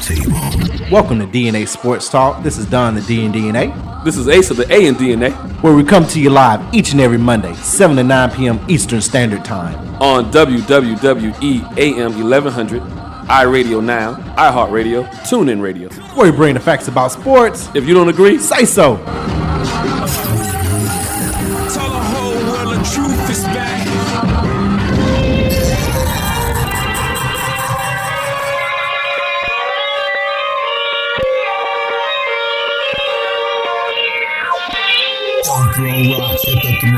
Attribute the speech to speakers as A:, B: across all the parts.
A: table.
B: Welcome to DNA Sports Talk. This is Don the D and DNA,
C: This is Ace of the A and DNA
B: where we come to you live each and every Monday, 7 to 9 p.m. Eastern Standard Time.
C: on WWWE AM 1100, iRadio Now, iHeartRadio, TuneIn Radio.
B: Where we bring the facts about sports.
C: If you don't agree,
B: Say so.
D: Tell the whole world the truth is back.
A: Punk rocks at the throne.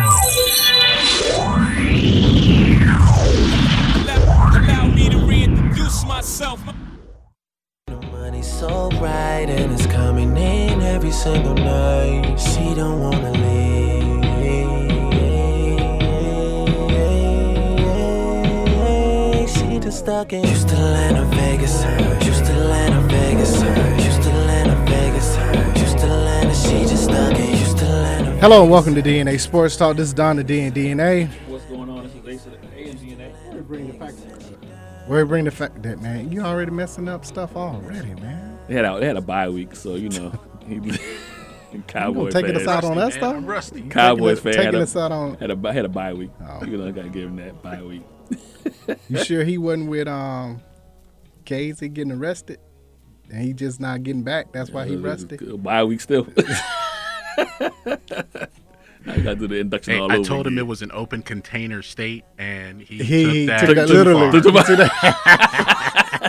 D: Allow- Allow me to reintroduce myself.
E: The money's so bright and it's coming in every single night. She don't wanna leave. She just stuck in. Used to land in Vegas, her. Used to land in Vegas, her. Used to land in Vegas, her. Used to land and she just stuck in. Used to land in
F: Hello and welcome to DNA Sports Talk. This is Don the D and DNA.
G: What's going on? This is Ace of the AMGNA.
F: Where we bring the fact that man, you already messing up stuff already, man.
C: they had a, they had a bye week, so you know. he- Cowboy
F: You taking
C: fans-
F: us out on us though.
A: Rusty.
C: Cowboy
F: taking
C: fan
F: us-
C: had
F: taking
C: a-
F: us out on-
C: had a had a bye week.
F: Oh.
C: You know, I gotta give him that bye week.
F: You sure he wasn't with um, Casey getting arrested, and he just not getting back. That's why he rusted.
C: Bye week still. I got to do the induction
A: Hey,
C: all
A: I
C: over.
A: told him
C: again.
A: it was an open container state, and he,
F: He
A: took that,
F: took that
A: too
F: literally.
A: far.
C: Took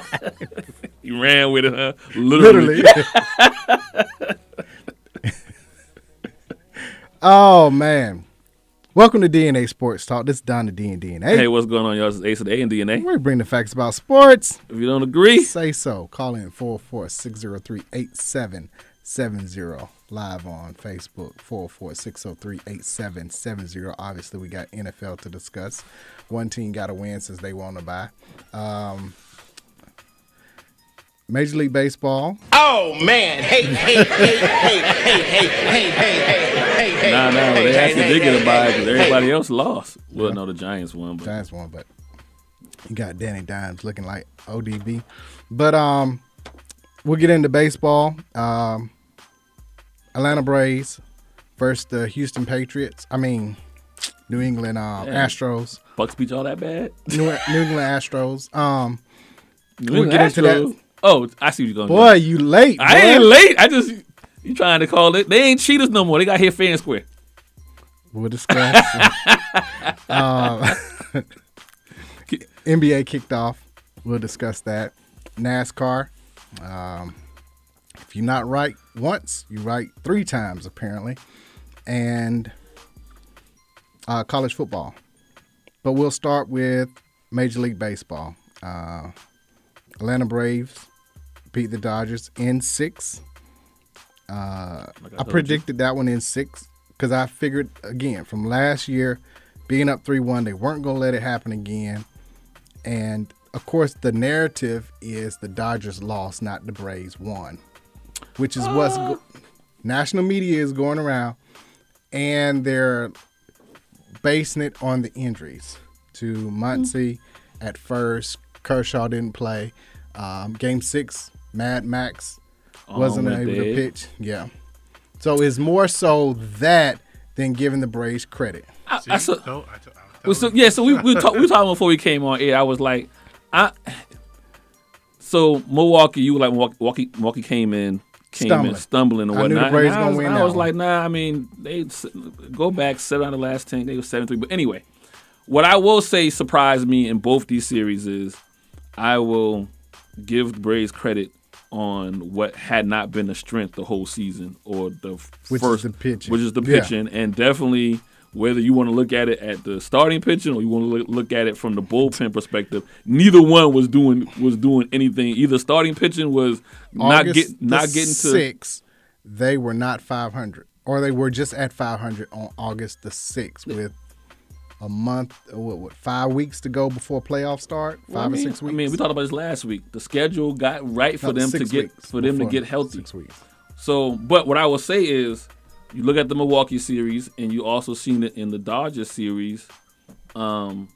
C: the bye. he ran with it, huh? Literally.
F: Literally. oh man, welcome to DNA Sports Talk. This is Don the D and DNA.
C: Hey, what's going on, y'all? This is Ace of the A and DNA.
F: Where we bring the facts about sports.
C: If you don't agree,
F: Say so. Call in 446038770. Live on Facebook 446038770. Obviously, we got NFL to discuss. One team got to win since they want to buy. Um, Major League Baseball.
C: nah, nah, they actually did get a bye because everybody else lost. Well, no, the Giants won, but
F: Giants won, but you got Danny Dimes looking like ODB. But um, we'll get into baseball. Um, Atlanta Braves versus the Houston Patriots. I mean, New England um,
C: Yeah.
F: Astros.
C: Bucks beat y'all that bad.
F: New, New England Astros. Um,
C: We'll
F: get into that.
C: Oh, I see what you're going.
F: boy, you late.
C: I
F: boy.
C: ain't late. I just you trying to call it? They ain't cheaters no more. They got here fair and square.
F: We'll discuss. Um, NBA kicked off. We'll discuss that. NASCAR. Um, if you're not right once, you right three times apparently, and uh, college football. But we'll start with Major League Baseball. Uh, Atlanta Braves beat the Dodgers in six.
C: Like
F: I
C: told you.
F: predicted that one in six because I figured again from last year, being up three one, they weren't gonna let it happen again. And of course, the narrative is the Dodgers lost, not the Braves won, which is what's go- national media is going around, and they're basing it on the injuries to Muncy at first. Kershaw didn't play. Um, game six, Mad Max wasn't
C: Almond
F: able to
C: Bay.
F: pitch. Yeah. So it's more so that than giving the Braves credit.
C: I,
A: See,
C: I saw-
A: so- I t- I told
C: Well, so,
A: him.
C: yeah, so we we, talk, we were talking before we came on air. I was like, I. So Milwaukee, you were like Milwaukee. Milwaukee came in, came in
F: Stumbling.
C: stumbling or
F: I knew the
C: whatnot.
F: Braves
C: and I
F: gonna
C: was,
F: win
C: I
F: that
C: was
F: one.
C: like, nah. I mean, they s- go back, set on the last ten. They were seven three. But anyway, what I will say surprised me in both these series is I will give the Braves credit on what had not been a strength the whole season or the
F: Which is
C: first
F: the pitching.
C: which is the
F: Yeah.
C: pitching, and definitely whether you want to look at it at the starting pitching or you want to look, look at it from the bullpen perspective, neither one was doing was doing anything. Either starting pitching was not
F: August
C: get not
F: the
C: getting to
F: six, they were not 500, or they were just at 500 on August the sixth with a month, what, what, five weeks to go before playoffs start, five
C: Well, I
F: or
C: mean-
F: six weeks.
C: I mean, we talked about this last week. The schedule got right for
F: No,
C: them to
F: six
C: get
F: weeks
C: for them to
F: before-
C: get healthy.
F: Six weeks.
C: So, but what I will say is, you look at the Milwaukee series, and you also seen it in the Dodgers series. Um,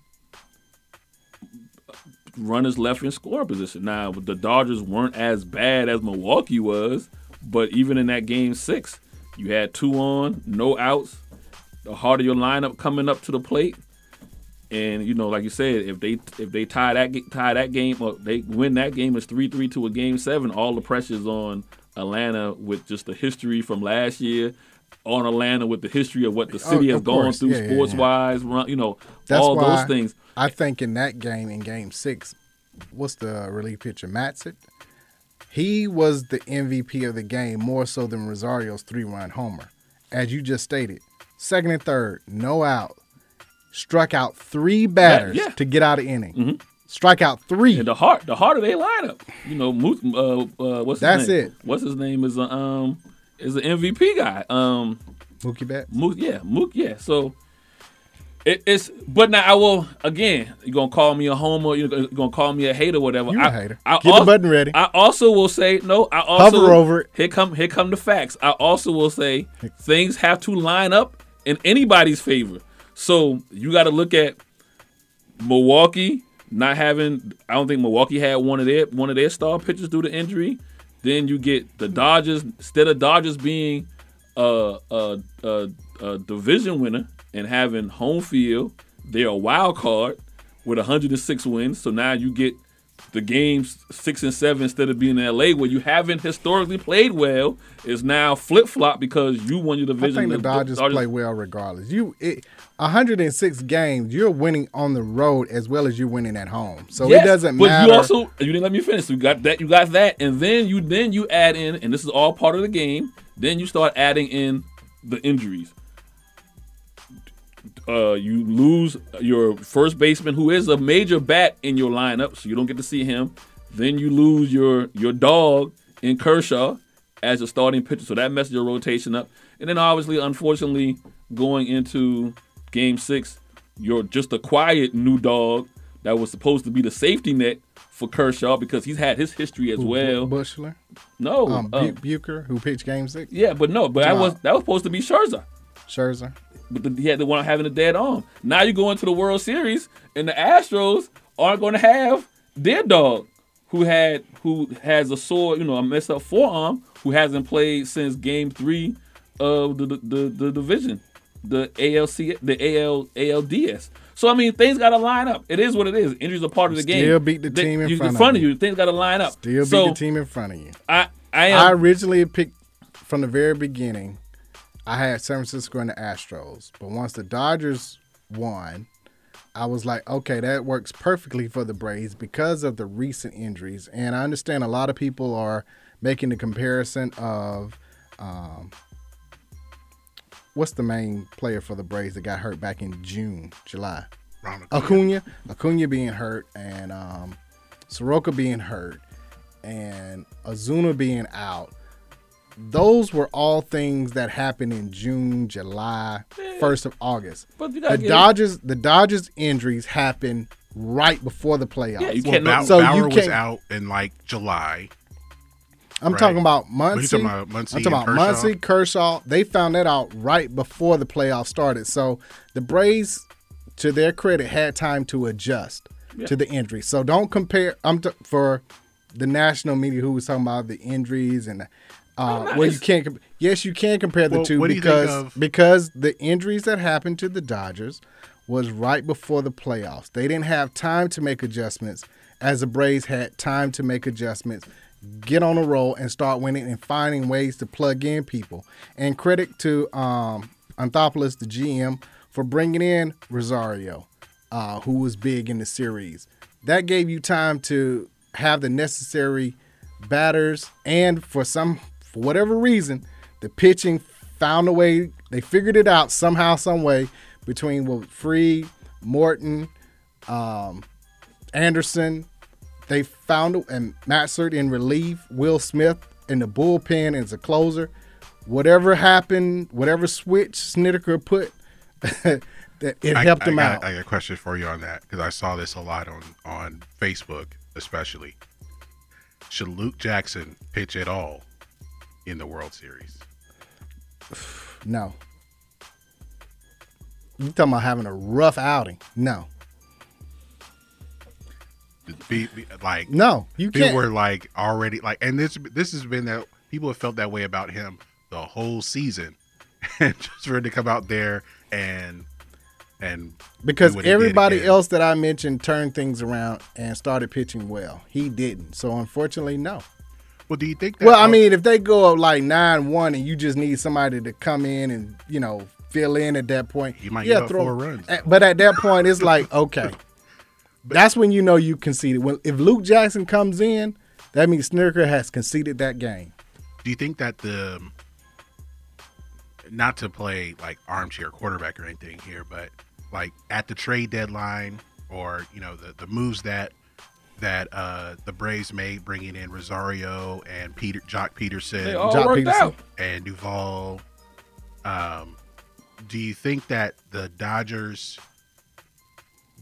C: runners left in scoring position. Now the Dodgers weren't as bad as Milwaukee was, but even in that game six, you had two on, no outs, the heart of your lineup coming up to the plate. And you know, like you said, if they if they tie that ga- tie that game or they win that game, it's three three to a game seven. All the pressure's on Atlanta with just the history from last year, on Atlanta with the history of what the city
F: of
C: has gone
F: course.
C: through
F: Yeah, yeah, yeah.
C: sports wise, run, you know,
F: That's
C: all
F: why
C: those things.
F: I think in that game, in game six, what's the relief pitcher, Matzik? He was the MVP of the game more so than Rosario's three run homer. As you just stated, second and third, no out, struck out three batters
C: yeah. Mm-hmm.
F: to get out of inning. Strike out three.
C: And the heart, the heart of their lineup. You know, Muth, uh, uh, what's his
F: That's
C: name?
F: it.
C: What's his name is a um is an MVP guy. Um,
F: Mookie Betts.
C: Mook, yeah, Mook, yeah. So it, it's, but now I will again. You're gonna call me a homer. You're gonna- you're gonna call me a hater, whatever.
F: You a
C: I,
F: hater.
C: I
F: Get the
C: al-
F: button ready.
C: I also will say no. I also
F: Hover over it.
C: Here come here come the facts. I also will say things have to line up in anybody's favor. So you got to look at Milwaukee not having. I don't think Milwaukee had one of their one of their star pitchers due to injury. Then you get the Dodgers instead of Dodgers being a a, a, a division winner and having home field, they're a wild card with 106 wins. So now you get the games six and seven instead of being in LA where you haven't historically played well is now flip flop because you won your
F: I
C: division.
F: think the Dodgers play well regardless. You it, 106 games, you're winning on the road as well as you're winning at home. So
C: Yes,
F: it doesn't
C: but
F: matter.
C: you also you didn't let me finish. So you got that, you got that, and then you then you add in, and this is all part of the game. Then you start adding in the injuries. Uh, you lose your first baseman, who is a major bat in your lineup, so you don't get to see him. Then you lose your your dog in Kershaw as your starting pitcher, so that messes your rotation up. And then obviously, unfortunately, going into Game Six, you're just a quiet new dog that was supposed to be the safety net for Kershaw because he's had his history as well.
F: Bushler,
C: No,
F: um,
C: uh,
F: Bu- Bucher, who pitched game six,
C: yeah, but no, but that
F: Nah.
C: was that was supposed to be Scherzer.
F: Scherzer.
C: But the, he had the one having a dead arm. Now you go into the World Series, and the Astros aren't going to have their dog, who had who has a sore, you know, a messed up forearm, who hasn't played since Game Three of the the, the, the division, the ALC, the AL ALDS. So I mean, things got to line up. It is what it is. Injuries are part of the game.
F: Still beat the team in
C: you,
F: front of
C: of
F: you.
C: you. Things got to line up.
F: They'll
C: so
F: be the team in front of you.
C: I
F: I
C: I am
F: originally picked from the very beginning. I had San Francisco and the Astros, but once the Dodgers won, I was like, okay, that works perfectly for the Braves because of the recent injuries. And I understand a lot of people are making the comparison of um, what's the main player for the Braves that got hurt back in June, July?
A: Ronald
F: Acuna, Acuna being hurt, and um, Soroka being hurt, and Azuna being out. Those were all things that happened in June, July, first of August.
C: But you gotta
F: the
C: get-
F: Dodgers, the Dodgers injuries happened right before the playoffs.
C: Yeah, you
A: Well,
C: can't-
A: Bauer,
F: So you
A: Bauer was
F: can't-
A: out in like July.
F: I'm
A: right.
F: talking about
A: you
F: Muncy.
A: talking about? Muncy
F: I'm talking about
A: and Kershaw?
F: Muncy, Kershaw. They found that out right before the playoffs started. So the Braves, to their credit, had time to adjust to the injury. So don't compare. I'm t- for the national media who was talking about the injuries and. Uh, well, you can't. Comp- yes, you can compare the
A: Well,
F: two
A: what do you think
F: because
A: of-
F: because the injuries that happened to the Dodgers was right before the playoffs. They didn't have time to make adjustments, as the Braves had time to make adjustments, get on a roll, and start winning and finding ways to plug in people. And credit to um, Anthopoulos, the GM, for bringing in Rosario, uh, who was big in the series. That gave you time to have the necessary batters, and for some, for whatever reason, the pitching found a way. They figured it out somehow, some way between well, Free, Morton, um, Anderson. They found a- and Matsert in relief, Will Smith in the bullpen as a closer. Whatever happened, whatever switch Snittaker put, that it
A: I-
F: helped
A: I
F: him
A: got,
F: out.
A: I got a question for you on that because I saw this a lot on on Facebook, especially. Should Luke Jackson pitch at all in the World Series?
F: No. You talking about having a rough outing? No.
A: be, be- like
F: No, you
A: people
F: can't.
A: were like already like, and this this has been that people have felt that way about him the whole season, and just for him to come out there and and
F: because
A: do what he did
F: everybody
A: again.
F: else that I mentioned turned things around and started pitching well. He didn't. So unfortunately, no.
A: Well, do you think? That oh,
F: Well, I mean, if they go up like nine one, and you just need somebody to come in and you know fill in at that point,
A: You might give up four runs.
F: At- But at that point, it's like okay, that's when you know you conceded. When if Luke Jackson comes in, that means Snicker has conceded that game.
A: do you think that the not to play like armchair quarterback or anything here, but like at the trade deadline or you know the the moves that that uh the Braves made, bringing in Rosario and Peter Jock
C: They
A: Peterson
C: all
F: Jock
C: worked
F: Peterson.
C: out.
A: and Duvall. Um, do you think that the Dodgers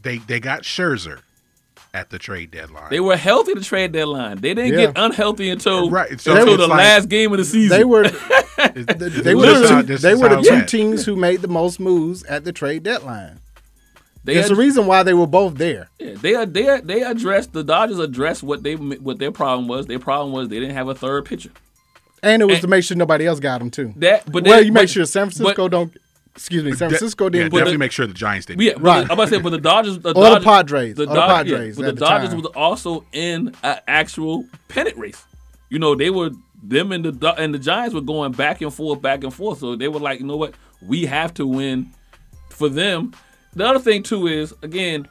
A: they they got Scherzer at the trade deadline?
C: They were healthy to trade deadline. They didn't
F: Yeah.
C: get unhealthy until
A: Right, so
C: until
A: it's
C: the
A: like-
C: last game of the season.
F: They were they were
A: This is how-
F: the two,
A: this
F: they
A: is
F: were the
A: how
F: two
A: bad.
F: teams who made the most moves at the trade deadline.
C: They
F: There's
C: had-
F: a reason why they were both there.
C: Yeah, they they they addressed the Dodgers addressed what they what their problem was. Their problem was they didn't have a third pitcher.
F: And it was
C: And-
F: to make sure nobody else got them too.
C: That but
F: well,
C: they,
F: you
C: but-
F: make sure San Francisco
C: but-
F: don't. Excuse me, San Francisco
A: yeah,
F: didn't.
A: definitely
C: the-
A: make sure the Giants didn't.
C: Yeah, right.
F: Right.
C: I'm about to say, but the Dodgers, the
F: Or the Padres, or the
C: Dod- yeah,
F: Padres
C: but
F: at
C: the
F: the
C: Dodgers
F: time.
C: was also in an actual pennant race. You know, they were them and the Do- and the Giants were going back and forth, back and forth. So they were like, you know what, we have to win for them. The other thing too is again,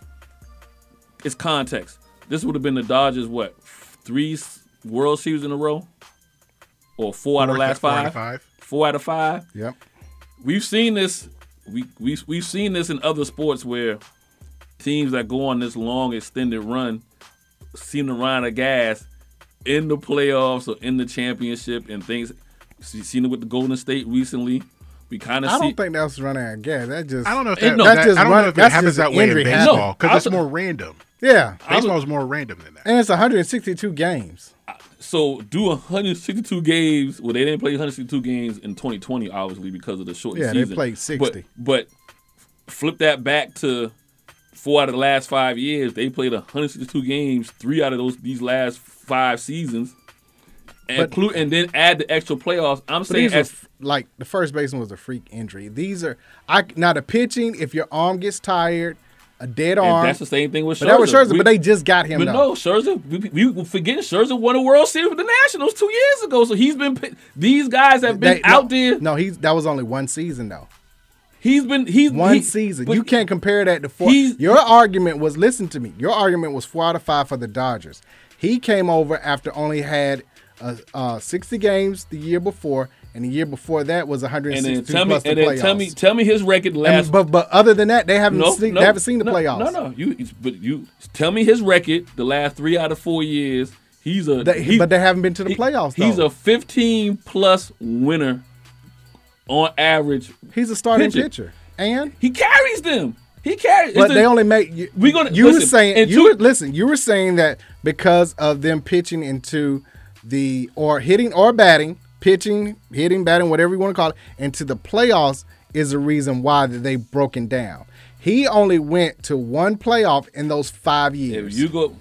C: it's context. This would have been the Dodgers what three s- World Series in a row, or four out of the last
A: Four out
C: five.
A: of five.
C: Four out of five
F: Yep.
C: we've seen this we, we we've seen this in other sports where teams that go on this long extended run seem to run out of gas in the playoffs or in the championship and things you seen it with the Golden State recently we kind of
F: I
C: see
F: don't think that was running out of gas. That just
A: I don't know if
C: Ain't
A: that,
C: no-
A: that-
F: That's just
A: I don't
F: run-
A: know if it
F: that's
A: happens
F: just
A: that way in
F: injury
A: baseball
C: happening.
A: because
C: No,
A: it's more random.
F: yeah.
A: Baseball is more random than that.
F: And it's 162 games.
C: so do 162 games well they didn't play 162 games in 2020 obviously because of the shortened
F: Yeah, they
C: season
F: played 60.
C: but, but flip that back to four out of the last five years they played 162 games three out of those these last five seasons and,
F: But-
C: clu- and then add the extra playoffs i'm
F: But
C: saying
F: these are,
C: as
F: f- like the first baseman was a freak injury. These are I now the pitching. If your arm gets tired, a dead
C: and
F: arm.
C: that's the same thing with Scherzer.
F: but that was Scherzer.
C: We-
F: but they just got him.
C: But
F: though.
C: no, Scherzer, we, we forgetting Scherzer won a World Series with the Nationals two years ago. So he's been, pi- these guys have been
F: They-
C: out
F: no,
C: there.
F: No, he's that was only one season though.
C: He's been, he's
F: One
C: he-
F: season.
C: but-
F: You can't compare that to four.
C: He's-
F: Your argument was listen to me. Your argument was four out of five for the Dodgers. He came over after only had uh, uh, 60 games the year before, and the year before that was
C: and
F: 162
C: then tell me,
F: plus
C: and
F: the
C: then
F: playoffs.
C: tell me, tell me his record
F: I mean,
C: last.
F: but but other than that, they haven't
C: no,
F: seen,
C: no,
F: they haven't seen the
C: no,
F: playoffs.
C: No, no, you, it's- but you tell me his record the last three out of four years. He's a,
F: They-
C: he-
F: but they haven't been to the
C: he-
F: playoffs.
C: He's
F: though.
C: a 15 plus winner on average.
F: he's a starting
C: pitcher.
F: pitcher, and
C: He carries them. He carries. it's
F: but
C: the-
F: they only make you,
C: We gonna-
F: you were
C: listen,
F: saying
C: and
F: you
C: two-
F: were, listen you were saying that because of them pitching into the or hitting or batting pitching hitting batting whatever you want to call it into the playoffs is the reason why that they broken down he only went to one playoff in those five
C: If
F: years
C: you go,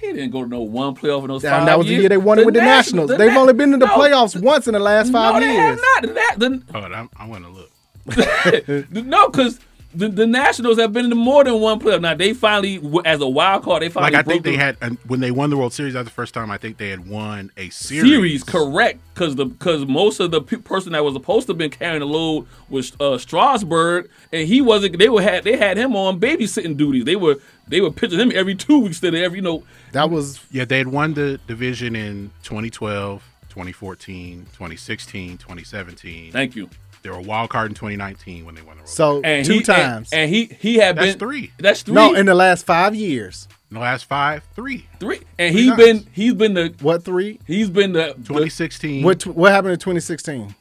C: he didn't go to no one playoff in those
F: Now,
C: five
F: that was the
C: years.
F: year they won it with the Nationals. They've
C: Na-
F: only been to the
C: No,
F: playoffs once in the last five
C: no,
F: years.
C: they have not. The Na- the-
A: Oh, and I'm, I'm going to look.
C: The- No, because the, the Nationals have been to more than one playoff. Now they finally, w- as a wild card, they finally
A: Like I
C: broke
A: think they
C: the
A: had and when they won the World Series. That's the first time I think they had won a series.
C: series correct because the because most of the pe- person that was supposed to have been carrying the load was uh, Strasburg, and he wasn't. They were had they had him on babysitting duties. They were they were pitching him every two weeks to every you know.
F: That was
A: Yeah, they had won the division in 2012, 2014, 2016, 2017.
C: Thank you.
A: They were a wild card in 2019 when they won the World. Series.
F: so
C: And
F: two
C: he, and-
F: times.
C: and, he he had
A: That's
C: been
A: three.
C: That's three.
F: no, in the last five years.
A: in the last five, three.
C: three. And he's
A: times.
C: been he's been the
F: What three?
C: he's been the, the
A: 2016.
F: What what happened in 2016?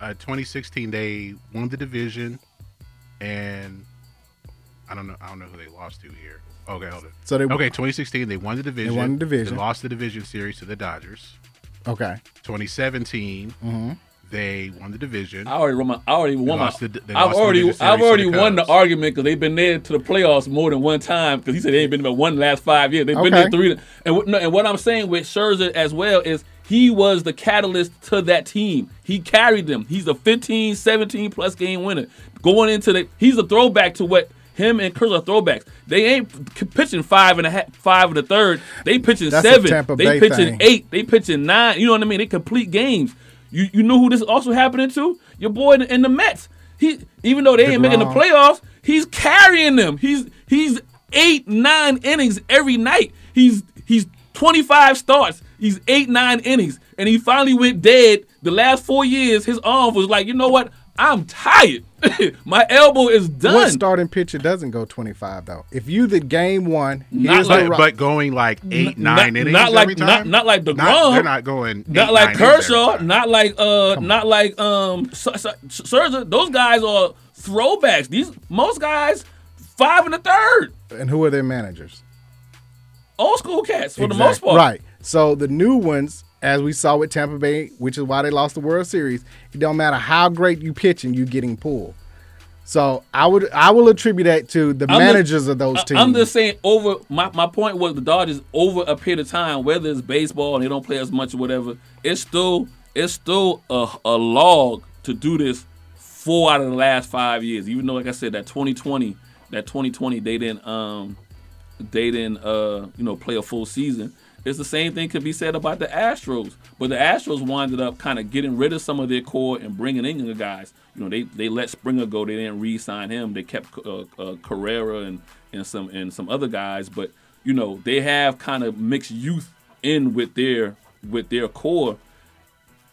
A: uh, 2016 they won the division and I don't know I don't know who they lost to here. Okay, hold it.
F: So they-
A: okay 2016 they won the division.
F: won the division.
A: They lost the division series to the Dodgers.
F: Okay.
A: 2017 They won the division.
C: I already won my. I already won my.
A: lost the- they
C: I've
A: lost the
C: already.
A: division series
C: I've
A: to
C: already
A: the
C: won the
A: Cubs.
C: argument because they've been there to the playoffs more than one time. Because he said they ain't been there one last five years. They've been there
F: Okay.
C: three. And what- no, and what I'm saying with Scherzer as well is he was the catalyst to that team. He carried them. He's a 15, 17 plus game winner. Going into the, he's a throwback to what. Him and Cruz are throwbacks. They ain't p- pitching five and a half, five and a third. They pitching
F: That's a
C: seven.
F: Tampa
C: they
F: Bay
C: pitching
F: thing.
C: eight eight. They pitching nine. You know what I mean? They complete games. You you know who this is also happening to? Your boy in, in the Mets. He even though they ain't making the
F: DeGrom.
C: playoffs, he's carrying them. He's he's eight nine innings every night. He's he's twenty five starts. He's eight nine innings, and he finally went dead. The last four years, his arm was like, you know what? I'm tired. My elbow is done.
F: What starting pitcher doesn't go 25 though? If you the game one, here's
C: like-
F: the
A: but,
F: ro-
A: but going like eight,
C: Not-
A: nine
C: not
A: innings
C: like-
A: every time.
C: not- not like DeGrom.
A: Not, they're not going.
C: not
A: eight,
C: like
A: nine innings every
C: Kershaw,
A: time.
C: not like uh, not like um, Ser- Ser- Serza. Those guys are throwbacks. These most guys five and a third,
F: and who are their managers?
C: old school cats for the
F: Exact-
C: most part.
F: Right. So the new ones, as we saw with Tampa Bay, which is why they lost the World Series, it don't matter how great you pitching, you getting pulled. So I would I will attribute that to the
C: I'm just-
F: managers of those
C: I-
F: teams.
C: I'm just saying over my, my point was the Dodgers over a period of time, whether it's baseball and they don't play as much or whatever, it's still it's still a, a log to do this four out of the last five years. Even though like I said, that twenty twenty that twenty twenty they didn't um they didn't uh you know play a full season. It's the same thing could be said about the Astros, but the Astros winded up kind of getting rid of some of their core and bringing in the guys. You know, they they let Springer go. They didn't re-sign him. They kept uh, uh, Carrera and and some and some other guys, but you know they have kind of mixed youth in with their with their core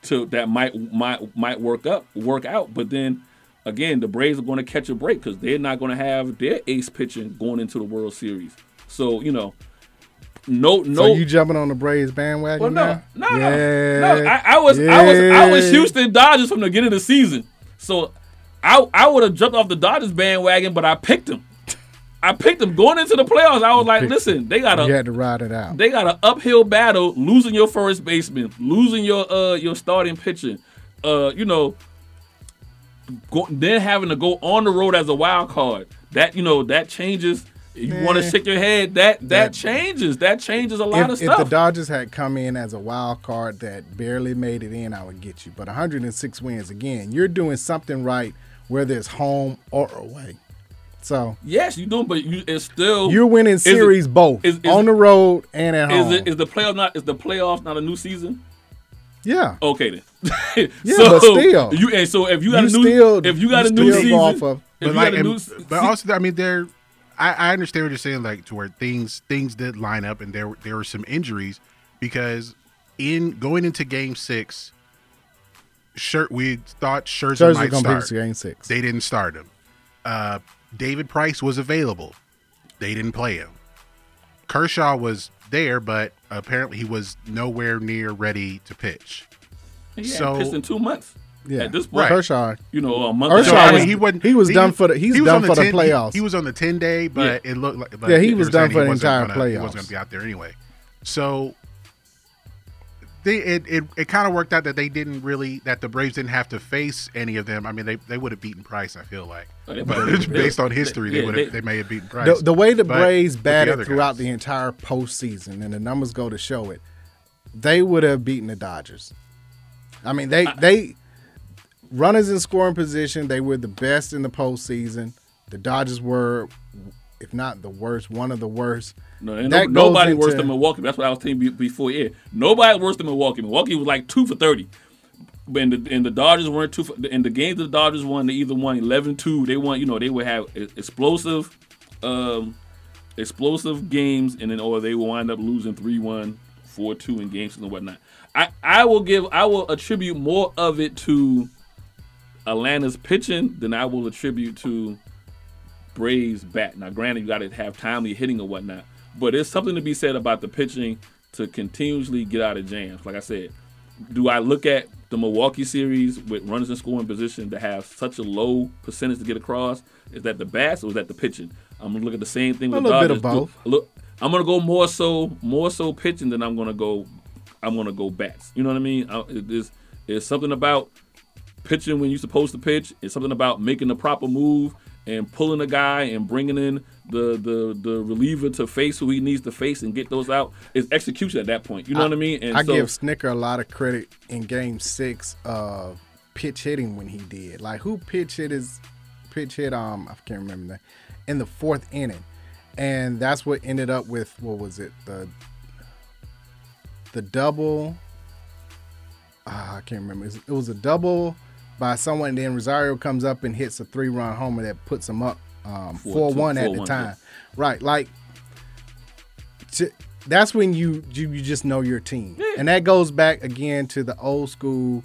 C: to that might might might work up work out. But then again, the Braves are going to catch a break because they're not going to have their ace pitching going into the World Series. So you know, no no.
F: so you jumping on the Braves bandwagon
C: well, no,
F: now?
C: no,
F: Yeah.
C: no, no. I, I was, I was, I was
F: Yeah.
C: Houston Dodgers from the beginning of the season. So, I, I would have jumped off the Dodgers bandwagon, but I picked them. I picked them going into the playoffs. I was like, listen, they got a,
F: You had to ride it out.
C: they got an uphill battle losing your first baseman, losing your uh your starting pitcher, uh you know, go, then having to go on the road as a wild card. That you know that changes. You want to
F: Nah.
C: shake your head. That, that
F: That-
C: changes. That changes a lot of
F: if, if
C: stuff.
F: the Dodgers had come in as a wild card that barely made it in, I would get you. But 106 wins again, you're doing something right, whether it's home or away. So
C: yes, you do, but you, it's still
F: you're winning
C: it-
F: series both
C: is- is-
F: on the road and at
C: Is
F: home.
C: it is the playoff not is the playoffs not a new season?
F: yeah,
C: Okay then.
F: Yeah, but still.
C: you and so if you got
F: You
C: a new
F: still-
C: if you got
F: you
C: a new
F: still
C: season,
F: off of-
C: if
A: But
C: you
A: like,
C: got a new
A: and-
C: se-
A: but also, I mean, there, I, I understand what you're saying, like to where things things did line up, and there were- there were some injuries because in going into Game Six, shirt we thought Scherzer
F: Scherzer
A: might
F: gonna
A: start.
F: pitch game six.
A: They didn't start him. Uh, David Price was available. They didn't play him. Kershaw was there, but apparently he was nowhere near ready to pitch.
C: yeah,
A: so-
C: pissed in two months.
F: yeah,
C: At this point,
A: Right.
F: Kershaw.
C: you know, a month.
F: Kershaw
A: So, I
C: ago.
A: mean,
F: was-
A: he wasn't.
F: he was done for the- he's
A: he was
F: done
A: on
F: for the
A: 10 he-
F: playoffs.
A: He, was on the ten day, but it looked like. But
F: Yeah, he
A: they
F: was
A: were
F: done
A: saying
F: for the
A: wasn't
F: entire
A: gonna- He wasn't going
F: playoffs.
A: to be out there anyway. So they, it it, it kind of worked out that they didn't really that the Braves didn't have to face any of them. I mean, they they would have beaten Price. I feel like,
C: Oh, they
A: but
C: would've-
A: based on history, they
C: yeah,
A: would
C: they-
A: have they may have beaten Price.
F: The, the way the
A: But
F: Braves
A: with the
F: batted
A: other
F: throughout
A: guys.
F: the entire postseason, and the numbers go to show it, they would have beaten the Dodgers. I mean, they they runners in scoring position. They were the best in the postseason. The Dodgers were, if not the worst, one of the worst.
C: No, ain't
F: That
C: no- nobody
F: goes
C: worse
F: into-
C: than Milwaukee. That's what I was telling you before. Yeah, nobody worse than Milwaukee. Milwaukee was like two for thirty, But- and the, and the Dodgers weren't two. For, and the games the Dodgers won, they either won 11-2. They won. You know, they would have e- explosive, um, explosive games, and then or they will wind up losing 3-1, 4-2 in games and whatnot. I I will give I will attribute more of it to Atlanta's pitching than I will attribute to Braves bat. Now, granted, you got to have timely hitting or whatnot, but there's something to be said about the pitching to continuously get out of jams. Like I said, do I look at the Milwaukee series with runners in scoring position that have such a low percentage to get across? Is that the bats or is that the pitching? I'm gonna look at the same thing. with
F: little bit of
C: Dodgers. Do- Look, I'm gonna go more so more so Uh, pitching than I'm gonna go I'm gonna go bats. You know what I mean? I, it- it's, it's something about pitching when you're supposed to pitch. It's something about making the proper move and pulling a guy and bringing in the the the reliever to face who he needs to face and get those out. It's execution at that point. You know what I mean? And
F: I give Snicker a lot of credit in Game Six of pitch hitting when he did. Like who pitch hit his pitch hit? Um, I can't remember that. In the fourth inning, and that's what ended up with what was it the the double. ah, I can't remember. It was- It was a double by someone. And then Rosario comes up and hits a three-run homer that puts him up um,
C: Four- two-
F: four-one at the
C: 4-1,
F: time.
C: yeah.
F: Right, like to, that's when you, you you just know your team, and that goes back again to the old school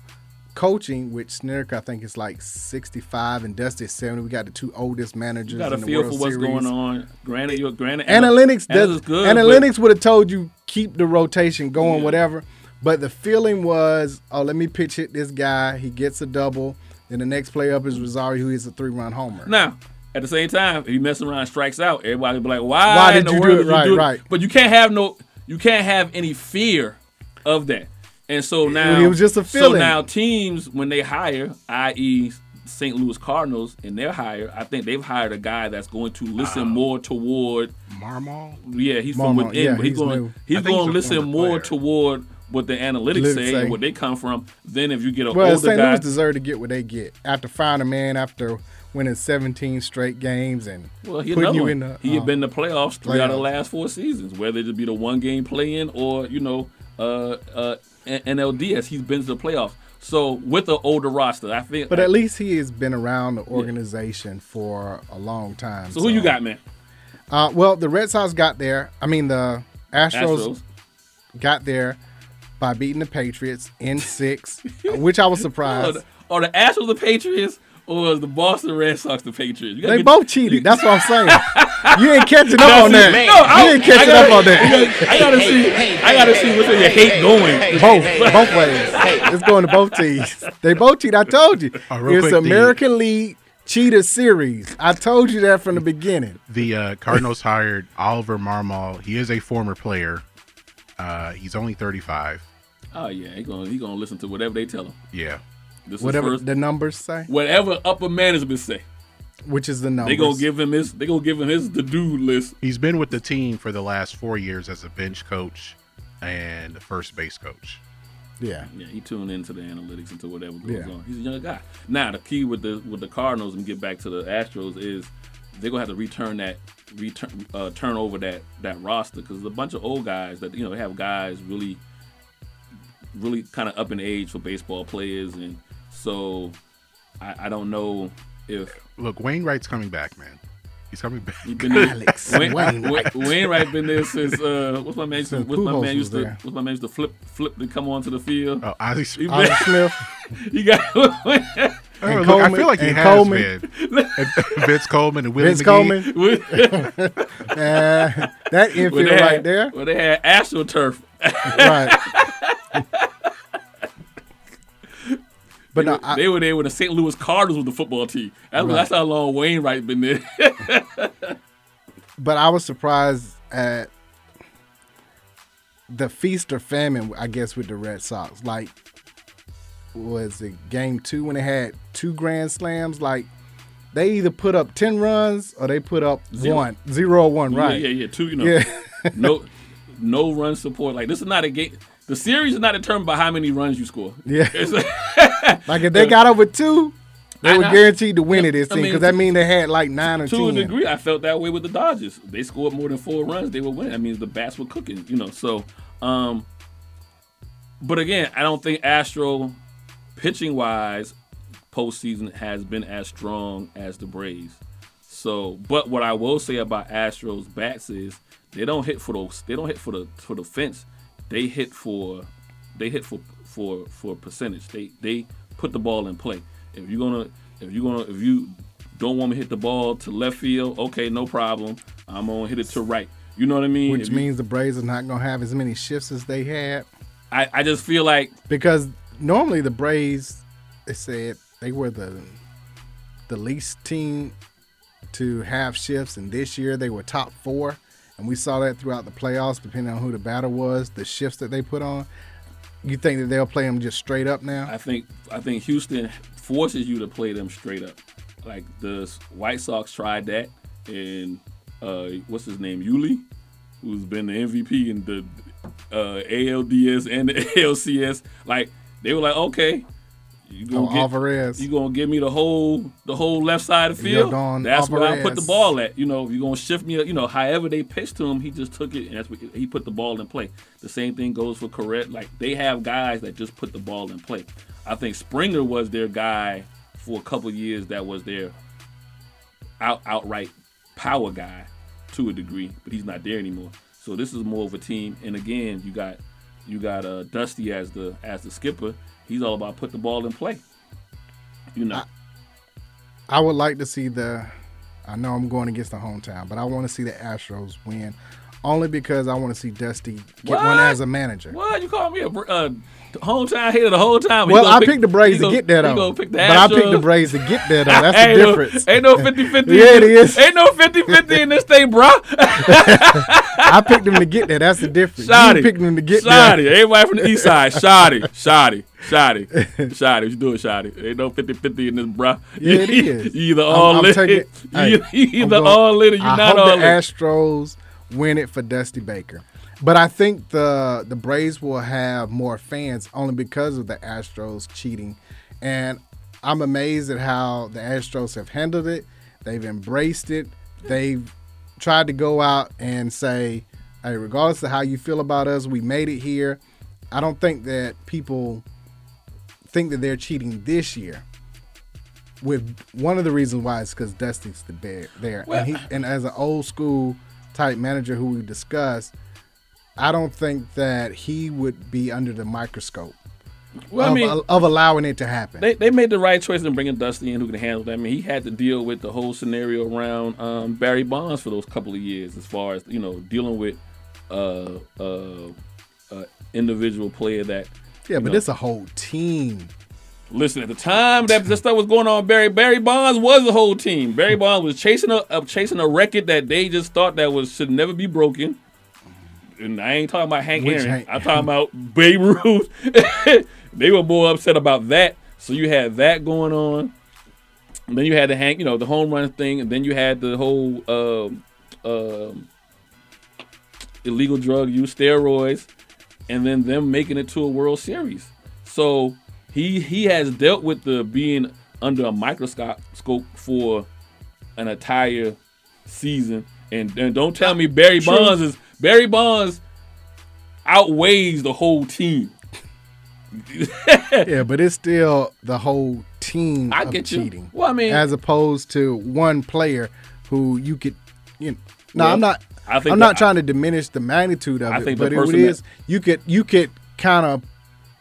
F: coaching, which Snirk I think is like sixty five and Dusty seventy. We got the two oldest managers.
C: You got
F: in
C: a
F: the
C: feel for
F: World
C: what's
F: Series.
C: going on. Granted, you're granted
F: Analytics,
C: analytics
F: does-
C: is good. but
F: analytics would have told you keep the rotation going, whatever. But the feeling was, oh, let me pitch hit this guy. He gets a double. Then the next play up is Rosario, who hits a three run homer.
C: Now, at the same time, if you mess around and strikes out, everybody be like, "Why?
F: Why
C: in
F: did
C: the
F: you do
C: world
F: it? Right, right.
C: But you can't have no, you can't have any fear of that. And so now
F: it was just a
C: So
F: feeling.
C: now teams, when they hire, i.e., St. Louis Cardinals, and their hire, I think they've hired a guy that's going to listen more toward.
A: Marmal.
C: Yeah, he's from
F: Marmol,
C: within,
F: yeah,
C: but he's,
F: he's
C: going
F: new.
C: he's
A: I think
C: going to
A: he's a
C: listen
A: former
C: more
A: player.
C: toward what the analytics
F: Analytics
C: say,
F: say.
C: and where they come from. Then if you get an
F: Well,
C: older
F: St.
C: guy,
F: Louis deserved to get what they get after firing a man after winning 17 straight games and
C: Well, he
F: putting
C: another
F: you
C: one.
F: in the.
C: he
F: uh,
C: had been in the playoffs three out of the
F: playoffs.
C: last four seasons, whether it be the one game play in or you know uh, uh, N- NLDS. He's been to the playoffs. So with an older roster, I think.
F: but at least he has been around the organization for a long time.
C: so who you got, man?
F: Uh, well, the Red Sox got there. I mean, the
C: Astros.
F: got there by beating the Patriots in six, uh, which I was
C: Are
F: surprised.
C: the, are the Astros the Patriots or is the Boston Red Sox the Patriots? You gotta
F: They
C: get-
F: both cheated. That's what I'm saying. You ain't catching up on that.
C: No, I,
F: you ain't catching
C: I gotta,
F: up on that.
C: I gotta see. I gotta see which way you hate going.
F: Both, both ways. It's going to both teams. They both cheat. I told you.
A: Oh, real
F: it's
A: quick, the-
F: American League Cheater Series. I told you that from the beginning.
A: The uh, Cardinals hired Oliver Marmal. He is a former player. Uh, he's only 35.
C: Oh yeah, he gonna he gonna listen to whatever they tell him.
A: Yeah.
C: This
F: Whatever
C: is first,
F: the numbers say,
C: whatever upper management say.
F: which is the numbers.
C: They gonna give him his. They gonna give him his the do list.
A: He's been with the team for the last four years as a bench coach and first base coach.
F: Yeah.
C: Yeah, he tuned into the analytics into whatever goes
F: Yeah.
C: on. He's a young guy. Now the key with the with the Cardinals and get back to the Astros is they're gonna have to return that return uh, turn over that that roster because there's a bunch of old guys that you know they have guys really really kind of up in age for baseball players and so I, I don't know if
A: Look, Wainwright's coming back, man. He's coming back.
C: He been there.
F: Alex
C: Wayne,
F: Wainwright.
C: Wa- Wainwright been there since uh, what's my man? Used to,
F: Since
C: what's my
F: Pujols
C: man
F: was
C: used to?
F: there. Uh,
C: What's my man used to flip, flip to come onto the field?
A: Oh, Ozzie
C: He been-
A: Smith.
F: Ozzie Smith.
C: you got
A: Oh, look, I
F: Coleman-
A: feel like he
F: and
A: has
F: Coleman.
A: been. And Vince Coleman and Willie
F: Vince
A: McGee.
F: Coleman.
C: when,
F: Uh, that
C: when
F: infield
C: they had,
F: right there.
C: When they had AstroTurf.
F: right. but no, I,
C: they were there when the St. Louis Cardinals was the football team. That's, that's how long Wainwright been there.
F: but I was surprised at the feast or famine, I guess, with the Red Sox. Like, was it game two when they had two grand slams? Like, they either put up ten runs or they put up
C: Zero.
F: one, zero or one, right?
C: Yeah, yeah, yeah. Two, you know,
F: Yeah.
C: no, no run support. Like this is not a game. The series is not determined by how many runs you score.
F: Yeah.
C: It's-
F: Like if they got over two, they
C: I-
F: were
C: I-
F: guaranteed to win it this
C: I
F: thing
C: mean,
F: because that mean they had like nine or
C: to a
F: ten.
C: degree, I felt that way with the Dodgers. They scored more than four runs, they were winning. I mean, the bats were cooking, you know. So, um, but again, I don't think Astro pitching wise postseason has been as strong as the Braves. So, but what I will say about Astros bats is they don't hit for those. They don't hit for the for the fence. They hit for they hit for for for percentage. They they put the ball in play. If you're gonna if you're gonna if you don't want me to hit the ball to left field, okay, no problem. I'm gonna hit it to right. You know what I mean?
F: which
C: If you-
F: means the Braves are not gonna have as many shifts as they had
C: I, I just feel like
F: because normally the Braves, they said they were the the least team to have shifts, and this year they were top four, and we saw that throughout the playoffs. Depending on who the batter was, the shifts that they put on, you think that they'll play them just straight up now?
C: I think I think Houston forces you to play them straight up. Like the White Sox tried that, and uh, what's his name, Yuli, who's been the MVP in the uh, ALDS and the ALCS. Like they were like, okay, you gonna
F: Oh,
C: get,
F: Alvarez.
C: You gonna give me the whole the whole left side of the
F: You're
C: field.
F: going
C: That's where I put
F: Alvarez.
C: the ball at. You know, if you're gonna shift me. You know, however they pitched to him, he just took it, and that's what he put the ball in play. The same thing goes for Correct. Like they have guys that just put the ball in play. I think Springer was their guy for a couple years. That was their out outright power guy to a degree, but he's not there anymore. So this is more of a team. And again, you got you got uh, Dusty as the as the skipper. He's all about put the ball in play. You know,
F: I would like to see the. I know I'm going against the hometown, but I want to see the Astros win, only because I want to see Dusty get
C: What?
F: one as a manager.
C: what you call me a br- uh, hometown hater the whole time? He
F: Well,
C: gonna
F: I
C: pick-
F: picked the Braves
C: he
F: to
C: gonna-
F: get that
C: he
F: on,
C: gonna pick the
F: but I picked the
C: Astros.
F: Braves to get that on. That's the
C: ain't
F: difference.
C: No, ain't no 50 50.
F: Yeah, it is.
C: Ain't no 50 50 in this thing, bro.
F: I picked them to get that. That's the difference.
C: Shoddy.
F: You picked them to get that.
C: Shoddy. Everybody from the east side. Shoddy. Shoddy. Shoddy. Shoddy. What you doing, Shoddy? Ain't no fifty-fifty in this, bruh.
F: Yeah, it is.
C: you either
F: I'm-
C: all
F: I'm
C: in.
F: taking-
C: you
F: hey,
C: either- you
F: I'm
C: either
F: going-
C: all in or you
F: I
C: not
F: hope
C: all in.
F: the Astros win it for Dusty Baker, but I think the the Braves will have more fans only because of the Astros cheating, and I'm amazed at how the Astros have handled it. They've embraced it. They've tried to go out and say, "Hey, regardless of how you feel about us, we made it here." I don't think that people think that they're cheating this year. With one of the reasons why is because Dusty's the bear there,
C: Well-
F: and, he, and as an old school type manager who we discussed, I don't think that he would be under the microscope
C: well,
F: of,
C: I mean,
F: of allowing it to happen.
C: they, they made the right choice in bringing Dusty in, who can handle that. I mean, he had to deal with the whole scenario around um, Barry Bonds for those couple of years, as far as you know, dealing with uh, uh, uh, individual player that.
F: yeah, but
C: know.
F: it's a whole team.
C: Listen, at the time that this stuff was going on, Barry Barry Bonds was the whole team. Barry Bonds was chasing a uh, chasing a record that they just thought that was should never be broken. And I ain't talking about Hank
F: Which
C: Aaron.
F: Hank-
C: I'm talking about Babe Ruth. they were more upset about that. So you had that going on. And then you had the Hank, you know, the home run thing, and then you had the whole um, um, illegal drug use, steroids and then them making it to a World Series. So he he has dealt with the being under a microscope scope for an entire season. And, and don't tell me Barry Bonds is Barry Bonds outweighs the whole team.
F: Yeah, but it's still the whole team
C: I
F: of
C: get you.
F: cheating.
C: Well, I mean-
F: as opposed to one player who you could, you know, no, I'm not.
C: I
F: I
C: think
F: am
C: the-
F: not trying to diminish the magnitude of
C: I
F: it,
C: think the
F: but it
C: person that-
F: is you could you could kind of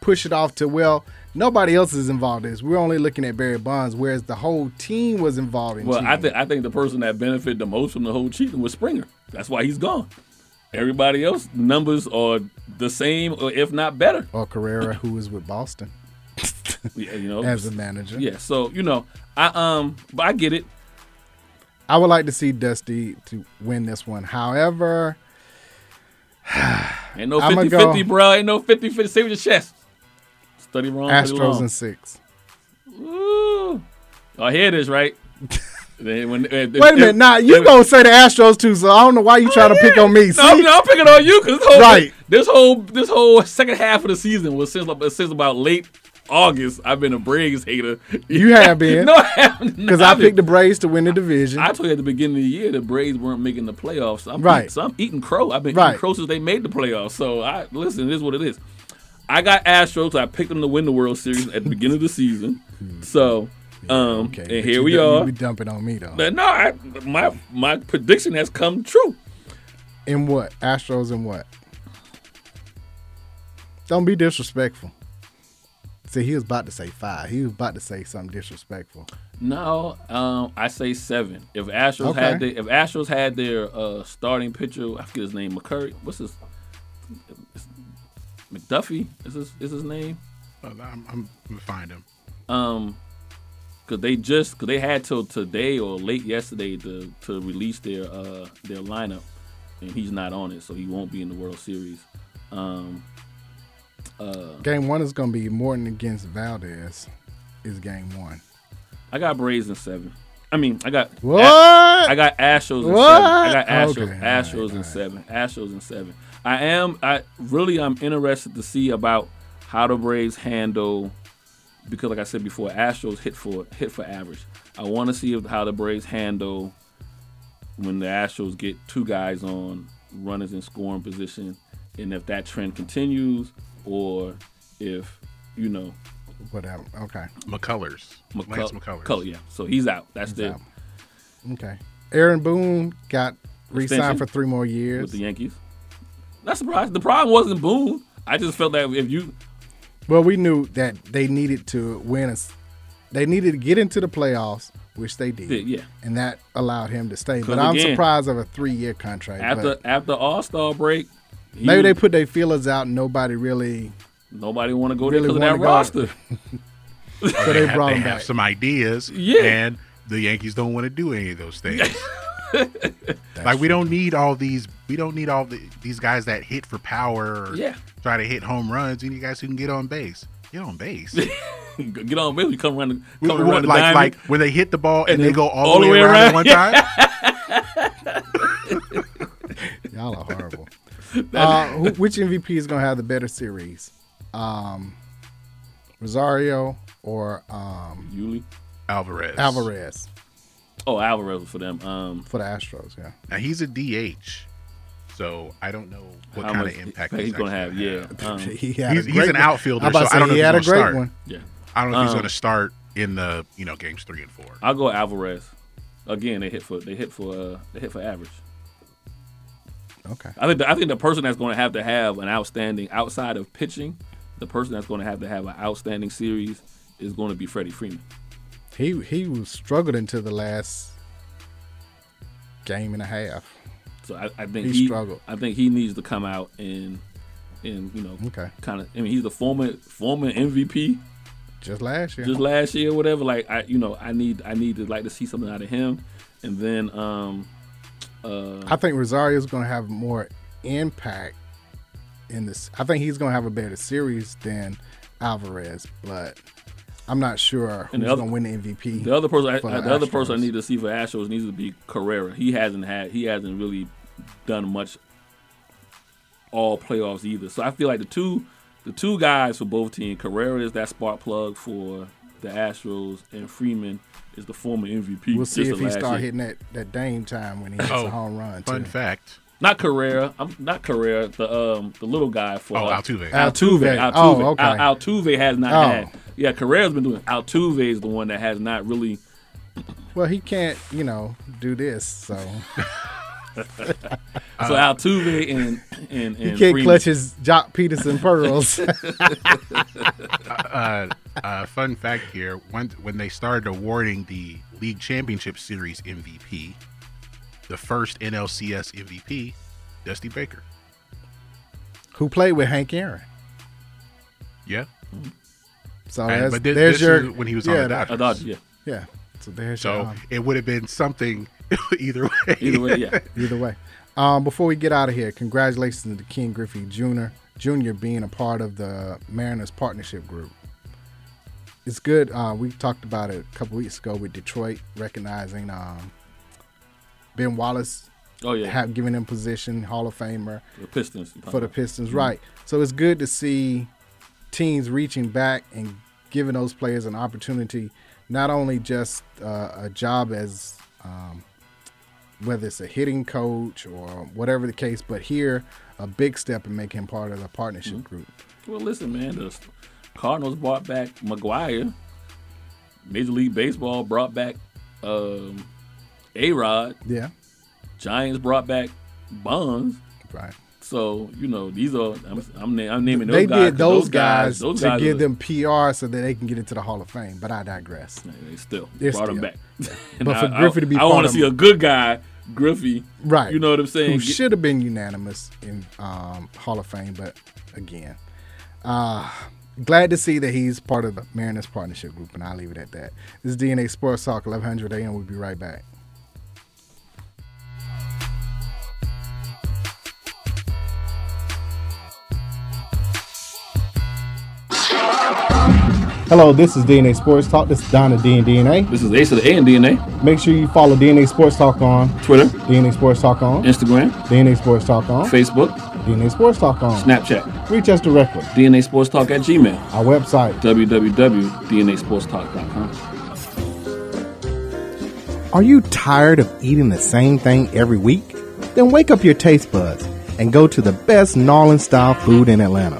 F: push it off to well, nobody else is involved in this. We're only looking at Barry Bonds, whereas the whole team was involved in.
C: Well,
F: cheating.
C: I think I think the person that benefited the most from the whole cheating was Springer. That's why he's gone. Everybody else numbers are the same, or if not better.
F: or Carrera, who was with Boston
C: Yeah, you know.
F: as a manager.
C: yeah. So you know, I um, but I get it.
F: I would like to see Dusty to win this one. However,
C: Ain't no
F: I'ma
C: 50
F: go-
C: 50, bro. Ain't no 50 50. Save your chest. Study wrong. study
F: Astros
C: long.
F: in six.
C: Ooh. Oh, here it is, right? Then when- uh, if-
F: Wait a
C: if-
F: minute, nah, you
C: if-
F: gonna say the Astros too, so I don't know why you trying to pick on me. See,
C: No, I'm, I'm picking on you because this whole
F: Right.
C: this whole this whole second half of the season was since uh, since about late August. I've been a Braves hater.
F: you have been
C: no, I haven't.
F: because
C: No,
F: I
C: I've been-
F: picked the Braves to win the division.
C: I told you at the beginning of the year the Braves weren't making the playoffs. So I'm
F: Right.
C: Eating, so I'm eating crow. I've been eating
F: Right.
C: crow since they made the playoffs. So I listen. It is what it is. I got Astros. I picked them to win the World Series at the beginning of the season. So, um,
F: Hmm. Okay, but
C: and here
F: you
C: we
F: done-
C: are.
F: You be dumping on me though.
C: But no, I, my my prediction has come true.
F: In what Astros in what? Don't be disrespectful. See, he was about to say five. He was about to say something disrespectful.
C: No, um, I say seven. If Astros
F: Okay.
C: had their, if Astros had their uh, starting pitcher, I forget his name, McCurry. What's his? McDuffie is his is his name?
A: I'm, Oh, I'm, I'm gonna find him.
C: um because they just because they had till today or late yesterday to to release their uh their lineup and he's not on it so he won't be in the world series um
F: Game one is gonna be Morton against Valdez. is game one.
C: I got Braves in seven. I mean, I got
F: What?
C: I got Astros in
F: What?
C: seven. I got Astros,
F: Okay, all right,
C: Astros
F: all
C: in
F: right.
C: seven. Astros in seven. I am. I really. I'm interested to see about how the Braves handle because, like I said before, Astros hit for hit for average. I want to see if, how the Braves handle when the Astros get two guys on runners in scoring position, and if that trend continues, or if you know
F: Whatever. Okay.
A: McCullers. Lance McCullers.
C: McCull- yeah. So he's out. That's the
F: out. Okay. Aaron Boone got
C: Extension?
F: re-signed for three more years.
C: with the Yankees. Not surprised. The problem wasn't Boone. I just felt that if you
F: Well, we knew that they needed to win. A, s- they needed to get into the playoffs, which they did.
C: Did, yeah.
F: And that allowed him to stay.
C: 'Cause
F: But I'm
C: again,
F: surprised of a three-year contract.
C: after
F: but
C: after All Star break, he
F: maybe they
C: was-
F: put their feelers out and nobody really.
C: nobody want to go
F: really
C: there because of that
F: wanna go.
C: roster. Oh,
F: So they
A: have-
F: brought
A: they
F: him
A: have
F: back.
A: some ideas,
C: Yeah.
A: and the Yankees don't want to do any of those things. like we don't need all these. We don't need all the, these guys that hit for power. Or
C: Yeah.
A: try to hit home runs. We need guys who can get on base. Get on base.
C: Get on, baby. Come run, the- come
A: We- we
C: run
A: want-
C: the
A: like
C: diamond.
A: like when they hit the ball and,
C: and
A: they
C: then
A: go all, the way, around, at one time.
F: Y'all are horrible. uh, who, which MVP is gonna have the better series? Um, Rosario or um,
C: Yuli.
A: Alvarez.
F: Alvarez
C: Oh, Alvarez was for them. Um,
F: for the Astros? Yeah.
A: Now he's a DH, so I don't know what
C: how
A: kind
C: much
A: of impact
C: he's gonna have?
A: actually
C: Yeah. Um,
F: He had a
A: He's- he's
F: great
A: an
F: one.
A: outfielder,
F: I'm about to
A: so
F: say
A: I don't know
F: he
A: if
F: had a
A: he's
F: great
A: gonna start.
F: one.
C: yeah.
A: I don't know if he's
C: Um,
A: going to start in the you know games three and four.
C: I'll go Alvarez. Again, they hit for they hit for uh, they hit for average.
F: Okay.
C: I think the, I think the person that's going to have to have an outstanding outside of pitching, the person that's going to have to have an outstanding series is going to be Freddie Freeman.
F: He he was struggling until the last game and a half.
C: So I, I think
F: He
C: he,
F: struggled.
C: I think he needs to come out and and you know
F: Okay.
C: kind of. I mean, he's the former former MVP
F: Just last year.
C: just last year, or whatever. Like I, you know, I need I need to like to see something out of him, and then um,
F: I think Rosario's going to have more impact in this. I think he's going to have a better series than Alvarez, but I'm not sure who's
C: And the other-
F: going to win the MVP.
C: the other person I,
F: For
C: the
F: the
C: other person I
F: Astros.
C: need to see for Astros needs to be Carrera. He hasn't had he hasn't really done much all playoffs either. So I feel like the two the two guys for both teams, Carrera is that spark plug for the Astros, and Freeman is the former MVP.
F: we'll see
C: just
F: if
C: of
F: he
C: last
F: start
C: year.
F: hitting that, that Dame time when he hits
A: Oh,
F: a home run.
A: Fun
F: too.
A: fact.
C: Not Carrera. I'm not Carrera. The um the little guy for
A: Oh,
C: uh,
A: Altuve.
C: Altuve.
F: Altuve.
C: Altuve.
F: Oh, okay.
C: Al- Altuve has not
F: Oh.
C: had. Yeah, Carrera's been doing. it. Altuve is the one that has not really.
F: Well, he can't, you know, do this, so
C: So
A: Uh,
C: Altuve and and and
F: he can't
C: Freeman.
F: clutch his Jock Peterson pearls.
A: uh, uh, fun fact here: when when they started awarding the league championship series MVP, the first NLCS MVP, Dusty Baker.
F: who played with Hank Aaron.
A: Yeah,
F: So
A: And-
F: Oh, that's,
A: but thi-
F: there's
A: this
F: your
A: is when he was
F: yeah,
A: on the
F: that-
C: I
A: Dodgers.
C: thought, yeah.
F: yeah. So there's
A: So
F: your, um,
A: it would have been something either way.
C: Either way, yeah.
F: Either way, um, before we get out of here, congratulations to King Griffey Jr. Jr. being a part of the Mariners partnership group. It's good. Uh, we talked about it a couple weeks ago with Detroit recognizing um, Ben Wallace,
C: Oh yeah.
F: have giving him position Hall of Famer
C: the Pistons. you're talking
F: for the
C: about.
F: Pistons, right? So it's good to see teams reaching back and giving those players an opportunity, not only just uh, a job as um, whether it's a hitting coach or whatever the case, but here a big step in making him part of the partnership
C: Mm-hmm.
F: group.
C: Well, listen, man. The Cardinals brought back McGuire. Major League Baseball brought back um, A Rod.
F: Yeah,
C: Giants brought back Bonds.
F: right.
C: So you know these are I'm I'm, na- I'm naming those
F: they
C: guys. 'cause
F: did those guys,
C: those
F: to
C: guys
F: give
C: are-
F: them PR so that they can get into the Hall of Fame. But I digress.
C: They still
F: They're
C: brought him
F: still-
C: back. And
F: But for
C: I,
F: Griffey
C: I,
F: to be
C: I
F: part
C: want to
F: of-
C: see a good guy, Griffey.
F: Right.
C: You know what I'm saying?
F: Who
C: Get-
F: should have been unanimous in um, Hall of Fame, but again, uh, glad to see that he's part of the Mariners Partnership Group, and I'll leave it at that. This is DNA Sports Talk, 1100 AM. We'll be right back. Hello, this is DNA Sports Talk. This is Donna D and DNA.
C: This is Ace of the A and DNA.
F: Make sure you follow DNA Sports Talk on
C: Twitter,
F: DNA Sports Talk on
C: Instagram,
F: DNA Sports Talk on
C: Facebook,
F: DNA Sports Talk on.
C: Snapchat,
F: Reach us directly.
C: DNA Sports Talk at Gmail,
F: Our website.
C: www.dnasportstalk.com.
B: Are you tired of eating the same thing every week? Then wake up your taste buds and go to the best gnarling style food in Atlanta.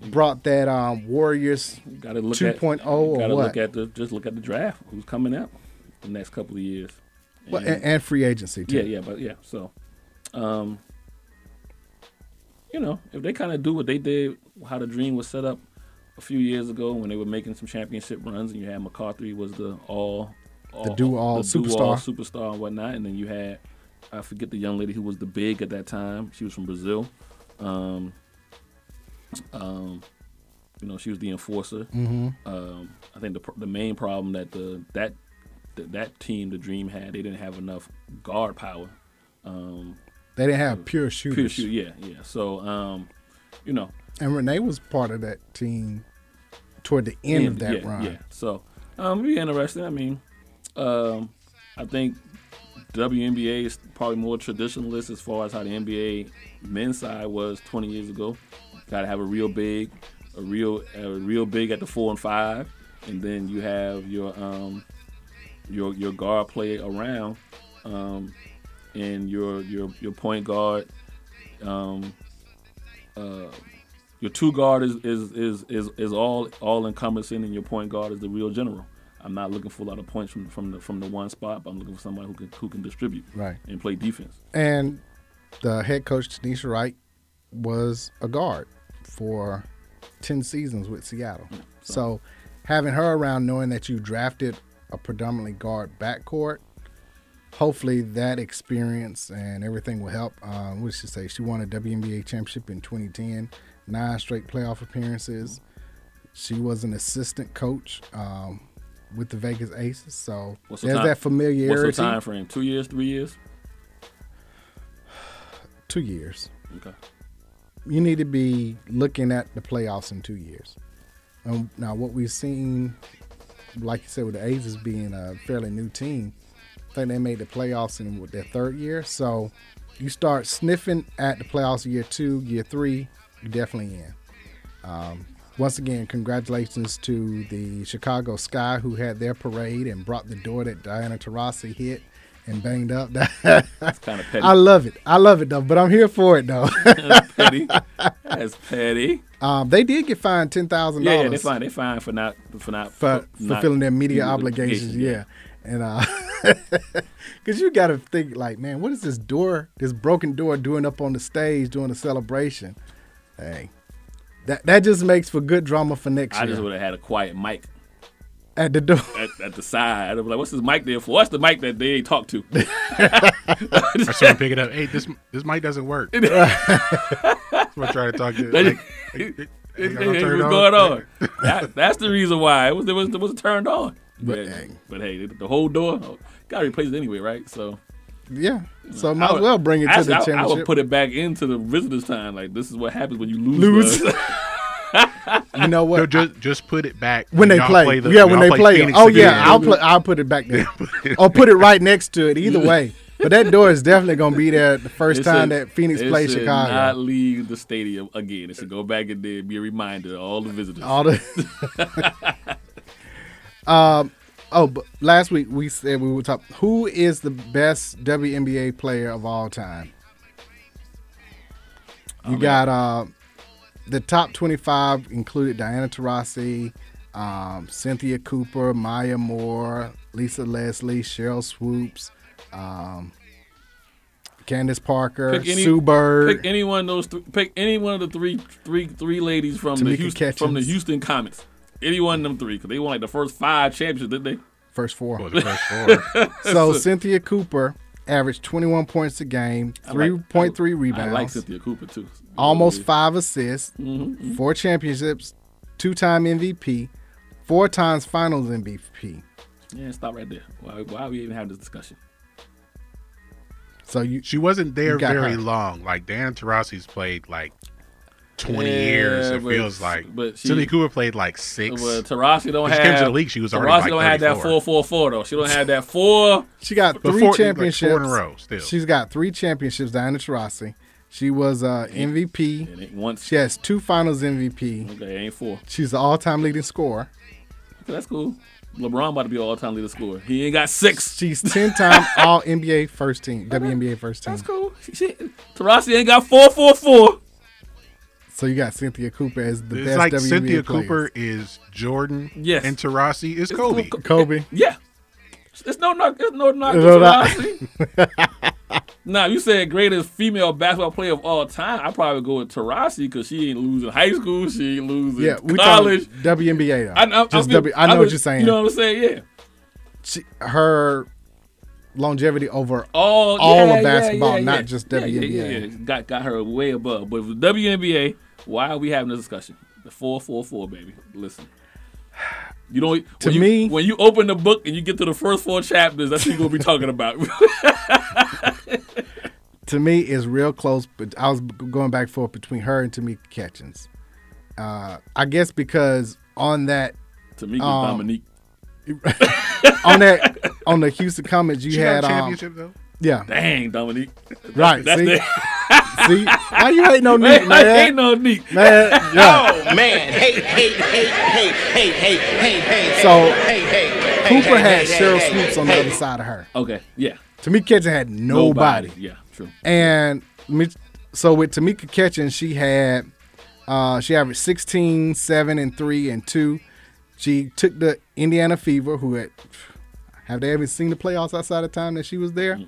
F: brought that um, Warriors
C: Gotta look at
F: 2.0 or
C: Gotta
F: what?
C: look at the just look at the draft. Who's coming out the next couple of years?
F: Well, and, and free agency too.
C: Yeah, yeah, but yeah. So, um, you know, if they kind of do what they did, how the dream was set up a few years ago when they were making some championship runs, and you had McCarthy was the all,
F: do-all
C: all the do-all
F: superstar.
C: superstar and whatnot, and then you had I forget the young lady who was the big at that time. She was from Brazil. Um, um, you know, she was the enforcer.
F: Mhm.
C: Um, I think the, pr- the main problem that the that that that team, the Dream had, they didn't have enough guard power. Um,
F: They didn't have pure shooters.
C: pure shoot, yeah, yeah. So, um, you know,
F: And Renee was part of that team toward the end of that
C: yeah,
F: run.
C: Yeah. So, um, it'd be interesting. I mean, um, I think WNBA is probably more traditionalist as far as how the NBA men's side was 20 years ago. Got to have a real big, a real, a real big at the four and five, and then you have your um, your your guard play around, um, and your your your point guard, um, uh, your two guard is is is is, is all all encompassing, and your point guard is the real general. I'm not looking for a lot of points from from the from the one spot, but I'm looking for somebody who can who can distribute
F: Right.
C: and play defense.
F: And the head coach Tanisha Wright was a guard for ten seasons with Seattle. So, having her around, knowing that you drafted a predominantly guard backcourt, hopefully that experience and everything will help. Um, what did she say? She won a WNBA championship in 2010, nine straight playoff appearances. She was an assistant coach um, with the Vegas Aces, so
C: What's her
F: there's
C: time-
F: that familiarity.
C: What's the time frame? Two years, three years?
F: Two years.
C: Okay.
F: you need to be looking at the playoffs in two years. Um, now, what we've seen, like you said, with the A's being a fairly new team, I think they made the playoffs in what, their third year. So you start sniffing at the playoffs year two, year three, you're definitely in. Um, once again, congratulations to the Chicago Sky who had their parade and brought the door that Diana Taurasi hit and banged up. That's
C: kinda petty.
F: I love it. I love it though, but I'm here for it though.
C: That's petty. That's petty.
F: Um, they did get fined ten thousand
C: Yeah, yeah, they
F: dollars
C: fine. They fine for not for not
F: for
C: not-
F: fulfilling their media
C: Yeah,
F: obligations.
C: yeah.
F: Yeah, and uh, because you got to think like, man, what is this door, this broken door, doing up on the stage during a celebration? Hey, that that just makes for good drama for next
C: I
F: year
C: just would have had a quiet mic
F: at the door.
C: at, at the side. I'd be like, "What's this mic there for? What's the mic that they ain't talk to?"
A: I started picking up. Hey, this this mic doesn't work. I'm gonna try to talk to. Like, like, hey,
C: It-
A: y'all
C: it-
A: gonna
C: it
A: turn
C: was
A: it
C: going on. That- that's the reason why it was it was, it was turned on. But, but hey, the, the whole door oh, got replaced anyway, right? So
F: Yeah, so
C: I
F: might as
C: would-
F: well bring it to
C: actually,
F: the
C: I-
F: championship.
C: I, would put it back into the visitors' time. Like this is what happens when you lose.
F: Lose.
C: bro.
F: you know what?
A: No, just just put it back
F: when they
A: y'all
F: play,
A: the-
F: yeah, when
A: y'all
F: they play.
A: Phoenix
F: oh
A: again.
F: yeah, I'll put I'll put it back there, or put it right next to it. Either way, but that door is definitely going to be there the first
C: It
F: time
C: should-
F: that Phoenix
C: it
F: plays
C: should
F: Chicago.
C: Not leave the stadium again. It should go back in there and be a reminder to all the visitors.
F: All the. um. Oh, but last week we said we would talk. Who is the best WNBA player of all time?
C: Oh,
F: You got uh, the top twenty-five included Diana Taurasi, um, Cynthia Cooper, Maya Moore, Lisa Leslie, Cheryl Swoops, um, Candace Parker, Sue Bird.
C: Pick any one of those. Th- pick any one of the three, three, three ladies from the
F: Tamika
C: Houston, from the
F: Catchings.
C: Houston Comets. Any one of them three, because they won like the first five championships, didn't they?
F: First four.
A: the first four.
F: so Cynthia Cooper averaged 21 points a game,
C: I like-
F: 3.3
C: I like
F: rebounds,
C: Cynthia Cooper too.
F: almost five assists,
A: Mm-hmm.
C: Mhm.
F: four championships, two-time MVP, four times Finals MVP.
C: Yeah, stop right there. Why, why are we even having this discussion?
F: So you,
A: she wasn't there
F: you got
A: very
F: her.
A: long. Like Dan Taurasi's played like twenty
C: Yeah,
A: years. It
C: but-
A: feels like.
C: but
A: But
C: she-
A: Cindy Cooper played like six.
C: Well, Tarasi don't
A: When
C: have.
A: She came to the league. She was already
C: Taurasi
A: like
C: don't have that
A: 34.
C: four four four though. She don't have that four.
F: She got
A: But
F: three
A: four- like, four in a
F: championships.
A: row still.
F: She's got three championships, Diana Taurasi. She was uh, MVP.
C: And it once.
F: She has two Finals MVP.
C: Okay, ain't four.
F: She's the all-time leading scorer.
C: Okay, that's cool. LeBron about to be all time leader scorer. He ain't got six.
F: She's ten-time All NBA first team, WNBA first team.
C: That's cool. She- she- Tarasi ain't got four four four.
F: So you got Cynthia Cooper as the
A: It's
F: best E
A: like
F: WNBA
A: Cynthia
F: player.
A: Cooper is Jordan.
C: Yes.
A: And Taurasi is Kobe.
F: Kobe.
C: Yeah. It's no knock. It's no knock. to
F: No knock.
C: Tarasi. Nah, you said greatest female basketball player of all time. I probably go with Tarasi because she ain't losing high school. She ain't losing
F: Yeah, we
C: college.
F: college. WNBA. Though.
C: I, I, I
F: Just
C: feel-
F: W- I know
C: I
F: what
C: was-
F: you're saying.
C: You know what I'm saying? Yeah.
F: She- her longevity over
C: all
F: all
C: yeah, yeah,
F: of basketball,
C: yeah, yeah.
F: not just
C: Yeah,
F: WNBA.
C: Yeah, yeah, yeah. Got got her way above. But with WNBA, why are we having this discussion? The four four four, baby. Listen. You don't
F: To
C: when you-
F: me-
C: when you open the book and you get to the first four chapters, that's what you're gonna be talking about.
F: To me, it's real close. But I was b- going back and forth between her and Tamika Catchings. Uh, I guess because on that,
C: Tamika
F: Um,
C: Dominique.
F: on that, on the Houston Comets, you
A: She
F: had
A: got a
F: um,
A: championship though.
F: yeah,
C: Dang, Dominique. That's-
F: right.
C: That's
F: see,
C: the
F: see, why you hate no
C: Wait,
F: Nick,
C: I
F: man?
C: ain't no Nick.
F: Man, yeah.
H: Oh man, hey, hey, hey, hey, hey, hey, hey, hey.
F: So
H: hey, hey, hey,
F: Cooper
H: hey,
F: had
H: hey,
F: Cheryl
H: hey,
F: Swoops on the
H: hey.
F: other side of her.
C: Okay, yeah.
F: Tamika Catchings had nobody.
C: Yeah, true.
F: And me- so with Tamika Catching, she had uh, she averaged 16, 7, and 3, and 2. She took the Indiana Fever, who had have they ever seen the playoffs outside of time that she was there?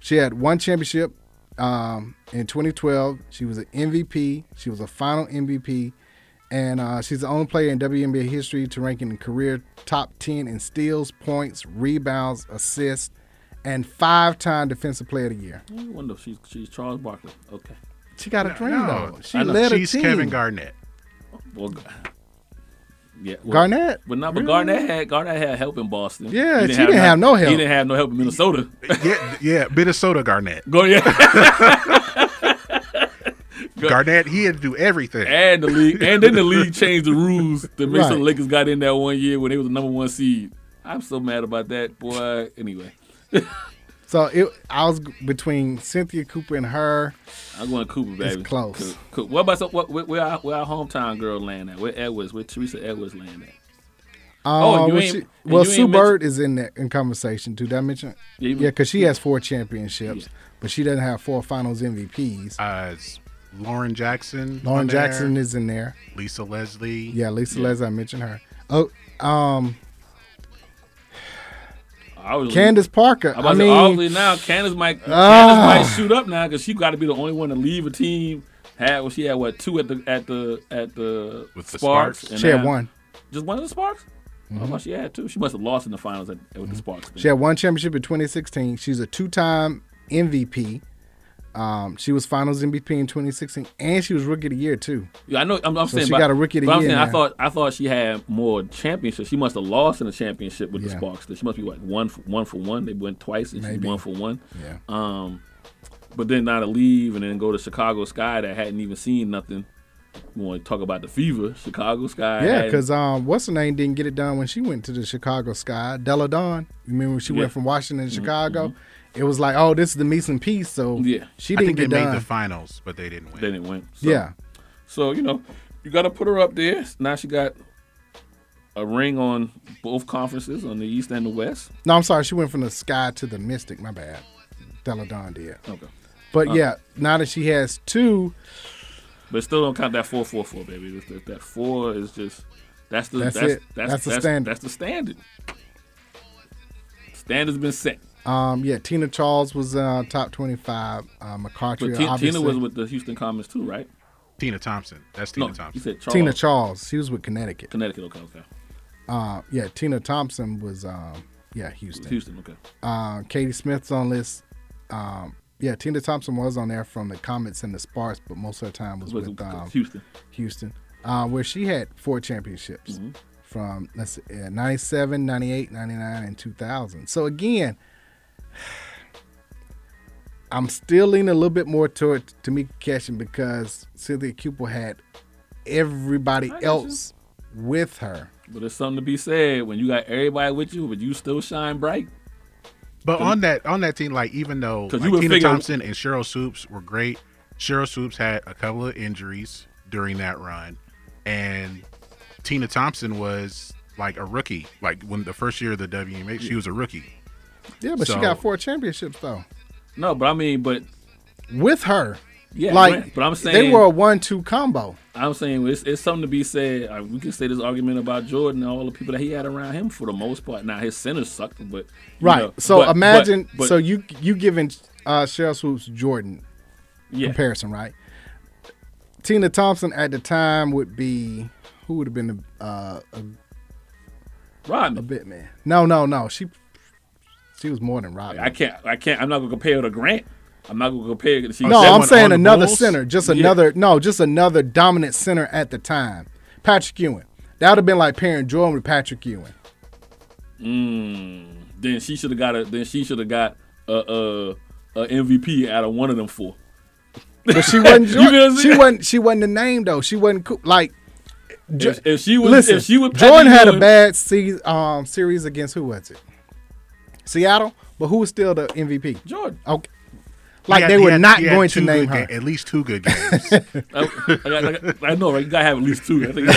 F: She had one championship um, in 2012. She was an MVP. She was a final MVP. And uh, she's the only player in WNBA history to rank in the career top 10 in steals, points, rebounds, assists, and five time defensive player of the year.
C: I wonder if she's she's Charles Barkley. Okay.
F: She got a dream
A: no,
F: though. She
A: I know.
F: led
A: She's
F: a team.
A: Kevin Garnett.
C: Well, g- yeah. well-
F: Garnett.
C: But not, but Garnett had Garnett had help in Boston.
F: Yeah,
C: He
F: she didn't have no help.
C: He didn't have no help in Minnesota.
A: yeah, yeah, Minnesota Garnett.
C: Go yeah,
A: Garnett, he had to do everything.
C: and the league, and then the league changed the rules to make sure
F: Right.
C: the Lakers got in that one year when they was the number one seed. I'm so mad about that, boy. Anyway,
F: So it, I was g- between Cynthia Cooper and her.
C: I'm going Cooper, baby.
F: close.
C: Cool, cool. What about so, what, where, where, our, where our hometown girl land at? Where Edwards? Where Teresa Edwards land at?
F: Uh,
C: Oh, you
F: well,
C: ain't-
F: she-
C: and
F: well,
C: you ain't
F: Sue
C: mention-
F: Bird is in that in conversation too. Did I mention?
C: Yeah, you-
F: Yeah, because she has four championships,
C: Yeah.
F: but she doesn't have four Finals MVPs.
A: Uh, it's Lauren Jackson.
F: Lauren
A: on there.
F: Jackson is in there.
A: Lisa Leslie.
F: Yeah, Lisa Leslie. I mentioned her. Oh, um,
C: I was
F: Candace Parker.
C: I'm
F: I
C: about to
F: mean,
C: say, obviously now Candace might
F: Ah.
C: Candace might shoot up now because she got to be the only one to leave a team. Had well, she had what two at the at the at the
A: With the
C: Sparks?
A: Sparks?
C: and
F: she had
C: now-
F: one. Mm-hmm.
C: Just one of the Sparks? I thought she had two. She must have lost in the finals at, with the Sparks.
F: She had one championship in 2016. She's a two-time MVP. Um, she was Finals MVP in 2016, and she was Rookie of the Year too.
C: Yeah, I know. I'm, I'm
F: So
C: saying
F: she
C: but-
F: got a rookie of the
C: but I'm
F: year
C: saying I
F: now.
C: thought I thought she had more championships. She must have lost in the championship with the
F: Yeah.
C: Sparks. She must be like one for, one for one. They went twice and she
F: Maybe.
C: one for one.
F: Yeah.
C: Um, but then now to leave and then go to Chicago Sky that hadn't even seen nothing. You want to talk about the fever? Chicago Sky.
F: Yeah,
C: hadn't-
F: because um, what's her name didn't get it done when she went to the Chicago Sky. Della Dawn. Remember when she
C: Yeah. Mm-hmm.
F: went from Washington to Chicago, it was like, oh, this is the meat and peace. So
C: Yeah.
F: she
A: I
F: didn't
A: think
F: get
A: they
F: done.
A: made the finals, but they didn't win.
C: They didn't win.
F: yeah,
C: So you know, you got to put her up there. Now she got a ring on both conferences, on the East and the West.
F: no, I'm sorry. She went from the sky to the mystic. My bad. Deladon did.
C: Okay.
F: But
C: Uh,
F: yeah, now that she has two,
C: But still don't count that four four four, baby. That, that, that four is just that's the
F: That's
C: that's
F: it.
C: that's,
F: That's the standard.
C: That's the standard. Standard's been set.
F: um, yeah, Tina Charles was uh, top 25. Uh,
C: But
F: McCarthy,
C: Ti- Tina
F: obviously.
C: was with the Houston Comets too, right?
A: Tina Thompson. That's
C: No,
A: Tina Thompson.
C: you said Charles.
F: Tina Charles. She was with Connecticut.
C: Connecticut. Okay, okay.
F: Uh, yeah, Tina Thompson was, um, yeah, Houston.
C: Houston. Okay.
F: Uh, Katie Smith's on list. Um, yeah, Tina Thompson was on there from the Comets and the Sparks, but most of the time was
C: Was
F: with
C: it
F: um,
C: Houston.
F: Houston, uh, where she had four championships
C: Mm-hmm.
F: from let's see, uh, 97, 98, 99, and 2000. So again, I'm still leaning a little bit more toward Tamika Catching because Cynthia Cupel had everybody
C: I get you.
F: else with her.
C: But there's something to be said when you got everybody with you, but you still shine bright.
A: But on that on that team, like even though
C: 'Cause
A: like,
C: you would
A: Tina
C: figure-
A: Thompson and Cheryl Swoops were great, Cheryl Swoops had a couple of injuries during that run, and Tina Thompson was like a rookie. Like when the first year of the WMA, she was a rookie.
F: Yeah, but she
A: So-
F: got four championships though
C: No, but I mean, but
F: with her.
C: yeah,
F: like,
C: but I'm saying
F: they were a one-two combo.
C: I'm saying it's, it's something to be said. Uh, we can say this argument about Jordan and all the people that he had around him for the most part. Now his centers sucked, but you
F: Right.
C: know,
F: so
C: but- but-
F: imagine.
C: but-
F: so you you giving uh, Cheryl Swoops Jordan
C: yeah,
F: comparison, right? Tina Thompson at the time would be who would have been the uh, a, a
C: Rodman.
F: bit man. No, no, no. She she was more than Robin.
C: I can't. I can't. I'm not gonna compare her to Grant. I'm not gonna compare. Her to, she
F: no,
A: that
F: I'm
A: one on
F: saying
A: the
F: another
A: Bulls?
F: center, just
C: Yeah.
F: another no, just another dominant center at the time. Patrick Ewing. That would have been like pairing Jordan with Patrick Ewing.
C: then she should have got a. Then she should have got a, a, a MVP out of one of them four.
F: But she wasn't.
C: You
F: Jordan,
C: feel me?
F: she wasn't. She wasn't the name though. She wasn't cool. like. Jo-
C: If, if she was,
F: Listen,
C: if she was
F: Jordan had a bad se- um, series against who was it? Seattle, but who was still the MVP?
C: Jordan.
F: Okay.
A: He
F: Like
A: had-
F: they
A: he
F: were
A: had-
F: not
A: he had
F: going to
A: two
F: name
A: good
F: her.
A: ga- at least two good games.
C: I, I- I- I know, right? You gotta have at least two. I think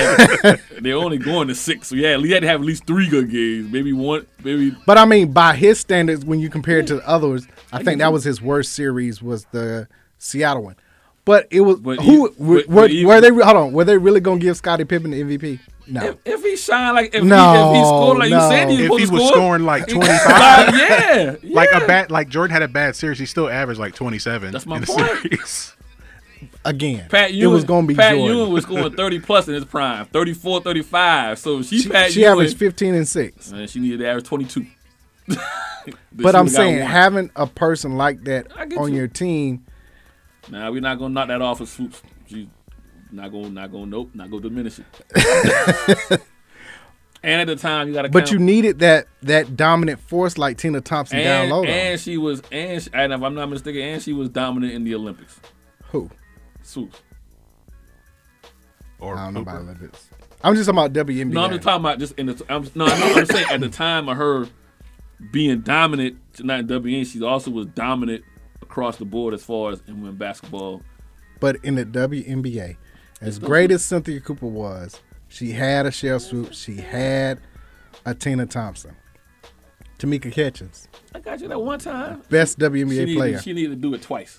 C: they- they're only going to six, so yeah, you had to have at least three good games. Maybe one, maybe
F: But I mean, by his standards, when you compare it to the others, I, think
C: get
F: that
C: you.
F: was his worst series was the Seattle one. But it was
C: But
F: who
C: e-
F: were,
C: but-
F: were,
C: but e-
F: were they? re- Hold on, were they really gonna give Scottie Pippen the MVP? No.
C: If, if he shine like if, he, if he
F: No,
C: scored like you said he was
A: if
C: supposed
A: he
C: to
A: was
C: score,
A: scoring like twenty five,
C: God, yeah, yeah,
A: like a bad, like Jordan had a bad series, he still averaged like twenty seven.
C: That's my
A: in the
C: point.
A: Series.
F: Again,
C: Pat
F: it
C: Ewing,
F: was gonna be
C: Pat
F: Jordan.
C: Ewing was scoring 30 plus in his prime, 34, 35. So if she,
F: she
C: Pat
F: she
C: Ewing,
F: averaged fifteen and six.
C: man, she needed to average 22. Then
F: But
C: she
F: I'm
C: would've got
F: saying
C: one.
F: having a person like that
C: I get
F: on
C: you.
F: your team,
C: nah, we're not gonna knock that off of swoops. She not gonna not gonna nope, not gonna diminish it. and at the time you gotta
F: but
C: count.
F: you needed that that dominant force like Tina Thompson down
C: and,
F: low. though.
C: and she was and, she, and if I'm not mistaken, and she was dominant in the Olympics.
F: Who?
C: Swoops.
A: Or
F: I don't know about
A: Cooper.
F: Olympics. I'm just talking about WNBA.
C: No, I'm just talking about just in the. I'm, no, I'm, I'm saying at the time of her being dominant, not in WN, she also was dominant across the board as far as in women's basketball.
F: but in the WNBA, as great as Cynthia Cooper was, she had a Shell Swoop, she had a Tina Thompson, Tamika Catchings,
C: I got you that one time.
F: best
C: She
F: WNBA player.
C: needed, she needed to do it twice.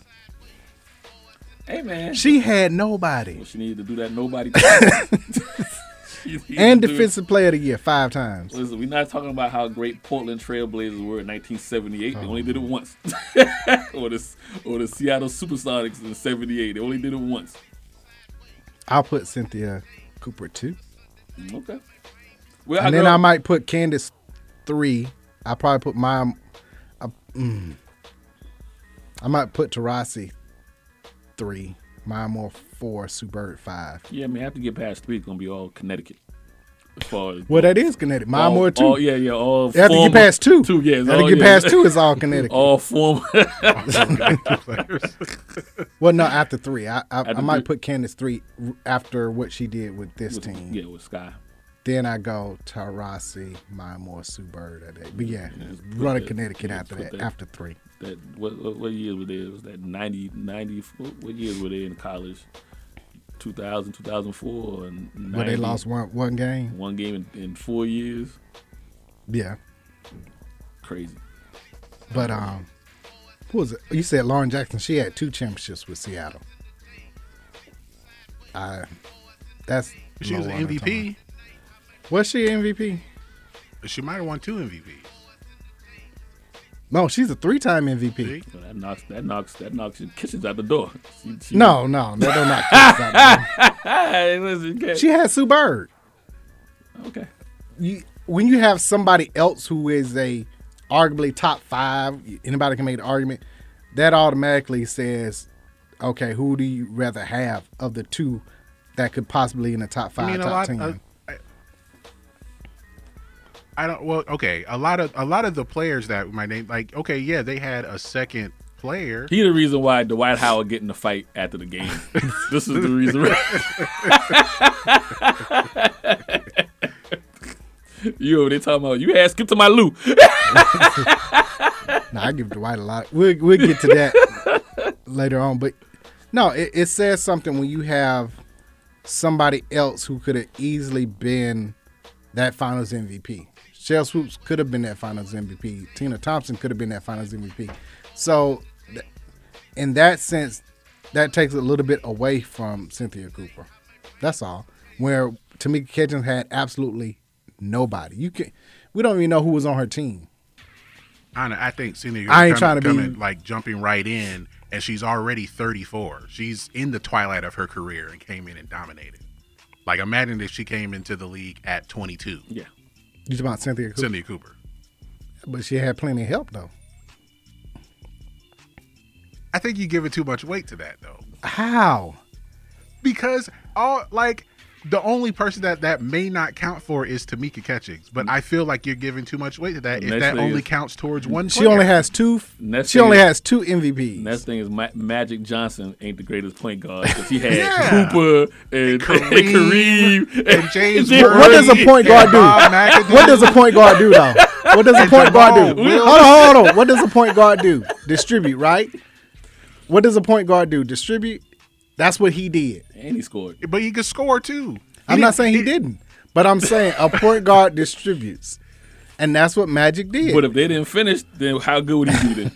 C: Hey man,
F: She had nobody
C: she needed to do that. Nobody. twice. She needed
F: and
C: to do it-
F: defensive player of the year five times.
C: Listen, we're not talking about how great Portland Trailblazers were in 1978. They only did
F: Oh.
C: it once. or the or the Seattle SuperSonics in '78. They only did it once.
F: I'll put Cynthia Cooper two,
C: Okay. Well,
F: and
C: I
F: then
C: know-
F: I might put Candace three. I probably put my. I, mm. I might put Tarasi three, Maya Moore four, Sue Bird five.
C: Yeah, I mean, after you get past three, it's gonna be all Connecticut. As far as
F: Well, that is Connecticut. Mine
C: all,
F: more too.
C: All, yeah, yeah. All
F: After you
C: former-
F: get past two,
C: two, yeah. it's
F: After
C: all-
F: you get
C: yeah.
F: past two, it's all Connecticut.
C: all former.
F: Well, no, after three, I I, I
C: After
F: might
C: three.
F: put Candace three r- after what she did with this team.
C: yeah, with Sky.
F: Then I go Tarasi, Maya Moore, Sue Bird. At that. But yeah, run a Connecticut after that. After three,
C: that what what, what years were they? It was that 90, 90 what, what years were they in college? 2000, 2004, and
F: But they
C: 90.
F: lost one one game.
C: one game in, in four years.
F: Yeah.
C: Crazy.
F: But um, who was it? You said Lauren Jackson. She had two championships with Seattle. I. That's
A: She was
F: low
A: an
F: on the
A: MVP.
F: Was she an MVP?
A: She might have won two MVPs.
F: No, she's a three-time MVP.
C: So that knocks that knocks that knocks your kitchens out the door. She- she-
F: No, no, no, don't knock Kitchens
C: Hey, listen, you
F: She had Sue Bird.
C: Okay.
F: You when you have somebody else who is a arguably top five, anybody can make the argument. That automatically says, okay, who do you rather have of the two that could possibly in the top five,
A: I mean, a
F: top
A: lot.
F: ten?
A: uh, I, I don't. Well, okay. A lot of a lot of the players that my name, like, okay, yeah, they had a second player.
C: He the reason why Dwight Howard get in the fight after the game. this is the reason. why. Yo, they talking about you had skip to my Lou.
F: no, I give Dwight a lot. We'll, we'll get to that later on. But no, it, it says something when you have somebody else who could have easily been that finals MVP. Shell Swoops could have been that finals MVP. Tina Thompson could have been that finals MVP. So, th- in that sense, that takes a little bit away from Cynthia Cooper. That's all. Where Tamika Catchings had absolutely nobody. You can, we don't even know who was on her team.
A: I, don't know, I think Cynthia.
F: I ain't trying to be-
A: coming, like jumping right in, and she's already 34. She's in the twilight of her career and came in and dominated. Like, imagine if she came into the league at 22.
C: Yeah,
F: You talking about Cynthia Cooper?
A: Cynthia Cooper.
F: But she had plenty of help though.
A: I think you give it too much weight to that though.
F: How?
A: Because all like the only person that that may not count for is Tamika Catchings, but I feel like you're giving too much weight to that. If
C: Next
A: that
C: thing
A: only
C: is-
A: counts towards one,
F: She
A: player.
F: only has two.
C: Next
F: she
C: thing
F: only
C: is-
F: has two MVPs.
C: Next thing is Ma- Magic Johnson ain't the greatest point guard because he had
A: Yeah.
C: Cooper and
A: Kareem
C: Kareem,
A: and James
C: Then-
A: Murray.
F: what does a point guard
A: and
F: do?
A: Bob McAdoo.
F: What does a point guard do though? What does a point guard do?
A: Jamal
F: Hold on, hold on. What does a point guard do? Distribute, right? What does a point guard do? Distribute. That's what he did.
C: And he scored.
A: But he could score too.
F: I'm not saying he didn't, but I'm saying a point guard distributes, and that's what Magic did.
C: But if they didn't finish, then how good would he be then?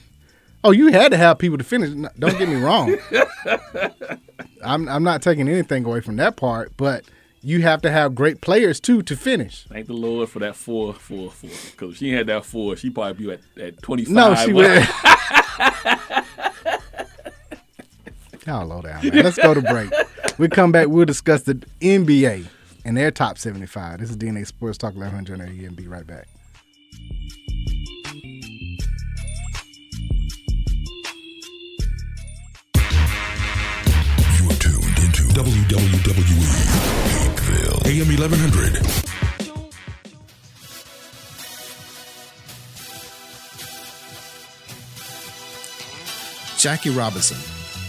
F: Oh, you had to have people to finish. No, Don't get me wrong. I'm I'm not taking anything away from that part, but you have to have great players too to finish.
C: Thank the Lord for that four, four, four. Because if she had that four, she probably be at, at 25.
F: No, she
C: Well,
F: would. Y'all low down. Man. Let's go to break. We come back. We'll discuss the NBA and their top 75. This is DNA Sports Talk 1100 and you can be right back.
I: You are tuned into WWE Peakville. AM 1100.
F: Jackie Robinson.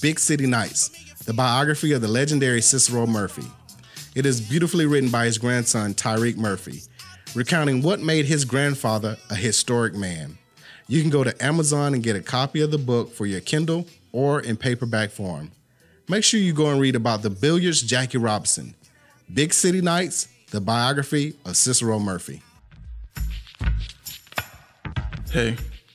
F: Big City Nights, the biography of the legendary Cicero Murphy. It is beautifully written by his grandson, Tyreek Murphy, recounting what made his grandfather a historic man. You can go to Amazon and get a copy of the book for your Kindle or in paperback form. Make sure you go and read about the billiards Jackie Robinson, Big City Nights, the biography of Cicero Murphy.
J: Hey,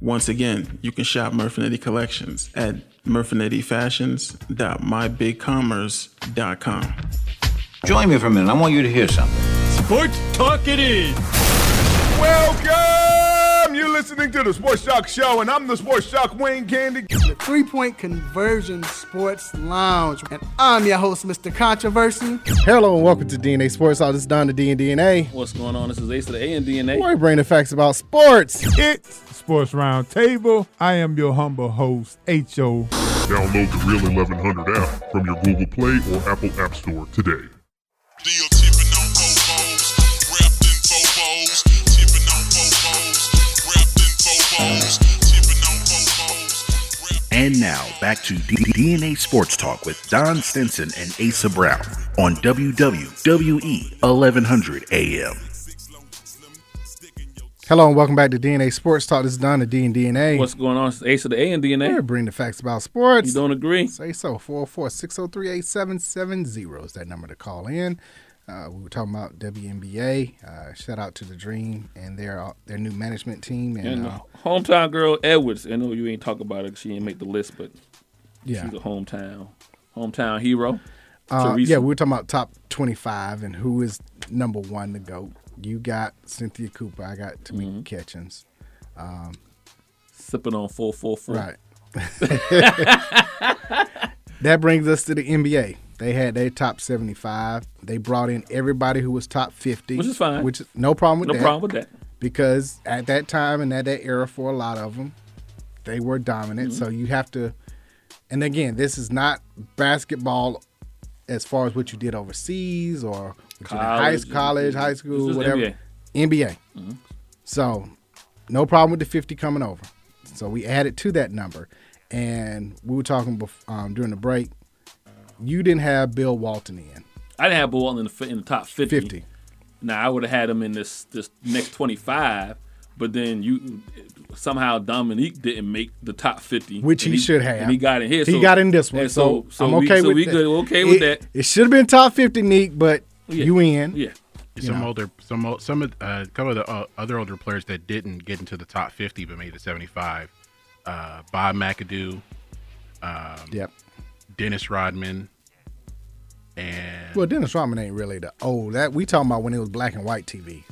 J: Once again, you can shop Murfinetti collections at murfinettifashions.mybigcommerce.com.
K: Join me for a minute. I want you to hear something.
L: Sports Talk It Is.
M: Welcome! You're listening to the Sports Shock Show, and I'm the Sports Shock Wayne Candy.
N: The Three Point Conversion Sports Lounge. And I'm your host, Mr. Controversy.
F: Hello and welcome to DNA Sports. All this is Don the D and DNA.
C: What's going on? This is Ace of the A and DNA.
F: We bring the facts about sports.
O: It's Sports Roundtable. I am your humble host, H.O.
P: Download the Real 1100 app from your Google Play or Apple App Store today.
Q: And now back to D- DNA Sports Talk with Don Stinson and Asa Brown on E WWE 1100 AM.
F: Hello and welcome back to DNA Sports Talk. This is Don the D and DNA.
C: What's going on? It's Ace of the A and DNA.
F: We're bringing the facts about sports.
C: You don't agree?
F: Say so. 404 603 8770 is that number to call in. Uh, we were talking about WNBA. Uh, shout out to the Dream and their uh, their new management team. And,
C: And
F: uh,
C: uh, hometown girl Edwards. I know you ain't talk about her. 'cause She didn't make the list, but
F: Yeah.
C: she's a hometown hometown hero.
F: Uh,
C: Teresa.
F: yeah, we were talking about top 25 and who is number one to go. You got Cynthia Cooper. I got Tamika Catchings. Um,
C: sipping on four four four.
F: Right. that brings us to the NBA. They had their top 75. They brought in everybody who was top 50.
C: Which is fine.
F: Which is no problem with
C: No
F: that.
C: problem with that.
F: Because at that time and at that era for a lot of them, they were dominant.
C: Mhm.
F: So you have to and again, this is not basketball as far as what you did overseas or what you did in high
C: College.
F: college, high school,
C: This is
F: whatever.
C: NBA.
F: NBA.
C: Mhm.
F: So, no problem with the 50 coming over. So, we added to that number. And we were talking bef- um, during the break. You didn't have Bill Walton in.
C: I didn't have Bill Walton in the, fi- in the top 50. Now, I would have had him in this this next 25, but then you somehow Dominique didn't make the top 50.
F: Which
C: and
F: he should have.
C: And he got in here.
F: He
C: so-
F: got in this one.
C: and
F: So,
C: so
F: I'm
C: we-
F: okay
C: so
F: with
C: we
F: that.
C: good. We're okay with
F: It-
C: that.
F: It should have been top 50, Neek, but you in.
C: Yeah.
F: You
A: some
F: know.
A: older, some old, some of uh, a couple of the uh, other older players that didn't get into the top fifty but made the seventy-five. Uh, Bob McAdoo, um,
F: yep,
A: Dennis Rodman, and
F: Well, Dennis Rodman ain't really the old. That we talking about when it was black and white TV.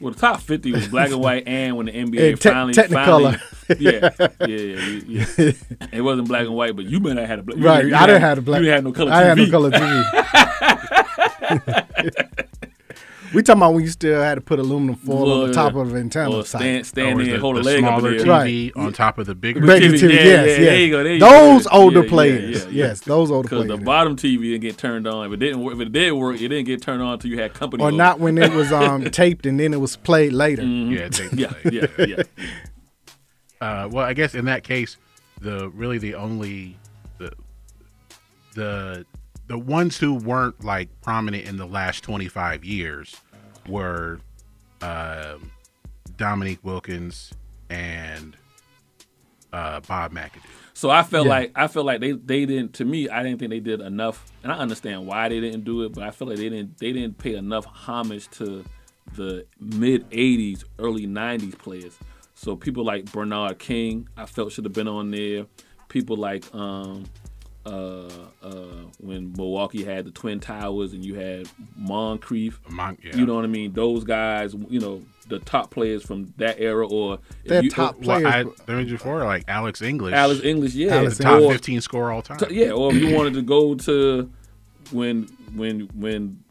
C: Well, the top 50 was black and white, and when the NBA
F: And te-
C: finally.
F: Technicolor.
C: finally- yeah, yeah, yeah, yeah, yeah. It wasn't black and white, but you might have had a black
F: Right,
C: you- you
F: I didn't have the black-
C: You had no color
F: I
C: TV.
F: had no color TV. We talking about when you still had to put aluminum foil on
C: Well,
F: the top of an antenna.
C: well,
F: site.
C: stand- stand
A: Or
C: in,
A: the-
C: hold
A: the
C: a leg up
A: smaller
C: in the air.
A: TV on top of the bigger
F: Bigger
A: TV.
F: TV, yes,
A: Yeah, yeah,
F: yes.
A: there you go, there you go.
F: those
A: Yeah,
F: older
A: yeah,
F: players,
A: yeah, yeah.
F: yes, those older
C: Because
F: players,
C: the bottom TV didn't get turned on. If it didn't work, if it did work, it didn't get turned on until you had company.
F: or
C: over.
F: not when it was um, taped and then it was played later.
C: Mhm. yeah, yeah, yeah.
A: Uh, well, I guess in that case, the really the only the the the ones who weren't like prominent in the last twenty five years were um Dominique Wilkins and uh, Bob McAdoo.
C: So I felt
A: Yeah.
C: like I felt like they, they didn't to me I didn't think they did enough and I understand why they didn't do it but I feel like they didn't they didn't pay enough homage to the mid 80s early 90s players. So people like Bernard King I felt should have been on there. People like um uh uh when Milwaukee had the Twin Towers and you had Moncrief
A: Mon- yeah.
C: you know what I mean those guys you know the top players from that era or if
A: Their
C: you-
A: Well, I, there was before like Alex English.
C: Alex English, yeah,
A: Alex
C: Or-
A: top fifteen scorer all time.
C: T- yeah, or if you wanted to go to when when when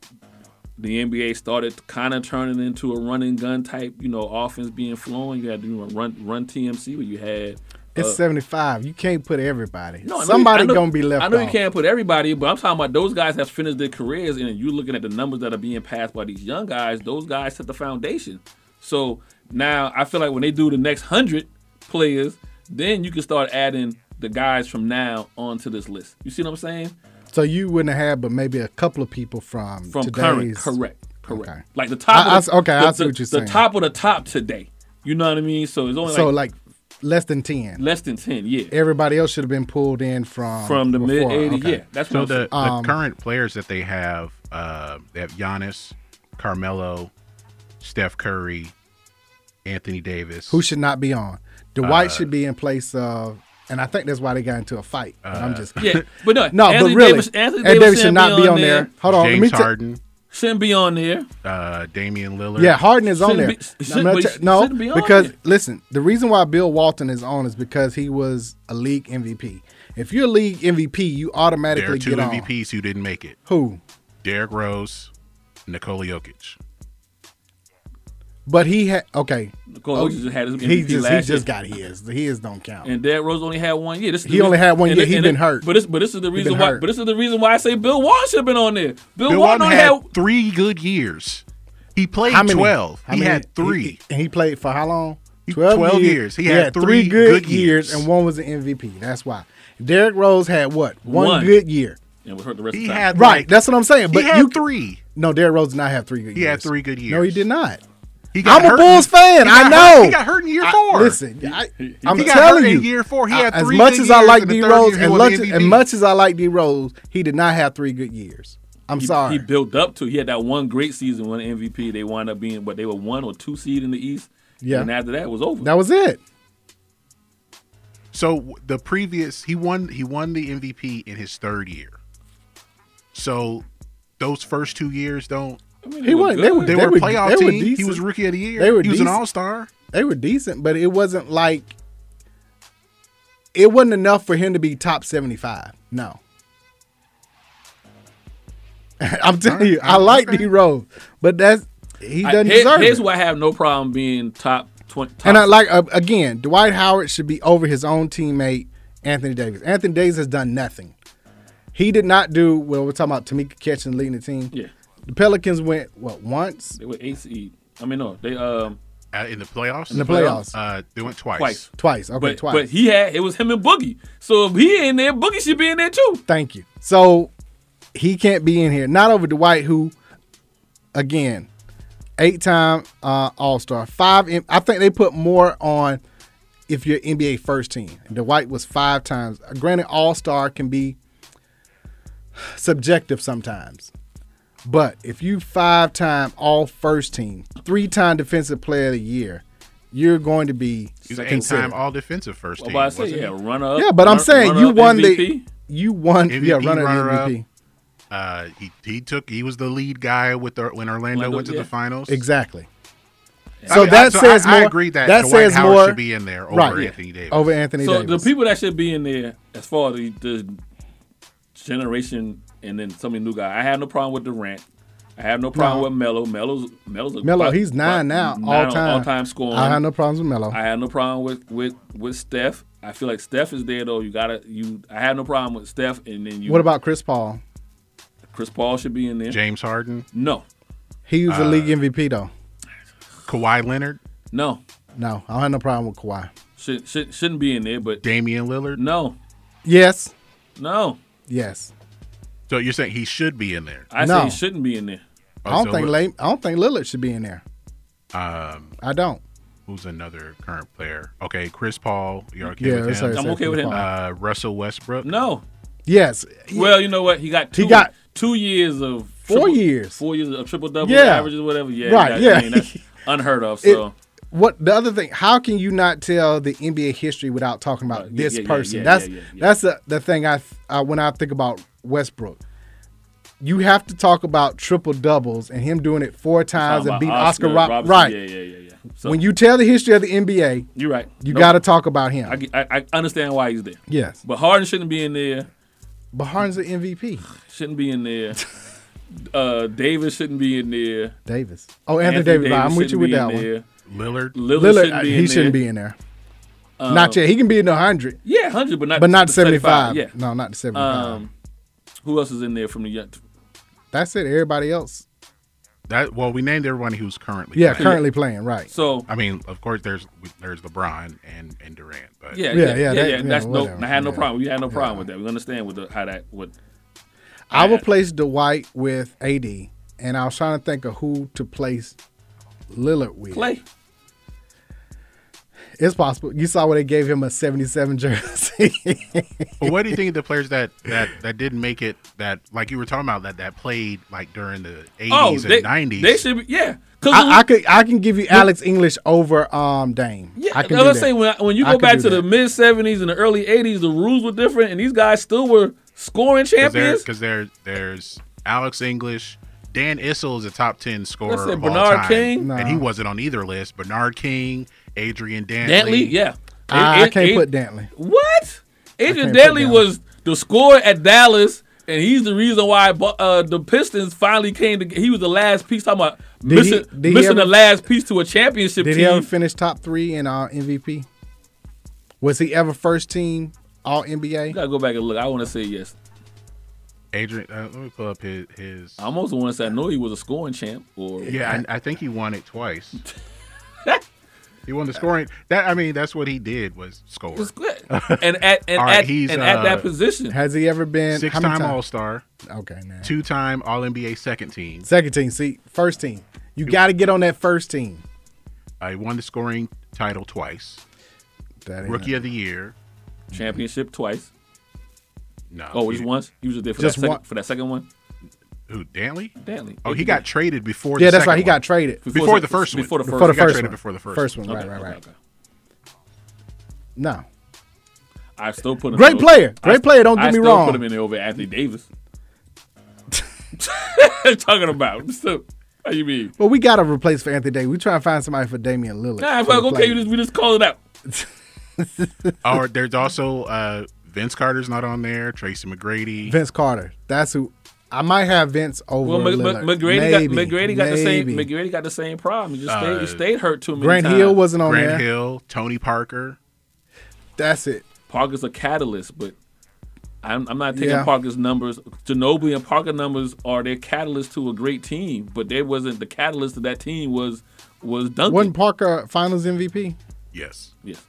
C: the NBA started kind of turning into a run and gun type, you know, offense being flowing, you had to do a run run TMC where you had.
F: It's
C: uh,
F: seventy five. You can't put everybody.
C: no, I know you-
F: Somebody
C: I know-
F: gonna be left
C: I know you
F: off.
C: can't put everybody, but I'm talking about those guys have finished their careers, and you're looking at the numbers that are being passed by these young guys. Those guys set the foundation. So now I feel like when they do the next hundred players, then you can start adding the guys from now onto this list. You see what I'm saying?
F: So you wouldn't have, had but maybe a couple of people from
C: from current,
F: today's
C: correct, correct.
F: Okay.
C: Like the top.
F: I- I
C: of
F: s-
C: the,
F: okay,
C: the,
F: I see
C: the-
F: what you're
C: the
F: saying.
C: top of the top today. You know what I mean? So it's only
F: so like
C: like,
F: less than ten.
C: less than ten. Yeah,
F: Everybody else should have been pulled in from
C: From the
F: before.
C: mid-eighties,
F: Okay.
C: yeah. That's
A: so
C: what I'm
A: the,
F: saying.
A: the
F: Um,
A: current players that they have, uh, they have Giannis, Carmelo, Steph Curry, Anthony Davis.
B: Who should not be on?
C: Uh.
B: Dwight should be in place of, and I think that's why they got into a fight. but I'm just kidding.
C: Uh. Yeah, but no,
B: no,
C: Anthony
B: but really,
C: Davis-
B: Ed
C: Anthony Davis
B: Davis should
C: shouldn't
B: not be on there. Hold on, let
A: James
B: me ta-
A: Harden,
C: Shouldn't be on there.
A: uh, Damian Lillard.
B: Yeah, Harden is on there.
C: Shouldn't be-
B: I'm not
C: should-
B: ta-
C: but
B: no,
C: shouldn't be on
B: because
C: there.
B: listen, the reason why Bill Walton is on is because he was a league MVP. If you're a league MVP, you
A: There are
B: automatically
A: two
B: get on.
A: MVPs who didn't make it.
B: Who?
A: Derrick Rose, Nikola Jokic.
B: But he had okay.
C: Nicole Jokic just had his
B: Oh, he
C: MVP
B: just,
C: last
B: he just
C: year.
B: got his. His don't count.
C: And Derrick Rose only had one year. This is
B: He
C: the
B: only
C: reason-
B: had one
C: and
B: year.
C: the-
B: He
C: and
B: been
C: the-
B: hurt.
C: But this, but this is the
B: He
C: reason
B: been
C: why.
B: hurt.
C: But this is the reason why I say Bill Walton should have been on there. Bill, Walton
A: Bill Walton
C: only
A: had
C: had
A: three good years. He played
B: How many?
A: 12.
B: How
A: he
B: many-
A: had three.
B: and he played for how long?
A: 12 years. He had three good years.
B: and one was an MVP. That's why. Derrick Rose had what? One,
C: One.
B: good year.
C: and was hurt the rest
A: He
C: of the time.
A: had
B: Right.
A: like-
B: That's what I'm saying. But
A: he had
B: you
A: three.
B: No, Derrick Rose did not have three good
A: He
B: years.
A: had three good
B: No, he
A: years.
B: did not.
A: He
B: I'm a
A: hurt
B: Bulls
A: in-
B: fan.
A: he
B: I
A: got hurt-
B: know.
A: he got hurt in year
B: I-
A: four.
B: listen, I, am
A: he got
B: telling
A: hurt in
B: you.
A: year four. He had
B: I- as
A: three
B: much
A: good
B: as I
A: years,
B: like
A: and the
B: D
A: third
B: Rose,
A: year he
B: and
A: won
B: much,
A: the
B: as
A: MVP.
B: much as I like D Rose, he did not have three good years. I'm
C: He-
B: sorry.
C: He built up to. He had that one great season, one MVP. They wound up being, but they were one or two seed in the East.
B: Yeah.
C: And after that it was over.
B: that was it.
A: So w- the previous he won he won the MVP in his third year. So those first two years don't
C: I mean,
B: He wasn't. They were,
A: they,
B: they
A: were,
B: were
A: a playoff
B: they were
A: team. he
B: decent.
A: was rookie of the year.
B: They were
A: he was an
B: decent.
A: all star.
B: They were decent, but it wasn't like it wasn't enough for him to be top seventy five. No. I'm telling you, I like D Rose, but that's he
C: I-
B: doesn't
C: here-
B: deserve
C: Here's
B: it.
C: why I have no problem being top twenty. Top
B: And I like uh, again, Dwight Howard should be over his own teammate Anthony Davis. Anthony Davis has done nothing. He did not do well. We're talking about Tamika Catching leading the team.
C: Yeah.
B: The Pelicans went what once
C: They were eight seed. I mean, no, they um
A: Uh, in the playoffs.
B: In the playoffs.
A: uh, they went twice.
C: twice.
B: twice. Okay,
C: but,
B: twice.
C: But he had it was him and Boogie. So if he ain't there, Boogie should be in there too.
B: Thank you. So he can't be in here. Not over Dwight, who, again, eight time uh, All Star. Five. M- I think they put more on if you're NBA first team. And Dwight was five times. Granted, All Star can be subjective sometimes. But if you five time all first team, three time defensive player of the year, you're going to be
A: He was an eight
B: considered.
A: time all defensive first
C: Well,
A: team.
C: but I say
A: wasn't
C: yeah,
A: he?
C: runner up.
B: Yeah, but I'm
C: run-
B: saying
C: runner
B: you
C: up
B: won the
C: MVP.
B: you won yeah
A: MVP,
B: runner,
A: runner up.
B: MVP.
A: Uh, he he took he was the lead guy with the, when Orlando
C: Orlando,
A: went to
C: yeah.
A: the finals.
B: Exactly.
A: I
B: So
A: mean, I-
B: that
A: so I-
B: says
A: I
B: more.
A: agree that
B: that
A: Dwight
B: says
A: Howard
B: more
A: should be in there over Anthony Davis.
B: Over Anthony
C: So
B: Davis.
C: the people that should be in there, as far as the, the generation and then some of the new guy, I have no problem with Durant. I have no problem
B: No.
C: with Melo. Melo's Melo's a
B: Melo,
C: bu-
B: he's nine
C: bu-
B: now,
C: nine
B: all
C: on
B: time.
C: all time scoring.
B: I have no problems with Melo.
C: I have no problem with with with Steph. I feel like Steph is there though. You gotta you. I have no problem with Steph, and then you.
B: what about Chris Paul?
C: Chris Paul should be in there?
A: James Harden,
C: No,
B: He
A: Uh,
B: was a league MVP though.
A: Kawhi Leonard,
C: no,
B: No, I don't have no problem with Kawhi.
C: should, should shouldn't be in there. But
A: Damian Lillard.
C: no,
B: Yes,
C: no.
B: yes.
A: So you're saying he should be in there?
C: I
B: No.
C: say he shouldn't be in there.
B: I don't
A: Oh, so
B: think
A: what-
B: Lame, I don't think Lillard should be in there.
A: Um,
B: I don't.
A: who's another current player? Okay, Chris Paul. You're okay
B: Yeah,
A: with
B: that's
A: him?
B: what I
C: I'm
B: said,
C: okay with
B: Chris
C: him.
B: Paul.
A: Uh, Russell Westbrook.
C: No.
B: Yes.
C: Well, you know what? He got two,
B: He got-
C: two years of
B: Four
C: triple-
B: years.
C: four years of triple double
B: Yeah.
C: averages, whatever. Yeah,
B: Right,
C: that-
B: yeah.
C: I mean, that's unheard of.
B: It-
C: So
B: what the other thing? How can you not tell the NBA history without talking about
C: Uh, yeah,
B: this
C: yeah, yeah,
B: person?
C: yeah,
B: that's
C: yeah, yeah, yeah.
B: that's the, the thing I, th- I when I think about Westbrook. You have to talk about triple doubles and him doing it four times and
C: Talking about
B: beat Oscar, Rob-
C: Robertson.
B: Right.
C: Yeah, yeah, yeah, yeah. So
B: when you tell the history of the NBA,
C: you're right.
B: you
C: Nope.
B: got to talk about him.
C: I, get- I, I understand why he's there.
B: yes,
C: But Harden shouldn't be in there.
B: but Harden's the MVP.
C: Shouldn't be in there. uh, Davis shouldn't be in there.
B: Davis. Oh, Anthony, Davis. I'm with you
C: shouldn't
B: with
C: be
B: that
C: in
B: one.
C: there. Lillard,
A: Lillard.
B: Lillard,
C: shouldn't be in
B: he
C: there.
B: shouldn't be in there. not yet. He can be in the hundred,
C: Yeah, hundred, but not
B: but not
C: the
B: seventy five.
C: Yeah.
B: No, not the seventy five.
C: Um, who else is in there from the young?
B: that's it. Everybody else,
A: That well, we named everyone who's currently.
B: yeah,
A: playing.
B: currently playing. Right.
C: So
A: I mean, of course, there's there's LeBron and and Durant, but
B: Yeah,
C: Yeah, yeah,
B: yeah,
C: yeah. yeah,
B: that- yeah,
C: That's no.
B: whatever.
C: I had no
B: Yeah.
C: problem. We had no problem with that. We understand with the, how that would.
B: I would place Dwight with AD, and I was trying to think of who to place Lillard with.
C: Clay.
B: It's possible. You saw where they gave him a 77 jersey.
A: But what do you think of the players that that that didn't make it? That like you were talking about that that played like during the 80s
C: Oh,
A: and
C: they,
A: 90s.
C: They should be. Yeah, 'Cause
B: I, I could I can give you Alex English over um Dame.
C: Yeah,
B: I can
C: I
B: do
C: was
B: that.
C: saying when, when you
B: I
C: go
B: can
C: back
B: do
C: to the
B: that.
C: mid '70s and the early '80s, the rules were different, and these guys still were scoring champions.
A: Because there, there's Alex English. Dan Issel is a top ten scorer.
C: Listen,
A: of all
C: Bernard
A: time,
C: King?
A: and he
C: Nah.
A: wasn't on either list. Bernard King, Adrian Dantley.
C: Dantley, yeah.
B: I, I
C: Ad-
B: can't
C: Ad-
B: put Dantley.
C: What? Adrian
B: can't put
C: Daly was the scorer at Dallas, and he's the reason why bu- uh, the Pistons finally came to. He was the last piece. Talking about
B: he-
C: missing,
B: did he
C: missing
B: ever-
C: the last piece to a championship
B: Did
C: team.
B: he ever finish top three in uh, MVP? Was he ever first team All
C: you
B: NBA?
C: gotta go back and look. I want to say yes.
A: Adrian, uh, let me pull up his. his
B: Oh,
C: I almost want to say I know he was a scoring champ. Or
A: yeah, I, I think he won it twice. he won the scoring. That I mean, that's what he did was score.
C: Just quit. and at and
A: All right,
C: at,
A: he's,
C: and at that
A: uh,
C: position,
B: Has he ever been how many
A: Six-time
B: times?
A: All Star,
B: Okay, man.
A: two-time All NBA second team.
B: Second team, see, first team. You got to get on that first team.
A: I Uh, won the scoring title twice.
B: That ain't
A: Rookie of the year.
C: championship twice.
A: No.
C: Oh,
A: he-
C: just once. He was just there for
B: Just
C: that second,
B: one-
C: for that second one.
A: Who Dantley?
C: Dantley.
A: Oh, he got traded before.
B: Yeah,
A: the
B: that's
A: second
B: right. He
A: one.
B: got traded
A: before, the first one.
C: before the
B: before the
A: He got
B: first
A: traded
B: one.
A: before the first.
B: First one, right,
C: Okay,
B: right, right.
C: okay, okay.
B: No,
C: I still put him.
B: Great
C: in the-
B: player. Great
C: I st-
B: player, don't get
C: I
B: me
C: still
B: wrong.
C: Put him in there over Anthony Davis. Talking about so, how you mean?
B: but we got to replace for Anthony Day. We try to find somebody for Damian Lillard.
C: Nah,
B: for
C: fuck.
B: the
C: Okay, you
B: play.
C: just, we just call it out.
A: Or there's also uh, Vince Carter's not on there. Tracy McGrady.
B: Vince Carter. That's who. I might have Vince over
C: Well, Mc-
B: Lillard.
C: Mc- McGrady
B: Maybe,
C: got McGrady got the same
B: maybe.
C: McGrady got the same problem. He just stayed, he
A: Uh,
C: stayed hurt too many
B: Grant
C: times.
B: Hill wasn't on
A: Grant
B: there.
A: Hill, Tony Parker.
B: That's it.
C: Parker's a catalyst, but I'm, I'm not taking
B: Yeah.
C: Parker's numbers. Ginobili and Parker numbers are their catalyst to a great team, but they wasn't the catalyst of that team was was Duncan.
B: Wasn't Parker Finals MVP?
A: Yes,
C: Yes.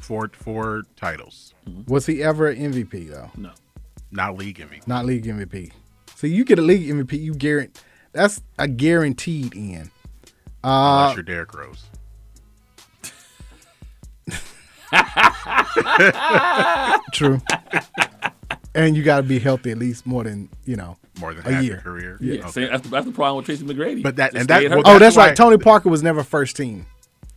A: four four titles,
B: Was he ever an MVP though?
C: No.
A: not league MVP.
B: Not league MVP. So you get a league MVP, you guarantee that's a guaranteed in. Uh,
A: Unless you're Derrick Rose.
B: true. and you got to be healthy at least more than you know
A: More than
B: a
A: half
B: year.
A: your career.
C: Yeah,
A: Okay.
C: same- that's, the, that's the problem with Tracy McGrady.
A: But that-
C: Just
A: and that-
C: stayed
A: well,
C: hurt.
B: Oh, that's,
A: That's why-
B: right. Tony Parker was never first team.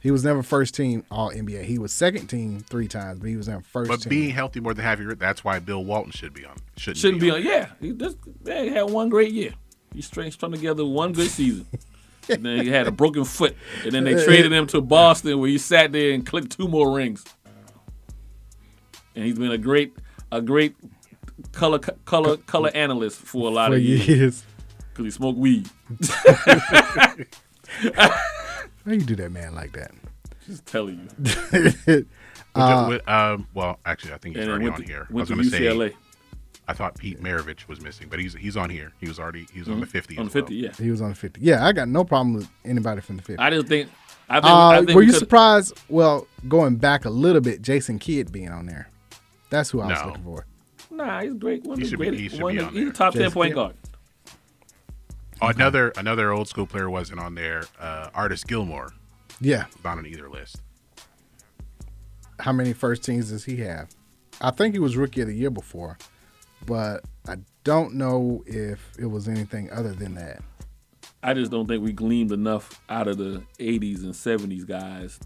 B: He was never first team All NBA. He was second team three times, but he was never first
A: But
B: team.
A: being healthy more than half your that's why Bill Walton should be on. Shouldn't,
C: shouldn't be
A: on.
C: on. Yeah, he just they had one great year. He strung, strung together one good season. and then he had a broken foot, and then they traded him to Boston, where he sat there and clipped two more rings. And he's been a great, a great color color color analyst for a lot
B: for
C: of years
B: years.
C: because he smoked weed.
B: How you do that man like that?
C: Just telling you.
A: Would
B: Uh,
A: you- would- um, well, actually, I think he's
C: and
A: already
C: went
A: on
C: to-
A: here. I
C: went
A: was
C: to
A: going to say,
C: UCLA.
A: I thought Pete Maravich was missing, but he's he's on here. He was already he was on the fifty.
C: Mm-hmm. On
A: as
C: the 50,
A: well.
C: yeah.
B: he was on 50. Yeah, I got no problem with anybody from the 50.
C: I didn't think. I think, I
B: Uh,
C: think
B: were
C: we
B: you
C: could-
B: surprised? Well, going back a little bit, Jason Kidd being on there. That's who I was
A: No.
B: looking for.
C: Nah, he's great. One of
A: He
C: the
A: should be-
C: greatest.
A: he should
C: one
A: be
C: of the-
A: on
C: he's a
A: there.
C: top ten
B: Jason
C: point
B: Kidd.
C: guard.
A: Another another old school player wasn't on there. Uh, Artist Gilmore
B: Yeah.
A: not on either list.
B: How many first teams does he have? I think he was rookie of the year before, but I don't know if it was anything other than that.
C: I just don't think we gleamed enough out of the 80s and 70s guys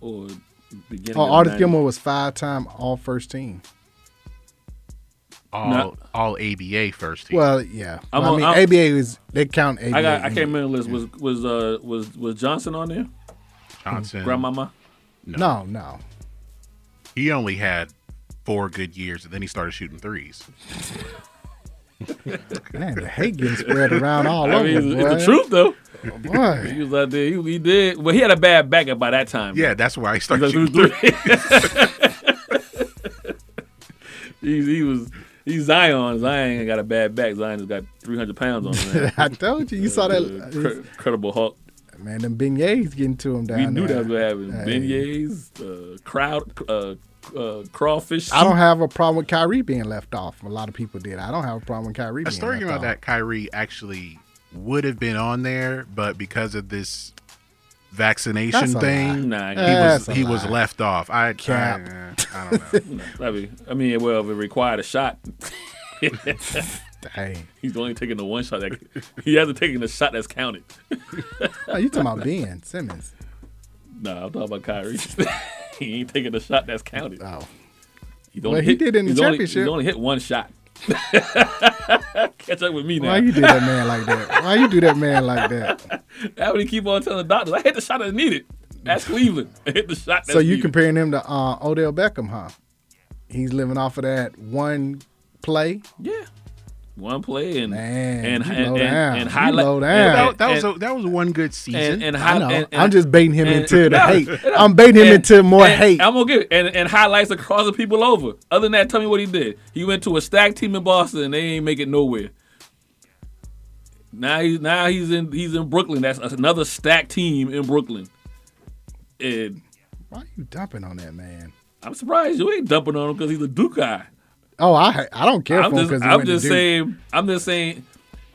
C: or beginning.
B: Oh,
C: of
B: Artis
C: 90s.
B: Gilmore was five time all first team.
A: All
C: No.
A: all ABA first team.
B: Well, yeah.
C: I'm
B: i
C: on-
B: mean,
C: I'm-
B: ABA is they count ABA.
C: I got. I can't remember. the List was was uh was was Johnson on there?
A: Johnson.
C: Grandmama.
B: No, no.
A: He only had four good years, and then he started shooting threes.
B: Man, the hate getting spread around all
C: I
B: over.
C: mean, it's, it's the
B: boy.
C: truth though.
B: Boy.
C: He was out there. He, he did, but he had a bad back at by that time.
A: Yeah, that's why he started
C: He was
A: shooting
C: doing
A: threes.
C: three. he, he was. He's Zion. Zion ain't got a bad back. Zion just got 300 pounds on him.
B: I told you. You saw that.
C: Incre- Incredible Hulk.
B: Man, them beignets getting to him down
C: Uh, We knew
B: there.
C: that was what happened.
B: Hey.
C: Beignets, uh, crowd, uh, uh, crawfish.
B: I don't have a problem with Kyrie being left off. A lot of people did. I don't have a problem with Kyrie.
A: I was
B: being left
A: talking about
B: off.
A: that Kyrie actually would have been on there, but because of this
B: That's
A: vaccination
B: a
A: thing,
C: Nah, I
A: he
B: That's
A: was
B: a
A: he was
B: lie.
A: left off. I
B: Cap.
A: I, I don't know.
C: I mean, I mean, well, if it required a shot,
B: Dang.
C: He's only taking the one shot that he hasn't taken the shot that's counted.
B: Oh, you talking about Ben Simmons?
C: Nah, I'm talking about Kyrie. he ain't taking the shot that's counted.
B: Oh.
C: He
B: Well, he did in the championship.
C: Only, he's only hit one shot. Catch up with me now.
B: Why you do that man like that? Why you do that man like that?
C: That's what he keep on telling doctors. I hit the shot that's needed. That's Cleveland. I hit the shot that's
B: So you
C: needed.
B: comparing him to uh, Odell Beckham, huh? He's living off of that one play.
C: Yeah. One play and
B: Man,
C: and,
B: you
C: and,
B: low
C: and,
B: down.
C: and
B: You
C: highlight.
B: low down.
C: and-
A: That, that was
C: and-
A: a, that was one good season.
C: and, and
B: I
C: high,
B: know.
C: and, and-
B: I'm just baiting him
C: and-
B: into the
C: No,
B: hate.
C: no.
B: I'm baiting him
C: And-
B: into more
C: and-
B: hate.
C: I'm gonna give it. and and highlights of crossing people over. Other than that, tell me what he did. He went to a stack team in Boston and they ain't make it nowhere. Now he's now he's in he's in Brooklyn. That's another stack team in Brooklyn. And
B: Why you dumping on that man?
C: I'm surprised you ain't dumping on him because he's a Duke guy.
B: Oh, I I don't care
C: I'm
B: for him
C: just,
B: because
C: I'm just saying. I'm just saying.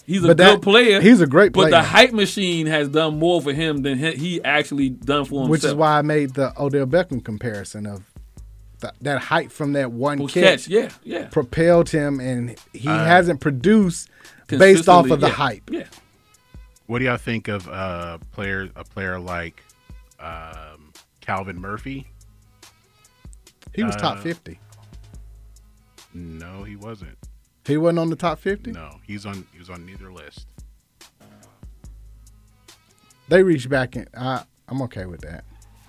C: He's a
B: But
C: good
B: that-
C: player.
B: he's a great
C: But the
B: player.
C: hype machine has done more for him than he, he actually done for himself.
B: which is why I made the Odell Beckham comparison of th- that height from that one
C: Well,
B: catch,
C: catch, yeah, yeah.
B: propelled him, and he
A: Uh,
B: hasn't produced based off of the
A: consistently, yeah.
B: hype.
C: Yeah.
A: What do y'all think of uh, player a player like um, Calvin Murphy?
B: He was top
A: Uh,
B: fifty.
A: No, he wasn't.
B: He wasn't on the top fifty.
A: No, he's on he was on neither list.
B: They reached back, and I I'm okay with that.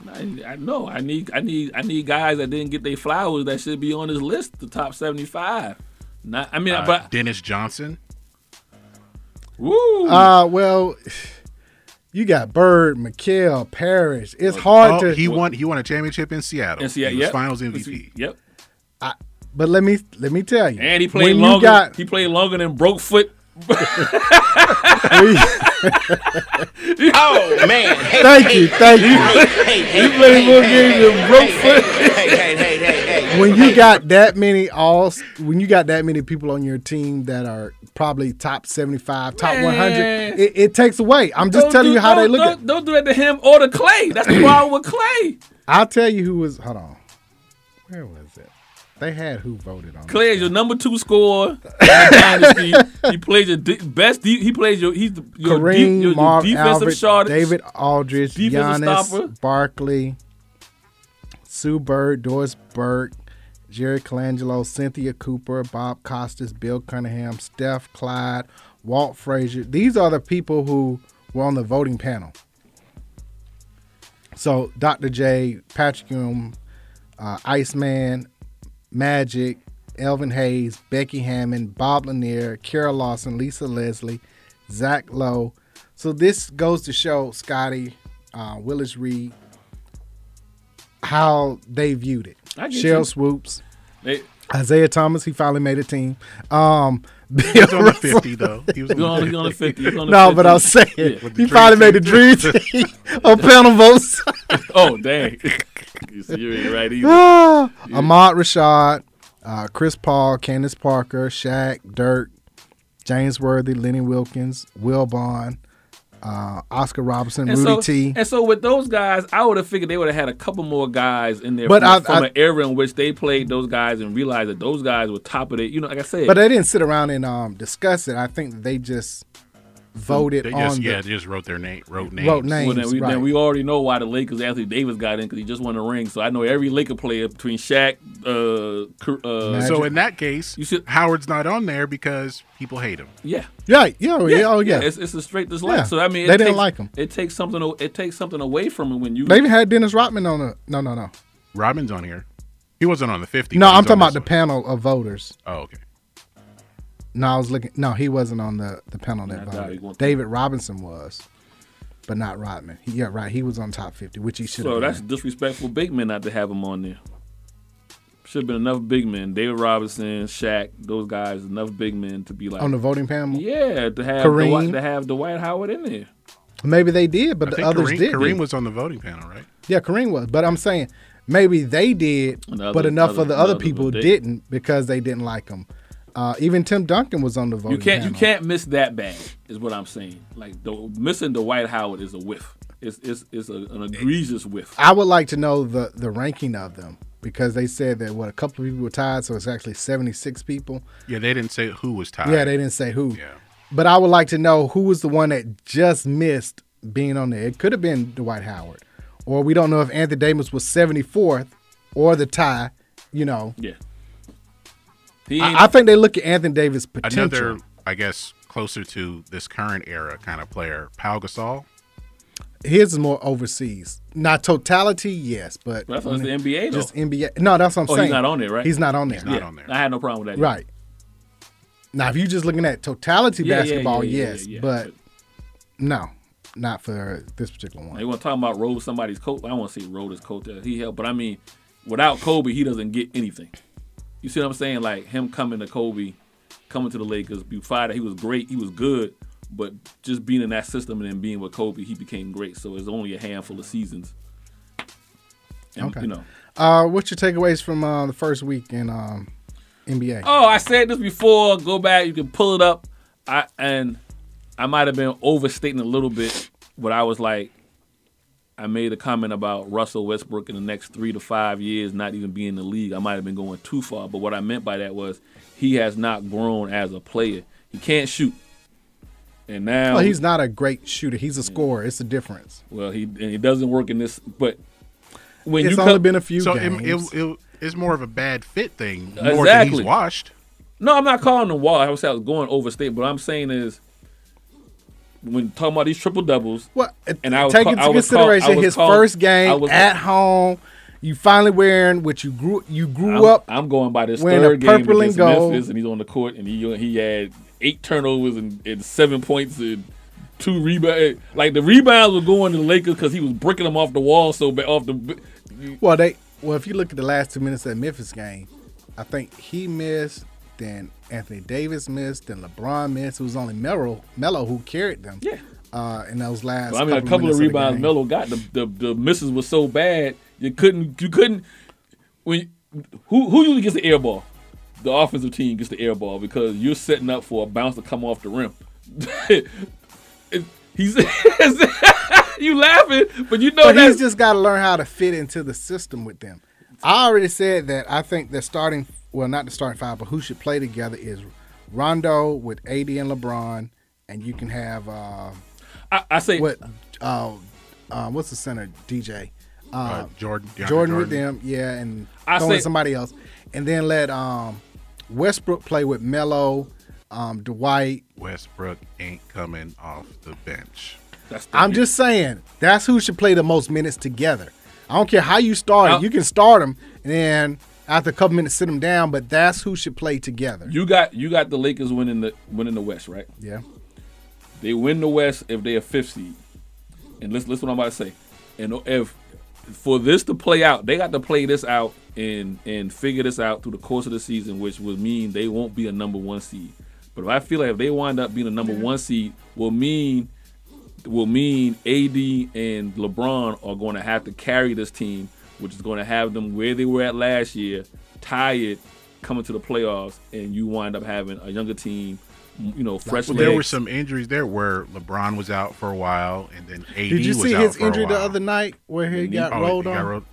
C: I, I know. I need. I need. I need guys that didn't get their flowers that should be on this list, the top seventy-five. Not. I mean,
A: Uh,
C: but
A: Dennis Johnson.
C: woo.
B: Uh well, you got Bird, McKell, Parrish. It's hard
A: Oh,
B: to
A: he won he won a championship in Seattle.
C: and see,
A: he was
C: yep.
A: Finals MVP.
C: Yep.
B: But let me let me tell you.
C: And he played
B: when
C: longer.
B: you got
C: he played longer than Brokefoot.
E: Oh man! Hey,
B: Thank
E: hey,
B: you, thank
E: hey,
B: you.
E: Hey, hey,
B: You
E: hey,
B: play
E: hey,
B: more
E: hey,
B: games
E: hey,
B: than
E: hey,
B: Brokefoot.
E: Hey, hey, hey, hey, hey, hey.
B: when you got that many all when you got that many people on your team that are probably top 75 top 100 it, it takes away i'm just
C: Don't
B: telling
C: do-
B: you how they
C: don't-
B: look at
C: Don't, don't do that to him or to Clay. That's the problem with Clay.
B: i'll tell you who was hold on where was it they had who voted on
C: Clay is your number two scorer. in the dynasty. He plays your de- best. De- he plays your. He's the, your, de-
B: Kareem,
C: your, your
B: Marv,
C: defensive
B: Albert,
C: shot.
B: David Aldridge,
C: Defensive
B: Giannis,
C: stopper.
B: Barkley, Sue Bird, Doris Burke, Jerry Colangelo, Cynthia Cooper, Bob Costas, Bill Cunningham, Steph Clyde, Walt Frazier. These are the people who were on the voting panel. So Dr. J, Patrick Ewing, uh, Iceman, Magic, Elvin Hayes, Becky Hammond, Bob Lanier, Kara Lawson, Lisa Leslie, Zach Lowe. So this goes to show Scotty, uh, Willis Reed, how they viewed it.
C: I get
B: Shell
C: you.
B: Swoops,
C: They-
B: Isaiah Thomas, he finally made a team. Um,
A: He was on the 50 though. He was on
C: He
A: the
C: was on- he was on the
A: 50.
C: 50. He was on the
B: No, but
C: 50.
B: I'm saying
C: Yeah.
A: With the
B: he
A: dream
B: finally made the dream
A: team.
B: team on panel votes.
C: Oh dang! you see, you ain't right either.
B: Ah, Ahmad Rashad, uh, Chris Paul, Candace Parker, Shaq, Dirk, James Worthy, Lenny Wilkins, Will Bond, uh, Oscar Robertson,
C: And
B: Rudy
C: so,
B: T.
C: and so with those guys, I would have figured they would have had a couple more guys in there
B: But
C: from,
B: I-
C: from
B: I-
C: an era in which they played those guys and realized that those guys were top of it. You know, like I said,
B: But they didn't sit around and um, discuss it. I think that they just voted
A: They
B: on
A: just, yeah,
B: the,
A: they just wrote their name wrote names.
B: Wrote
C: Well,
B: names,
C: then, we,
B: right.
C: then we already know why the Lakers Anthony Davis got in because he just won a ring. So I know every Laker player between Shaq, uh, Cur- uh,
A: So in that case, Howard's not on there because people hate him.
C: yeah,
B: Right. Yeah. yeah, Oh, yeah.
C: It's, it's a straight dislike.
B: Yeah.
C: So I mean, it
B: They didn't
C: takes-
B: like him.
C: It takes something. a- It takes something away from him when you.
B: they even had Dennis Rodman on the. No, no, no.
A: Robin's on here. He wasn't on the 50.
B: No,
A: but
B: I'm
A: he's
B: talking
A: on
B: about the
A: this
B: panel of voters.
A: one. Oh, okay.
B: No, I was looking. No, he wasn't on the, the panel
C: I
B: that
C: doubt he
B: voted.
C: won't.
B: David Robinson was, but not Rodman. He- Yeah, right. He was on top 50, which he should have been.
C: So that's disrespectful, big men, not to have him on there. Should have been enough big men, David Robinson, Shaq, those guys, enough big men to be like
B: on the voting panel.
C: Yeah, to have
B: Kareem.
C: Dwight, to have Dwight Howard in there.
B: Maybe they did, but
A: I
B: the
A: think
B: others
A: Kareem,
B: did.
A: Kareem was on the voting panel, right?
B: yeah, Kareem was. But I'm saying maybe they did,
C: And the
B: but
C: other-
B: enough
C: other-
B: of the other
C: other
B: people
C: one did.
B: didn't because they didn't like him. Uh, even Tim Duncan was on the voting
C: You can't
B: panel.
C: you can't miss that bag is what I'm saying. Like the, missing Dwight Howard is a whiff. It's it's it's a, an egregious whiff.
B: I would like to know the the ranking of them because they said that what a couple of people were tied, so it's actually seventy six people.
A: Yeah, they didn't say who was tied.
B: Yeah, they didn't say who. But I would like to know who was the one that just missed being on there. It could have been Dwight Howard, or we don't know if Anthony Davis was seventy fourth or the tie. You know.
C: Yeah.
B: I, I think they look at Anthony Davis' potential.
A: Another, I guess, closer to this current era kind of player, Pau Gasol.
B: His is more overseas. Not totality, yes, but
C: That's the NBA though.
B: Just NBA. No, that's what I'm
C: oh,
B: saying.
C: he's not on there, right?
B: He's not on there.
C: Yeah, I had no problem with that.
B: Right. Now, if you're just looking at totality
C: Yeah, yeah,
B: basketball,
C: yeah, yeah,
B: yes,
C: yeah, yeah.
B: but no, not for this particular one.
C: They want to talk about rolled somebody's coat. I don't want to say rolled his coat that he helped, but I mean, without Kobe, he doesn't get anything. You see what I'm saying? Like him coming to Kobe, coming to the Lakers, be fired. He was great. He was good, but just being in that system and then being with Kobe, he became great. So it's only a handful of seasons. And,
B: Okay.
C: You know.
B: Uh, what's your takeaways from uh, the first week in um, NBA?
C: Oh, I said this before. Go back. You can pull it up. I and I might have been overstating a little bit, but I was like, I made a comment about Russell Westbrook in the next three to five years not even being in the league. I might have been going too far, but what I meant by that was he has not grown as a player. He can't shoot, and now
B: Well, Oh, he's not a great shooter. He's a scorer. It's a difference.
C: well he and he doesn't work in this. But when
B: It's
C: you
B: only
C: come-
B: been a few
A: So it,
B: games.
A: it, it, it's more of a bad fit thing. More than
C: Exactly.
A: he's washed.
C: No, I'm not calling him wall. I was I was going overstate, but I'm saying is when talking about these triple doubles.
B: What?
C: And I was
B: Take
C: call-
B: into
C: I was call-
B: consideration
C: I was
B: his
C: call-
B: first
C: I
B: game
C: was-
B: at home. You finally wearing what you grew you grew
C: I'm,
B: up.
C: I'm going by this
B: wearing
C: third
B: a
C: game
B: purple and
C: against
B: gold.
C: Memphis, and he's on the court, and he he had eight turnovers and, and seven points and two rebounds. Like the rebounds were going to the Lakers because he was bricking them off the wall so bad off the.
B: Well, they well if you look at the last two minutes of that Memphis game, I think he missed, then Anthony Davis missed, then LeBron missed. It was only Melo Melo who carried them.
C: Yeah.
B: Uh, in those last.
C: I mean, a couple
B: minutes
C: of
B: the
C: rebounds
B: game.
C: Melo got. The, the the misses were so bad you couldn't you couldn't when who who usually gets the air ball? The offensive team gets the air ball because you're setting up for a bounce to come off the rim. It- he's you laughing, but you know
B: but
C: that's
B: he's just got to learn how to fit into the system with them. I already said that I think the starting, well, not the starting five, but who should play together is Rondo with AD and LeBron, and you can have. Uh,
C: I, I say
B: what? Uh, uh, what's the center? DJ. Uh,
A: Uh, Jordan- DeAndre
B: Jordan. with
A: Jordan.
B: them, yeah, and
A: I
B: throwing
A: say-
B: somebody else, and then let um, Westbrook play with Melo, um, Dwight.
A: Westbrook ain't coming off the bench.
C: That's
B: I'm just saying that's who should play the most minutes together. I don't care how you start
C: I-
B: it. You can start them and then after a couple minutes sit them down, but that's who should play together.
C: you got you got the Lakers winning the winning the West, right?
B: Yeah.
C: They win the West if they are fifth seed. And listen, listen what I'm about to say. And if for this to play out, they got to play this out and and figure this out through the course of the season, which would mean they won't be a number one seed. But if I feel like if they wind up being a number one seed, will mean will mean AD and LeBron are going to have to carry this team, which is going to have them where they were at last year, tired, coming to the playoffs, and you wind up having a younger team, you know, fresh.
A: Well, there were
C: legs.
A: some injuries there where LeBron was out for a while, and then AD
B: Did you
A: was
B: see
A: out
B: his
A: for
B: injury
A: a
B: the
A: while.
B: other night where he got
A: Oh,
B: rolled
A: he
B: on?
A: got rolled-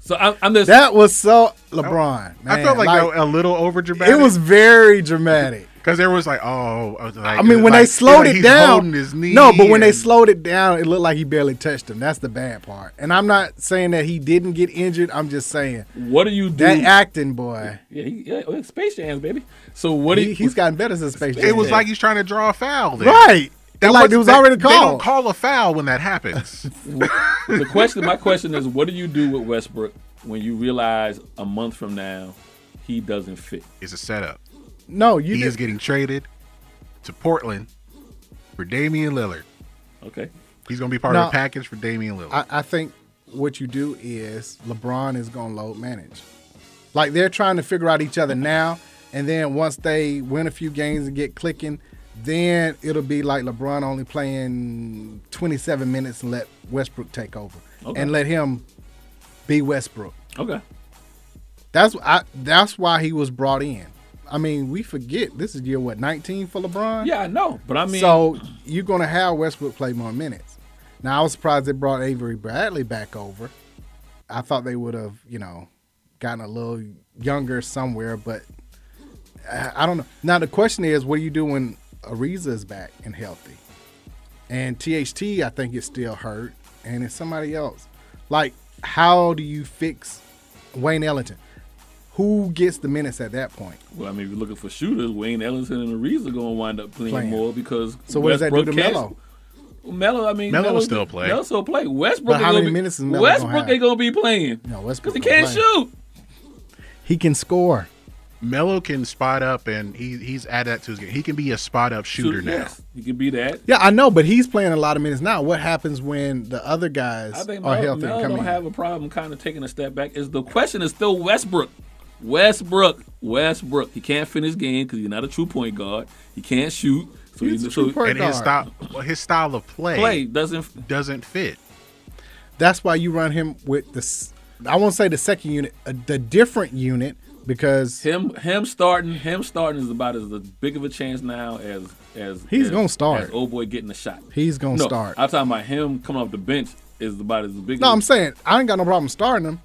C: So I'm, I'm just
B: that was so LeBron.
A: I
B: man,
A: felt like, a a little over dramatic.
B: it was very dramatic.
A: because there was like, oh, I was like-
B: I mean, when
A: like-
B: they slowed
A: like
B: it
A: he's
B: down,
A: holding his knee
B: no, but when they
A: and-
B: slowed it down, it looked like he barely touched him. That's the bad part. And I'm not saying that he didn't get injured. I'm just saying
C: What do you do?
B: that acting, boy.
C: Yeah, he, yeah oh, it's Space Jams, baby. So what do
B: he,
C: you,
B: has gotten better since Space Jam.
A: it was like he's trying to draw a foul. Then.
B: right.
A: That
B: like
A: was-
B: it was
A: they-
B: already
A: They
B: called.
A: don't call a foul when that happens.
C: the question? My question is, what do you do with Westbrook when you realize a month from now he doesn't fit?
A: It's a setup.
B: No, you
A: he is getting traded to Portland for Damian Lillard.
C: Okay.
A: He's going to be part
B: No.
A: of the package for Damian Lillard.
B: I, I think what you do is LeBron is going to load manage. Like they're trying to figure out each other now, and then once they win a few games and get clicking, then it'll be like LeBron only playing 27 minutes and let Westbrook take over
C: Okay.
B: and let him be Westbrook.
C: Okay.
B: That's I, that's why he was brought in. I mean, we forget this is year what 19 for LeBron.
C: Yeah, I know, but I mean,
B: So you're gonna have Westbrook play more minutes. Now I was surprised they brought Avery Bradley back over. I thought they would have, you know, gotten a little younger somewhere, but I, I don't know. Now the question is, what do you do when Ariza is back and healthy? And THT, I think, is still hurt, and it's somebody else. Like, how do you fix Wayne Ellington? Who gets the minutes at that point?
C: Well, I mean, if you're looking for shooters, Wayne Ellington and Ariza are going to wind up playing,
B: Playing.
C: more because
B: So what does that do to
C: Westbrook can't-
B: Melo?
C: Melo, I mean,
A: Melo will
C: Melo's-
A: still play.
C: Melo still play. Westbrook,
B: But how many
C: ain't gonna be-
B: minutes is Melo gonna
C: Westbrook
B: have?
C: ain't gonna be playing.
B: No, Westbrook
C: because he
B: gonna
C: can't
B: play.
C: shoot.
B: He can score.
A: Melo can spot up, and he he's add that to his game. He can be a spot up shooter now.
C: Yes, he could be that.
B: Yeah, I know, but he's playing a lot of minutes now. What happens when the other guys
C: I think
B: are
C: Melo,
B: healthy
C: Melo
B: and come
C: don't
B: in?
C: have a problem kind of taking a step back. Is the question is still Westbrook? Westbrook, Westbrook. He can't finish game because he's not a true point guard. He can't shoot. So
B: He's
C: he,
B: a true
C: so-
B: point
A: And his style, well, his style of play,
C: Play doesn't
A: doesn't fit.
B: That's why you run him with the. s- I won't say the second unit, uh, the different unit, because
C: him him starting him starting is about as big of a chance now as as
B: He's
C: as-
B: gonna start.
C: As old boy getting a shot.
B: He's gonna
C: No,
B: start.
C: I'm talking about him coming off the bench is about as big.
B: No,
C: as,
B: I'm saying I ain't got no problem starting him.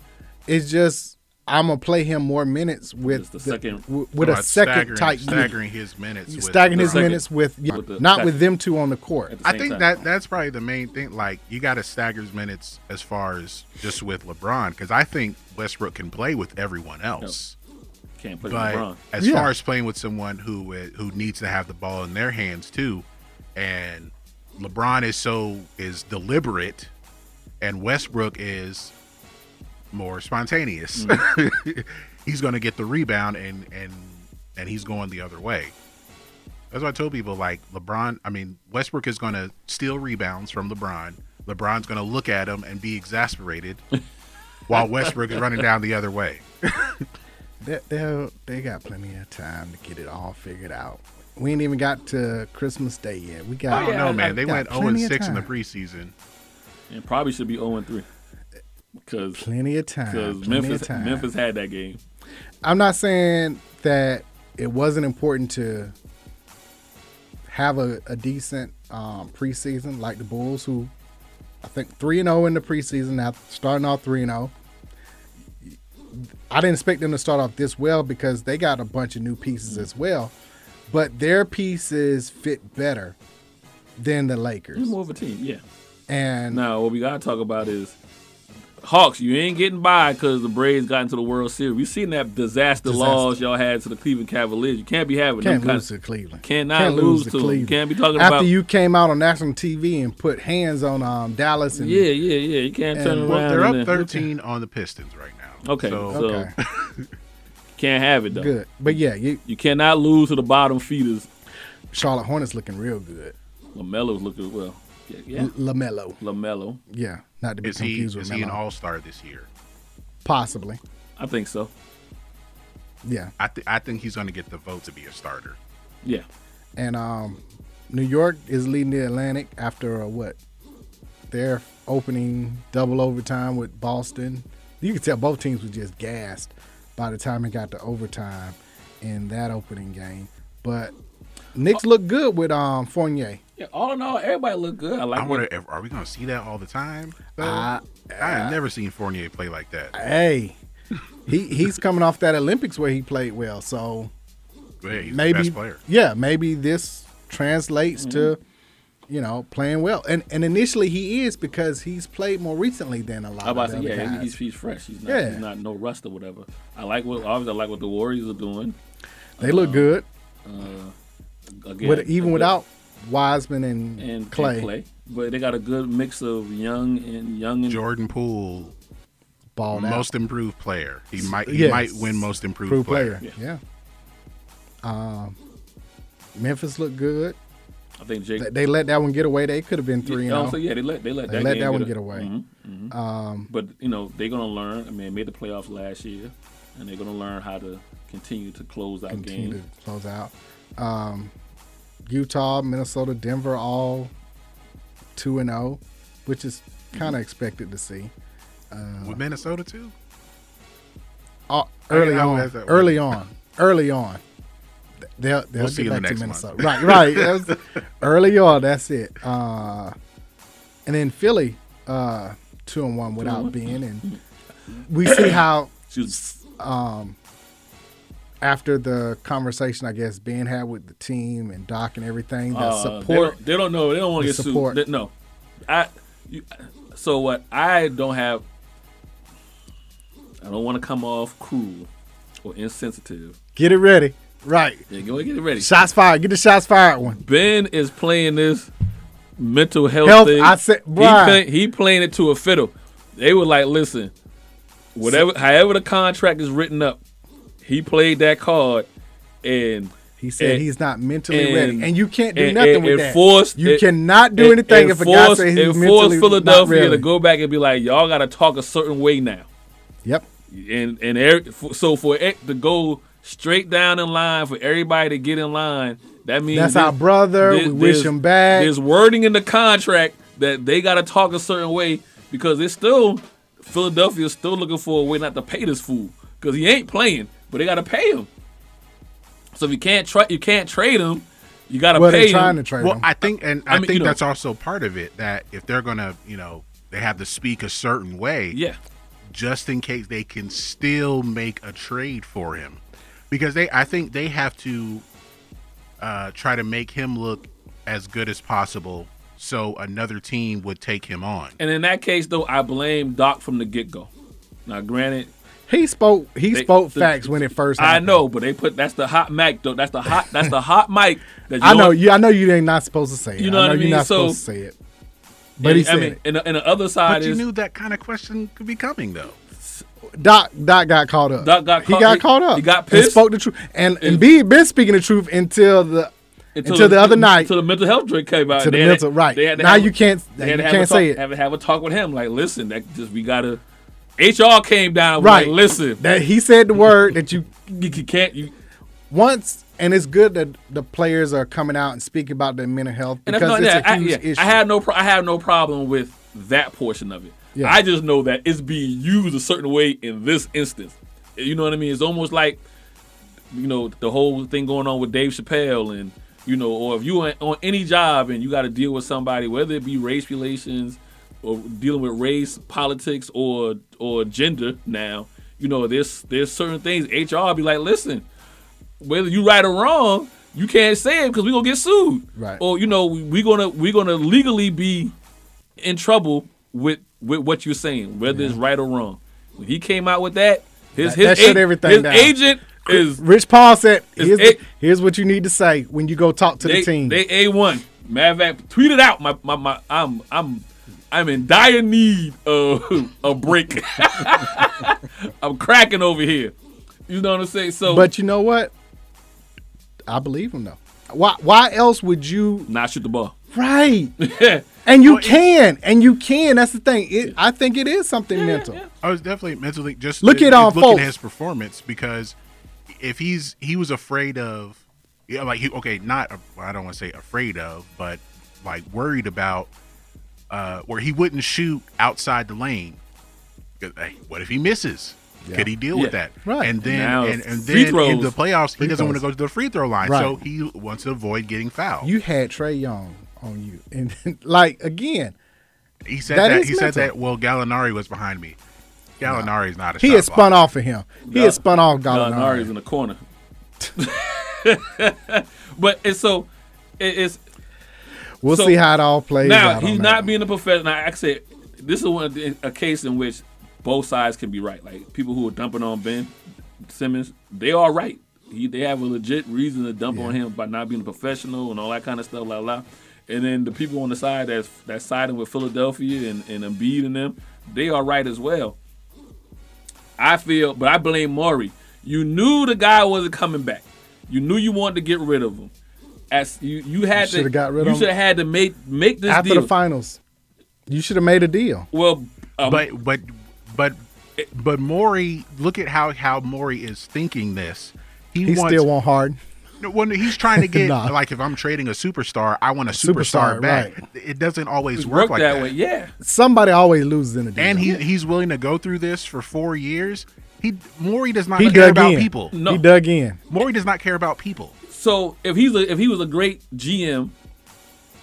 B: It's just I'm gonna play him more minutes with the
C: second-
B: w- with
A: Talking
B: a
A: about
B: second
A: staggering-
B: type unit.
A: staggering his minutes with
B: staggering
A: the
B: his
A: second-
B: minutes with, yeah,
A: with the
B: not
A: second.
B: with them two on the court.
A: I think that that's probably the main thing. Like you got to stagger his minutes as far as just with LeBron, because I think Westbrook can play with everyone else.
C: can't play with
A: But
C: LeBron.
A: as
B: Yeah.
A: far as playing with someone who i- who needs to have the ball in their hands too, and LeBron is so is deliberate, and Westbrook is more spontaneous.
C: Mm.
A: he's going to get the rebound and and and he's going the other way. That's why I told people like LeBron. I mean, Westbrook is going to steal rebounds from LeBron. LeBron's going to look at him and be exasperated, while Westbrook is running down the other way.
B: They, they they got plenty of time to get it all figured out. We ain't even got to Christmas Day yet. We got.
A: I don't know, man. They
B: got
A: went 0
B: plenty of
A: 6 in the
B: time.
A: preseason.
C: and probably should be 0 3 because
B: Plenty of time,
C: Because
B: plenty of
C: Memphis
B: time.
C: Memphis had that game.
B: I'm not saying that it wasn't important to have a, a decent um, preseason like the Bulls, who I think three and zero in the preseason. Now starting off three and zero, I didn't expect them to start off this well because they got a bunch of new pieces as well, but their pieces fit better than the Lakers.
C: He's more of a team, yeah.
B: And
C: Now what we gotta talk about is Hawks. You ain't getting by because the Braves got into the World Series. We seen that disaster,
B: Disaster.
C: laws y'all had to the Cleveland Cavaliers. You can't be having
B: Can't
C: them kind
B: lose to Cleveland.
C: Cannot
B: Can't
C: lose,
B: to
C: to them. You
B: Cleveland.
C: Can't be talking
B: after
C: about
B: you came out on national TV and put hands on um, Dallas and
C: yeah, yeah, yeah. You can't turn
B: And-
C: around.
B: Well,
A: They're
C: and
A: up
C: then-
A: 13 on the Pistons right now.
C: Okay, so,
A: So
C: can't have it though.
B: good. But yeah, you,
C: You cannot lose to the bottom feeders.
B: Charlotte Hornets looking real good.
C: Lamelo's looking well. Yeah, yeah.
B: L- Lamelo,
C: Lamelo.
B: yeah, not to be
A: is he
B: confused
A: is
B: with
A: he an
B: Melo.
A: all star this year?
B: Possibly,
C: I think so.
B: yeah.
A: I th- I think he's going to get the vote to be a starter.
C: Yeah.
B: And um, New York is leading the Atlantic after uh, what their opening double overtime with Boston. You could tell both teams were just gassed by the time it got to overtime in that opening game. But Knicks look good with um Fournier.
C: Yeah. All in all, everybody look good. I like.
A: I
C: what-
A: wonder, if, are we going to see that all the time? though?
B: I-
A: I have never seen Fournier play like that.
B: Hey, he he's coming off that Olympics where he played well, so
A: Yeah, he's
B: maybe
A: the best player.
B: yeah, maybe this translates to
C: Mm-hmm.
B: you know playing well. And and initially he is because he's played more recently than a lot
C: I about
B: of
C: to
B: other
C: say, yeah,
B: guys.
C: he- he's, he's fresh. He's not,
B: Yeah.
C: he's not no rust or whatever. I like what obviously I like what the Warriors are doing.
B: they
C: um,
B: look good,
C: Again,
B: with, even
C: a good-
B: without Wiseman and,
C: and and
B: Clay.
C: but they got a good mix of young and young and
A: Jordan Poole,
B: Ball
A: most improved player. He might he
B: Yes.
A: might win most improved
B: Improved
A: player.
B: player. Yeah. Um, Memphis looked good.
C: I think Jake.
B: They- They let that one get away. They could have been three
C: yeah,
B: and oh.
C: so
B: zero.
C: yeah, they let they let
B: They
C: that,
B: let
C: game
B: that one
C: a-
B: get away.
C: Mhm, mhm.
B: Um,
C: But you know they're gonna learn. I mean, they made the playoffs last year, and they're gonna learn how to continue to close out
B: continue
C: games.
B: to close out. Um, Utah, Minnesota, Denver, all two and zero, which is
A: Mm-hmm.
B: kind of expected to see.
A: With Minnesota too.
B: Uh, early
A: I
B: on,
A: was that one.
B: early on, early on. Th- They'll they'll
A: We'll see
B: get
A: you in
B: back
A: the
B: to
A: next
B: Minnesota. right,
A: month.
B: right. That's- early on, that's it. Uh, and then Philly, uh, two and one without
C: one.
A: Mm-hmm.
B: Ben, and we see how
C: She was
B: um, after the conversation, I guess Ben had with the team and Doc and everything, the
C: Uh,
B: support.
C: They don't, they don't know. They don't want
B: the
C: to get
B: support.
C: sued. They- no, I. You, so what? I don't have. I don't want to come off cruel or insensitive.
B: Get it ready, right?
C: Yeah, go get it ready.
B: Shots fired. Get the shots fired one.
C: Ben is playing this mental health,
B: Health,
C: thing.
B: I said-
C: he,
B: bruh.
C: play- he playing it to a fiddle. They were like, listen, whatever, however the contract is written up, he played that card, and
B: He said
C: and-
B: he's not mentally
C: and-
B: ready, and you can't do
C: and-
B: nothing
C: and-
B: with
C: and
B: that.
C: forced-
B: you
C: and-
B: cannot do
C: and-
B: anything
C: and
B: if a guy
C: forced-
B: says he's
C: and
B: mentally
C: forced Philadelphia
B: not ready.
C: to go back and be like, y'all got to talk a certain way now.
B: Yep.
C: And and er, f- so for it to go straight down in line for everybody to get in line, that means
B: That's
C: this-
B: our brother.
C: this-
B: we wish
C: this-
B: him back.
C: There's wording in the contract that they got to talk a certain way because it's still Philadelphia's still looking for a way not to pay this fool because he ain't playing, but they got to pay him. So if you can't try, you can't trade him. You got to pay him.
A: Well, I think, and I,
C: I mean,
A: think
C: you know-
A: that's also part of it that if they're gonna, you know, they have to speak a certain way.
C: Yeah.
A: Just in case they can still make a trade for him, because they, I think they have to uh, try to make him look as good as possible, so another team would take him on.
C: And in that case, though, I blame Doc from the get go. Now, granted,
B: He spoke. He
C: They-
B: spoke
C: the-
B: facts when it first.
C: I
B: happened.
C: know, but they put that's the hot mic though. That's the hot. That's the hot mic. That
B: I know you. I know you ain't not supposed to say it.
C: You know
B: I know
C: what I mean?
B: You're not
C: So-
B: supposed to say it. But he
C: I
B: said
C: mean,
B: it.
C: and the, and the other side
A: But you
C: is
A: knew that kind of question could be coming, though.
B: Doc Doc got caught up.
C: Doc got
B: he
C: caught-
B: got
C: he-
B: caught up.
C: he got
B: And
C: pissed.
B: spoke the truth. And and B been speaking the truth until the until, the other night.
C: until the mental health drink came out.
B: To the
C: They had
B: mental- right.
C: they had to
B: Now
C: have
B: you can't-
C: They had
B: you
C: to have
B: can't
C: a talk,
B: say it.
C: Have, have a talk with him. Like, listen, that just we gotta. HR came down.
B: Right.
C: Right. Like, listen,
B: that he said the word that you
C: you, you can't. You,
B: once. And it's good that the players are coming out and speaking about their mental health
C: and that's
B: because
C: not
B: it's
C: that.
B: a
C: I,
B: huge
C: yeah,
B: issue.
C: I have no. Pro- I have no problem with that portion of it.
B: Yeah.
C: I just know that it's being used a certain way in this instance. You know what I mean? It's almost like, you know, the whole thing going on with Dave Chappelle and you know, or if you on- on any job and you got to deal with somebody, whether it be race relations or dealing with race politics or or gender. Now, you know, there's there's certain things HR be like, listen, whether you right or wrong, you can't say it because we gonna get sued.
B: Right.
C: Or you know, we gonna we gonna legally be in trouble with with what you're saying, whether it's right or wrong. When he came out with that, his
B: That- that
C: his,
B: shut everything
C: his
B: down.
C: agent is
B: Rich Paul said,
C: Is
B: here's,
C: it-
B: here's what you need to say when you go talk to
C: they,
B: the team.
C: They a one. Matter of fact, tweet it out. My, my my I'm I'm I'm in dire need of a break. I'm cracking over here. You know what I'm saying? So
B: but you know what? I believe him though. Why? Why else would you?
C: not shoot the ball.
B: Right. and you can, and you can. That's the thing. It, I think it is something mental.
A: I was definitely mentally just
B: Look
A: it-
B: at, um,
A: just looking
B: folks.
A: at his performance because if he's he was afraid of yeah like he okay not a- well, I don't want to say afraid of but like worried about uh where he wouldn't shoot outside the lane. 'Cause, hey, what if he misses? Could he deal with
C: Yeah.
A: that?
B: Right.
A: And then
C: Now,
A: and, and
C: free
A: then in
C: throws.
A: the playoffs
B: Free
A: he doesn't want to
B: throws.
A: go to the free throw line,
B: Right.
A: so he wants to avoid getting fouled.
B: You had Trey Young on you, and like again,
A: He said
B: That
A: that,
B: is
A: he said
B: mental.
A: that well Gallinari was behind me. Gallinari's is not a
B: he
A: shot
B: had spun
A: blocker.
B: off of him. He had spun off Gallinari.
C: Gallinari's in the corner. but it's so it, it's
B: We'll
C: so-
B: see how it all plays
C: now
B: out. on
C: he's
B: that.
C: not being a professional. I said this is one of the- a case in which both sides can be right. Like people who are dumping on Ben Simmons, they are right. He, they have a legit reason to dump on him by not being a professional and all that kind of stuff, la la. And then the people on the side that's that's siding with Philadelphia and and Embiid and them, they are right as well. I feel, but I blame Maury. You knew the guy wasn't coming back. You knew you wanted to get rid of him. As you you had
B: shoulda
C: to
B: got rid of
C: you
B: him
C: should have had to make make this
B: after
C: deal.
B: the finals. You should have made a deal.
C: Well, um,
A: but but but but Maury, look at how how Maury is thinking this. He,
B: He
A: wants,
B: still won't hard.
A: No, well, he's trying to get
B: Nah.
A: like if I'm trading a superstar, I want a
B: Superstar,
A: superstar, back. It doesn't always work,
C: work
A: like
C: that,
A: that.
C: way, yeah.
B: Somebody always loses in a deal.
A: And he he's willing to go through this for four years. He Maury does not
B: He
A: care
B: dug
A: about
B: in.
A: people.
C: No.
B: He dug in.
A: Maury does not care about people.
C: So if he's a, if he was a great GM,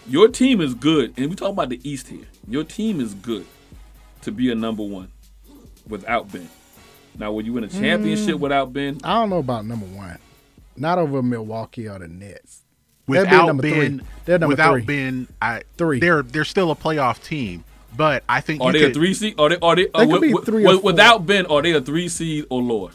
C: your team is good, and we talk about the East here. Your team is good to be a number one without Ben. Now, were you in a championship
B: Mm.
C: without Ben?
B: I don't know about number one. Not over Milwaukee or the Nets. That'd be
A: Without
B: number three.
A: Ben,
B: They're number
A: without
B: three.
A: Ben, I three. They're they're still a playoff team, but I think
C: Are
A: you
C: Oh, they a
A: could,
C: three seed? Are they? Are they? uh,
A: could
C: wi-
A: be
C: wi-
A: three or
C: wi-
A: four.
C: without Ben, are they a three seed or lower?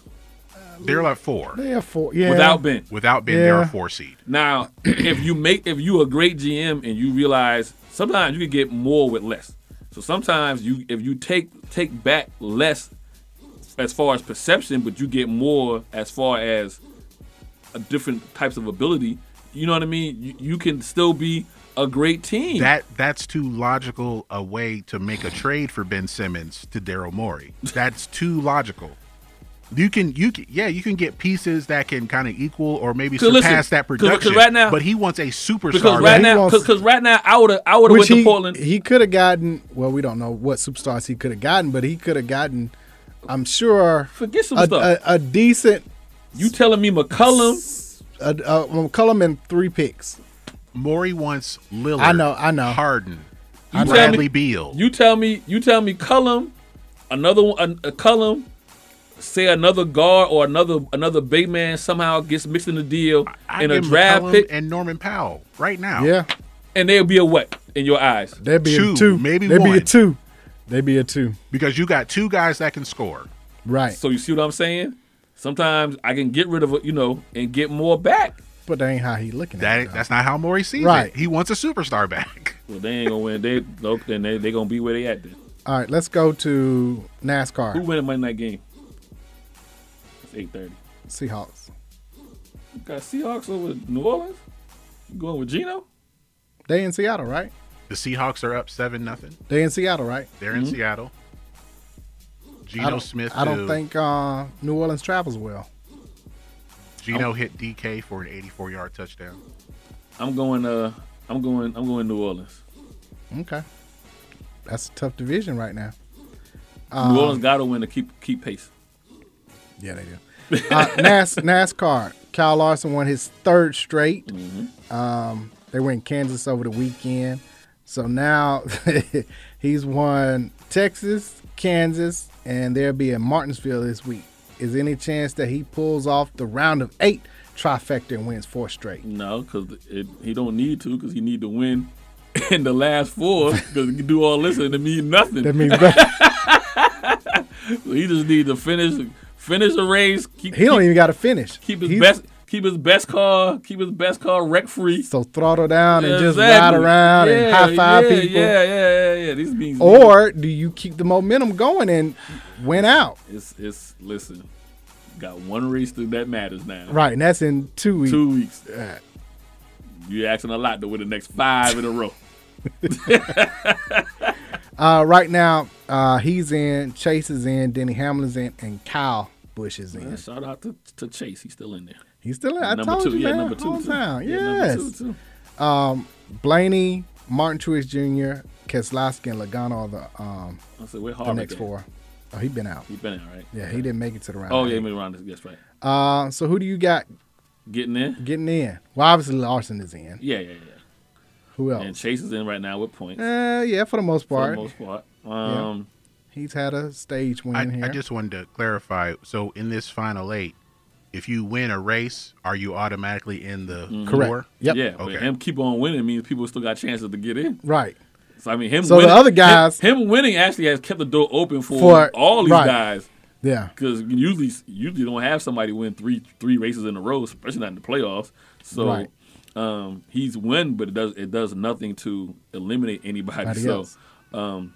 A: They're like four.
B: They are four. Yeah.
C: Without Ben.
A: Without Ben, they're a four seed.
C: Now, if you make if you a great GM and you realize sometimes you can get more with less. So sometimes you if you take take back less as far as perception, but you get more as far as a different types of ability. You know what I mean? You, you can still be a great team.
A: That that's too logical a way to make a trade for Ben Simmons to Daryl Morey. That's too logical. You can you can yeah you can get pieces that can kind of equal or maybe
C: 'Cause
A: surpass
C: listen, 'cause- 'cause
A: that production.
C: right now-
A: but he wants a superstar.
C: because right now, because right now, I would have I would have went
B: Which
C: to
B: he,
C: Portland.
B: he could have gotten. Well, we don't know what superstars he could have gotten, but he could have gotten. I'm sure.
C: Forget some
B: a,
C: stuff.
B: A, a decent.
C: You telling me McCullum?
B: A, a, McCullum and three picks.
A: Morey wants Lillard.
B: I know. I know.
A: Harden.
C: You tell me-
A: Bradley Beal.
C: You tell me. You tell me. Cullum, another one. A, a Cullum, say another guard or another another big man somehow gets mixed in the deal
A: I
C: in a
A: give
C: draft
A: McCollum
C: pick,
A: and Norman Powell right now.
C: and they'll be a what in your eyes?
B: They'd be
A: Two,
B: a two.
A: maybe
B: They'd be a
A: one.
B: two. They'd be a two.
A: because you got two guys that can score.
B: Right.
C: So you see what I'm saying? Sometimes I can get rid of a, you know and get more back.
B: But that ain't how he looking
A: That ain't- that's not how Morey sees
B: Right.
A: it. He wants a superstar back.
C: Well, they ain't gonna win. They nope. Then they they gonna be where they at. Then
B: All right. Let's go to NASCAR.
C: who win a Monday night game? It's eight thirty.
B: Seahawks.
C: Got Seahawks over New Orleans. You going with Geno?
B: They in Seattle, right?
A: The Seahawks are up seven nothing.
B: They in Seattle, right?
A: They're in Seattle.
B: Mm-hmm. I
A: Geno
B: don't-
A: Smith.
B: I don't
A: too.
B: think uh, New Orleans travels well.
A: Geno hit DK for an 84 yard touchdown.
C: I'm going. Uh, I'm going. I'm going New Orleans.
B: Okay. That's a tough division right now.
C: New
B: Um,
C: Orleans got to win to keep keep pace.
B: Yeah, they do. uh, NAS, NASCAR. Kyle Larson won his third straight.
C: Mm-hmm.
B: Um, they were in Kansas over the weekend, so now he's won Texas, Kansas, and they'll be in Martinsville this week. Is any chance that he pulls off the round of eight trifecta and wins four straight?
C: No, because he don't need to. Because he need to win in the last four. Because he can do all this and it mean nothing.
B: That means
C: So he just need to finish finish the race. Keep,
B: he don't
C: keep,
B: even got to finish.
C: keep his
B: He's-
C: best. Keep his best car. Keep his best car wreck free.
B: So throttle down and just
C: Exactly.
B: ride around and
C: Yeah,
B: high five
C: yeah,
B: people.
C: Yeah, yeah, yeah, yeah. These beings.
B: Or do you keep the momentum going and win out?
C: it's it's listen. Got one race that that matters now.
B: Right, and that's in two weeks.
C: Two weeks.
B: Uh,
C: You're asking a lot to win the next five in a row.
B: Uh, right now, uh, he's in, Chase is in, Denny Hamlin's in, and Kyle Bush is in.
C: Man, shout out to, to Chase. He's still in there.
B: He's still in. I
C: Number
B: told you,
C: two. Yeah,
B: man.
C: number two, too.
B: Hometown.
C: Yeah, number two,
B: yes. Um, Blaney, Martin Truex Jr., Keselowski, and Logano are the, um,
C: I said, where
B: the
C: Harvick
B: next
C: at?
B: four. Oh, he been out.
C: He been out, right?
B: Yeah, he didn't make it to the round.
C: Oh, yeah, he made around this. Yes, right.
B: Uh, so who do you got
C: Getting in.
B: getting in? Well, obviously Larson is in.
C: Yeah, yeah, yeah.
B: Who else?
C: And Chase is in right now with points.
B: Uh, yeah, for the most
C: For
B: part.
C: the most part.
B: Yeah.
C: Um,
B: He's had a stage win
A: I,
B: here.
A: I just wanted to clarify. So in this final eight, if you win a race, are you automatically in the
C: Mm-hmm.
B: Correct.
A: four?
B: Yep.
C: Yeah, but
A: Okay.
C: him keep on winning means people still got chances to get in.
B: right.
C: So I mean, him.
B: So the
C: winning,
B: other
C: him-
B: guys-
C: him, winning actually has kept the door open for,
B: For-
C: all these
B: right.
C: guys.
B: Yeah.
C: because usually usually don't have somebody win three three races in a row, especially not in the playoffs. So
B: Right.
C: um, he's won, but it does it does nothing to eliminate anybody.
B: Nobody
C: so
B: else.
C: um,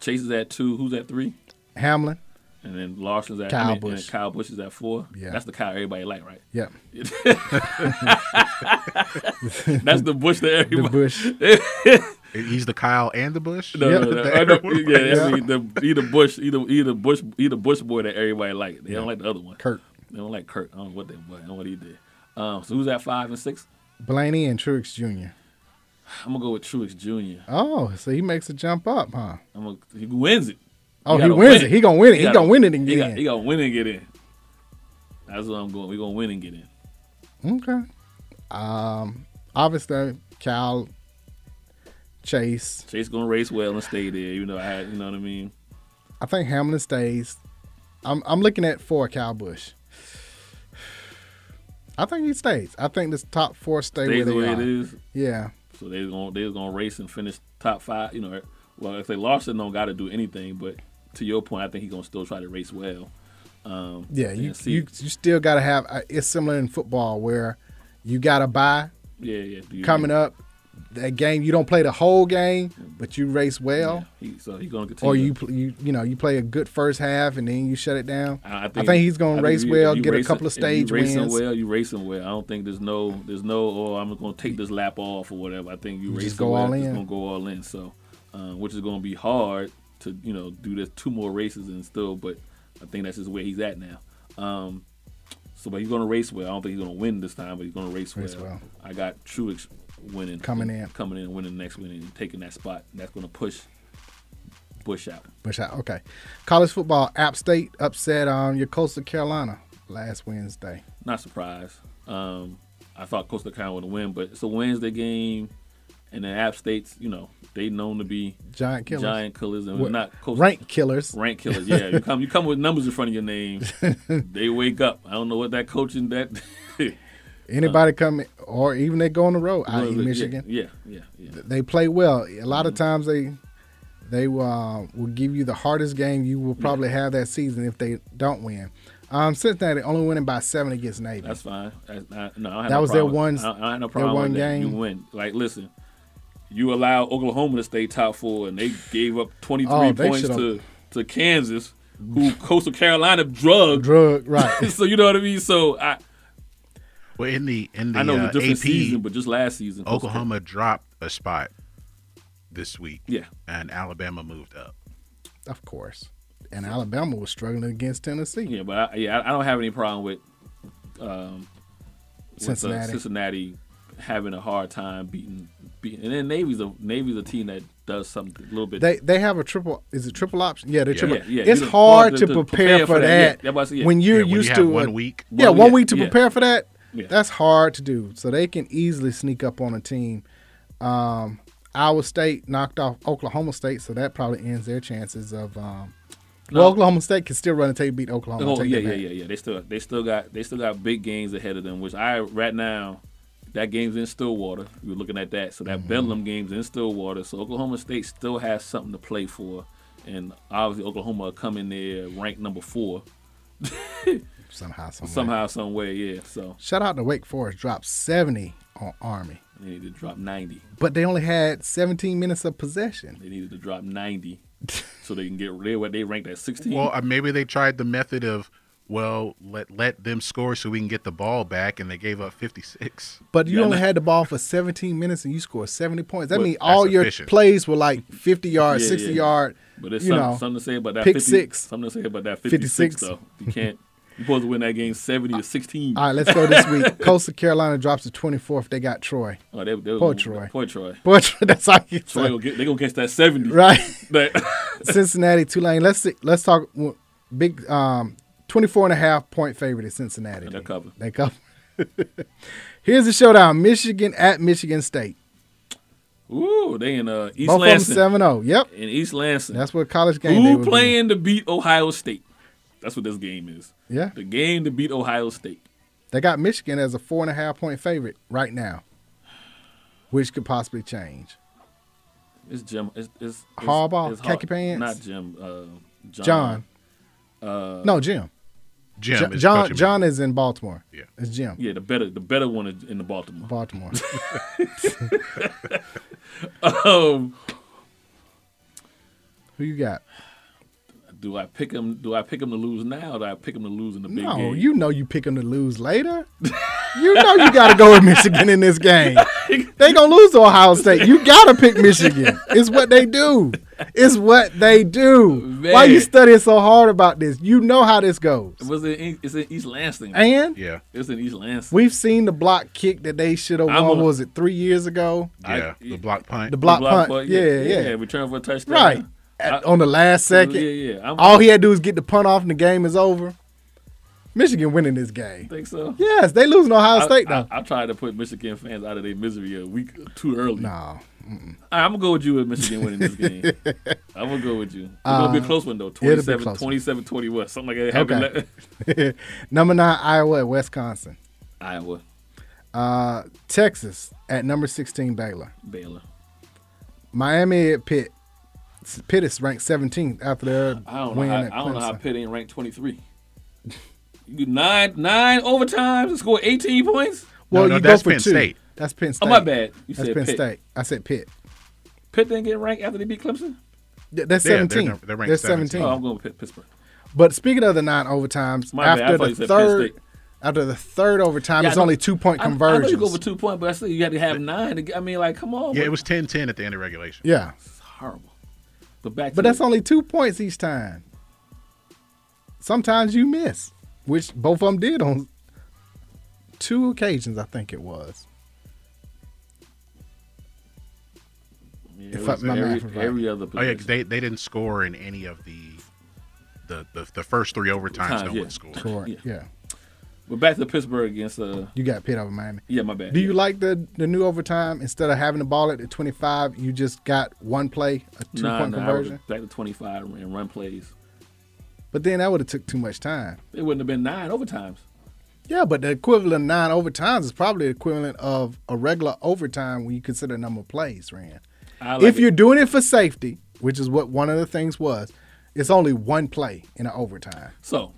C: Chase is at two. Who's at three?
B: Hamlin.
C: And then Larson's at
B: Kyle
C: I mean,
B: Busch.
C: and Kyle Bush is at four.
B: Yeah.
C: that's the Kyle everybody like, right?
B: Yep.
C: that's the Bush that everybody.
B: Bush.
A: He's the Kyle and the Bush.
C: No, no, no. I know- yeah, that's
A: Yeah.
C: either, either Bush, either either Bush, either Bush boy that everybody like. They don't like the other one.
B: Kurt.
C: They don't like Kurt. I don't know what they, I don't know what he did. Um, so who's at five and six?
B: Blaney and Truex Jr.
C: I'm gonna go with Truex Jr.
B: Oh, so he makes a jump up, huh?
C: I'm gonna, he wins it.
B: Oh, he
C: gotta
B: wins it. He gonna win it. He
C: gotta-
B: gonna win it and
C: he
B: get
C: gotta-
B: in.
C: He gonna win and get in. That's what I'm going. We gonna win and get in.
B: Okay. Um, obviously, Cal, Chase.
C: Chase gonna race well and stay there. You know, I had, you know what I mean.
B: I think Hamlin stays. I'm I'm looking at four Kyle Bush. I think he stays. I think this top four stay
C: Stays
B: where they
C: the way
B: are.
C: it is.
B: Yeah.
C: So they're gonna they're gonna race and finish top five. You know, eh, well if they lost, they don't got to do anything. But to your point, I think he's gonna still try to race well. Um,
B: Yeah,
C: and
B: you,
C: see-
B: you you still got to have. uh, It's similar in football where you got to buy.
C: Yeah, yeah, you-
B: coming
C: you-
B: up, that game you don't play the whole game, but you race well.
C: he, so he's gonna continue.
B: or you pl- you you know you play a good first half and then you shut it down.
C: I
B: I
C: think,
B: think, he's
C: I
B: gonna
C: think
B: race
C: if you-
B: well,
C: if you
B: get a
C: racing-
B: couple of
C: if you
B: stage
C: racing
B: wins.
C: well, you racing well. I don't think there's no, there's no, oh, I'm gonna take this lap off or whatever. I think you,
B: You
C: racing
B: just go
C: well,
B: all
C: just
B: in.
C: gonna go all in. So, um, which is gonna be hard to you know do this two more races and still, but I think that's just where he's at now. Um, so, but he's gonna race well. I don't think he's gonna win this time, but he's gonna race,
B: Race
C: well.
B: well.
C: I got Truex winning,
B: Coming in.
C: coming in, winning the next win and taking that spot. That's gonna push Bush out.
B: But yeah, okay, college football, App State upset um your Coastal Carolina last Wednesday.
C: not surprised. Um, I thought Coastal Carolina would win, but it's a Wednesday game, and then App State's, you know, they known to be
B: Giant killers.
C: giant killers, and
B: Well,
C: not Coastal,
B: rank killers.
C: rank killers. Yeah, you come, you come with numbers in front of your name, they wake up. I don't know what that coaching that.
B: Anybody come or even they go on the road,
C: Yeah,
B: i.e. Michigan.
C: Yeah, yeah, yeah.
B: They play well. A lot of times they they uh, will give you the hardest game you will probably have that season if they don't win. Um, Cincinnati only winning by seven against Navy.
C: That's fine. That's not, no, I had
B: Mm. That
C: no
B: was their
C: problem.
B: one-
C: I, I had no
B: their
C: problem
B: one
C: with that.
B: game.
C: You win. Like, listen, you allow Oklahoma to stay top four, and they gave up twenty three
B: Oh, they
C: points
B: should've-
C: to to Kansas, who Coastal Carolina drugged.
B: Drug right.
C: so you know what I mean. So I,
A: Well, in the in the
C: I know
A: uh,
C: it's a different
A: AP,
C: season, but just last season, Coastal
A: Oklahoma dropped a spot this week.
C: Yeah,
A: and Alabama moved up.
B: Of course. And Alabama was struggling against Tennessee.
C: Yeah, but I, yeah, I I don't have any problem with um, with, uh,
B: Cincinnati.
C: Cincinnati having a hard time beating beating, and then Navy's a Navy's a team that does something a little bit.
B: They they have a triple. Is it triple option? Yeah, they
C: Yeah.
B: triple.
C: Yeah, yeah.
B: It's
C: You don't-
B: hard
C: well,
B: to,
C: to- to
B: prepare, for that,
C: Yeah, that's what I said.
B: when you're
C: Yeah, when you
B: used
C: have
B: to
C: one
B: a-
C: week.
B: Yeah,
C: One
B: one,
C: week,
B: week to
C: yeah.
B: prepare for that.
C: Yeah.
B: That's hard to do. So they can easily sneak up on a team. Um, Iowa State knocked off Oklahoma State, so that probably ends their chances of. Um, Well, Oklahoma State can still run and take beat Oklahoma.
C: Oh,
B: Take
C: yeah,
B: that
C: yeah,
B: back.
C: yeah, yeah. They still they still got they still got big games ahead of them, which I right now that game's in Stillwater. We were looking at that. So
B: Mm-hmm.
C: that Bedlam game's in Stillwater. So Oklahoma State still has something to play for. And obviously Oklahoma coming there ranked number four.
B: Somehow, some way.
C: Somehow, some way, yeah. So
B: Shout out to Wake Forest, dropped seventy on Army,
C: they needed to drop ninety.
B: but they only had seventeen minutes of possession.
C: They needed to drop ninety so they can get rid what they ranked at sixteen.
A: Well, uh, maybe they tried the method of, well, let let them score so we can get the ball back, and they gave up 56.
B: But you only had the ball for 17 minutes and you scored 70 points. That
A: Well,
B: means
A: that's
B: all your
A: efficient.
B: plays were like 50 yards,
C: Yeah,
B: 60
C: yeah.
B: yard.
C: But there's
B: you
C: something,
B: know,
C: something to say about that
B: pick
C: 50,
B: six.
C: Something to say about that
B: 56.
C: 56, though. You can't. You're supposed to win that game 70 to 16.
B: All right, let's go this week. Coastal Carolina drops to 24th. They got Troy.
C: Oh, they, they
B: Poor
C: gonna-
B: Troy.
C: Poor Troy.
B: Poor Troy. That's all you
C: Troy gonna get, they gonna catch that 70.
B: Right.
C: But-
B: Cincinnati, Tulane. Let's see, let's talk well, big um 24 and a half point favorite is Cincinnati.
C: They cover.
B: They cover. Here's the showdown. Michigan at Michigan State.
C: Ooh, they in uh, East
B: Both of them 7-0.
C: Lansing.
B: Yep.
C: In East Lansing.
B: That's what college game day
C: Who
B: would be.
C: playing to beat Ohio State? That's what this game is.
B: Yeah.
C: The game to beat Ohio State.
B: They got Michigan as a four and a half point favorite right now, which could possibly change.
C: It's Jim. It's, it's, it's
B: Harbaugh,
C: it's
B: khaki pants?
C: Not Jim. Uh, John.
B: John.
C: Uh,
B: no, Jim.
C: Jim
B: Jo-
C: is
B: John.
C: coaching
B: John is in Baltimore. Yeah, it's Jim.
C: Yeah, the better the better one is in the Baltimore.
B: Baltimore.
C: um,
B: Who you got?
C: do I pick him? Do I pick him to lose now? Or do I pick him to lose in the big
B: No,
C: game?
B: you know you pick them to lose later. you know you got to go with Michigan in this game. They gonna lose to Ohio State. You gotta pick Michigan. It's what they do. It's what they do. Why you
C: Man.
B: studying so hard about this? You know how this goes.
C: It was in, it's in East Lansing.
B: And?
A: Yeah.
C: It's in East Lansing.
B: We've seen the block kick that they should have
C: I'm
B: won.
C: a-
B: was it three years ago?
A: Yeah, the block punt.
B: The block punt. Yeah, yeah.
C: Return for a touchdown.
B: Right. At- on the last second.
C: Yeah, yeah. I'm-
B: All he had to do is get the punt off and the game is over. Michigan winning this game.
C: Think so?
B: Yes, they losing Ohio
C: I-
B: State
C: I-
B: though.
C: I, tried to put Michigan fans out of their misery a week too early.
B: No,
C: I'm gonna go with you with Michigan winning this game. I'm gonna go with you. It's gonna be a
B: Uh,
C: close one though.
B: it'll be
C: 27,
B: close.
C: 27 21 something like that.
B: Okay.
C: Happened
B: number nine, Iowa at Wisconsin.
C: Iowa,
B: Uh, Texas at number 16, Baylor.
C: Baylor.
B: Miami at Pitt. S- Pitt is ranked 17th after their
C: I don't know.
B: win
C: How,
B: at
C: I don't know how
B: Clemson.
C: Pitt ain't ranked 23. You do nine nine overtimes and score 18 points.
B: Well, you go for two. That's Penn State.
C: Oh my bad. You
B: that's
C: said
B: Penn
C: Pitt.
B: State. I said Pitt.
C: Pitt didn't get ranked after they beat Clemson.
B: Th- that's Yeah, they're 17. num- they're ranked They're 17. 17.
C: Oh, I'm going with Pitt, Pittsburgh.
B: But speaking of the nine overtimes,
C: Oh. My bad. I
B: after
C: thought you
B: the
C: said Penn
B: third,
C: State.
B: after the third overtime,
C: Yeah, I
B: it's
C: know-
B: only two point
C: I- I know you go
B: conversions.
C: for two point, but I still you had to have nine. To, get- I mean, like, come on.
A: Yeah,
C: but-
A: it was 10 10 at the end of regulation.
B: yeah,
C: It's horrible. But back. to
B: but that's
C: the-
B: only two points each time. Sometimes you miss, which both of them did on two occasions, I think it was.
C: Yeah,
B: If
C: it
B: I-
C: was
B: my
C: every,
B: math is right.
C: every other.
A: Oh, yeah, 'cause
C: position.
A: they, they didn't score in any of the the, the, the first three overtimes.
C: Times,
A: no
C: yeah.
A: one scored.
B: Correct. Yeah.
C: But back to Pittsburgh against uh.
B: You got Pitt over Miami.
C: Yeah, my bad.
B: Do you like the the new overtime? Instead of having the ball at the twenty five, you just got one play, a two
C: nah,
B: point
C: nah, I would've
B: conversion.
C: Back to 25 and run plays.
B: But then that would have took too much time.
C: It wouldn't have been nine overtimes.
B: Yeah, but the equivalent of nine overtimes is probably the equivalent of a regular overtime when you consider the number of plays ran.
C: I
B: if
C: like
B: you're doing it for safety, which is what one of the things was, it's only one play in an overtime.
C: So,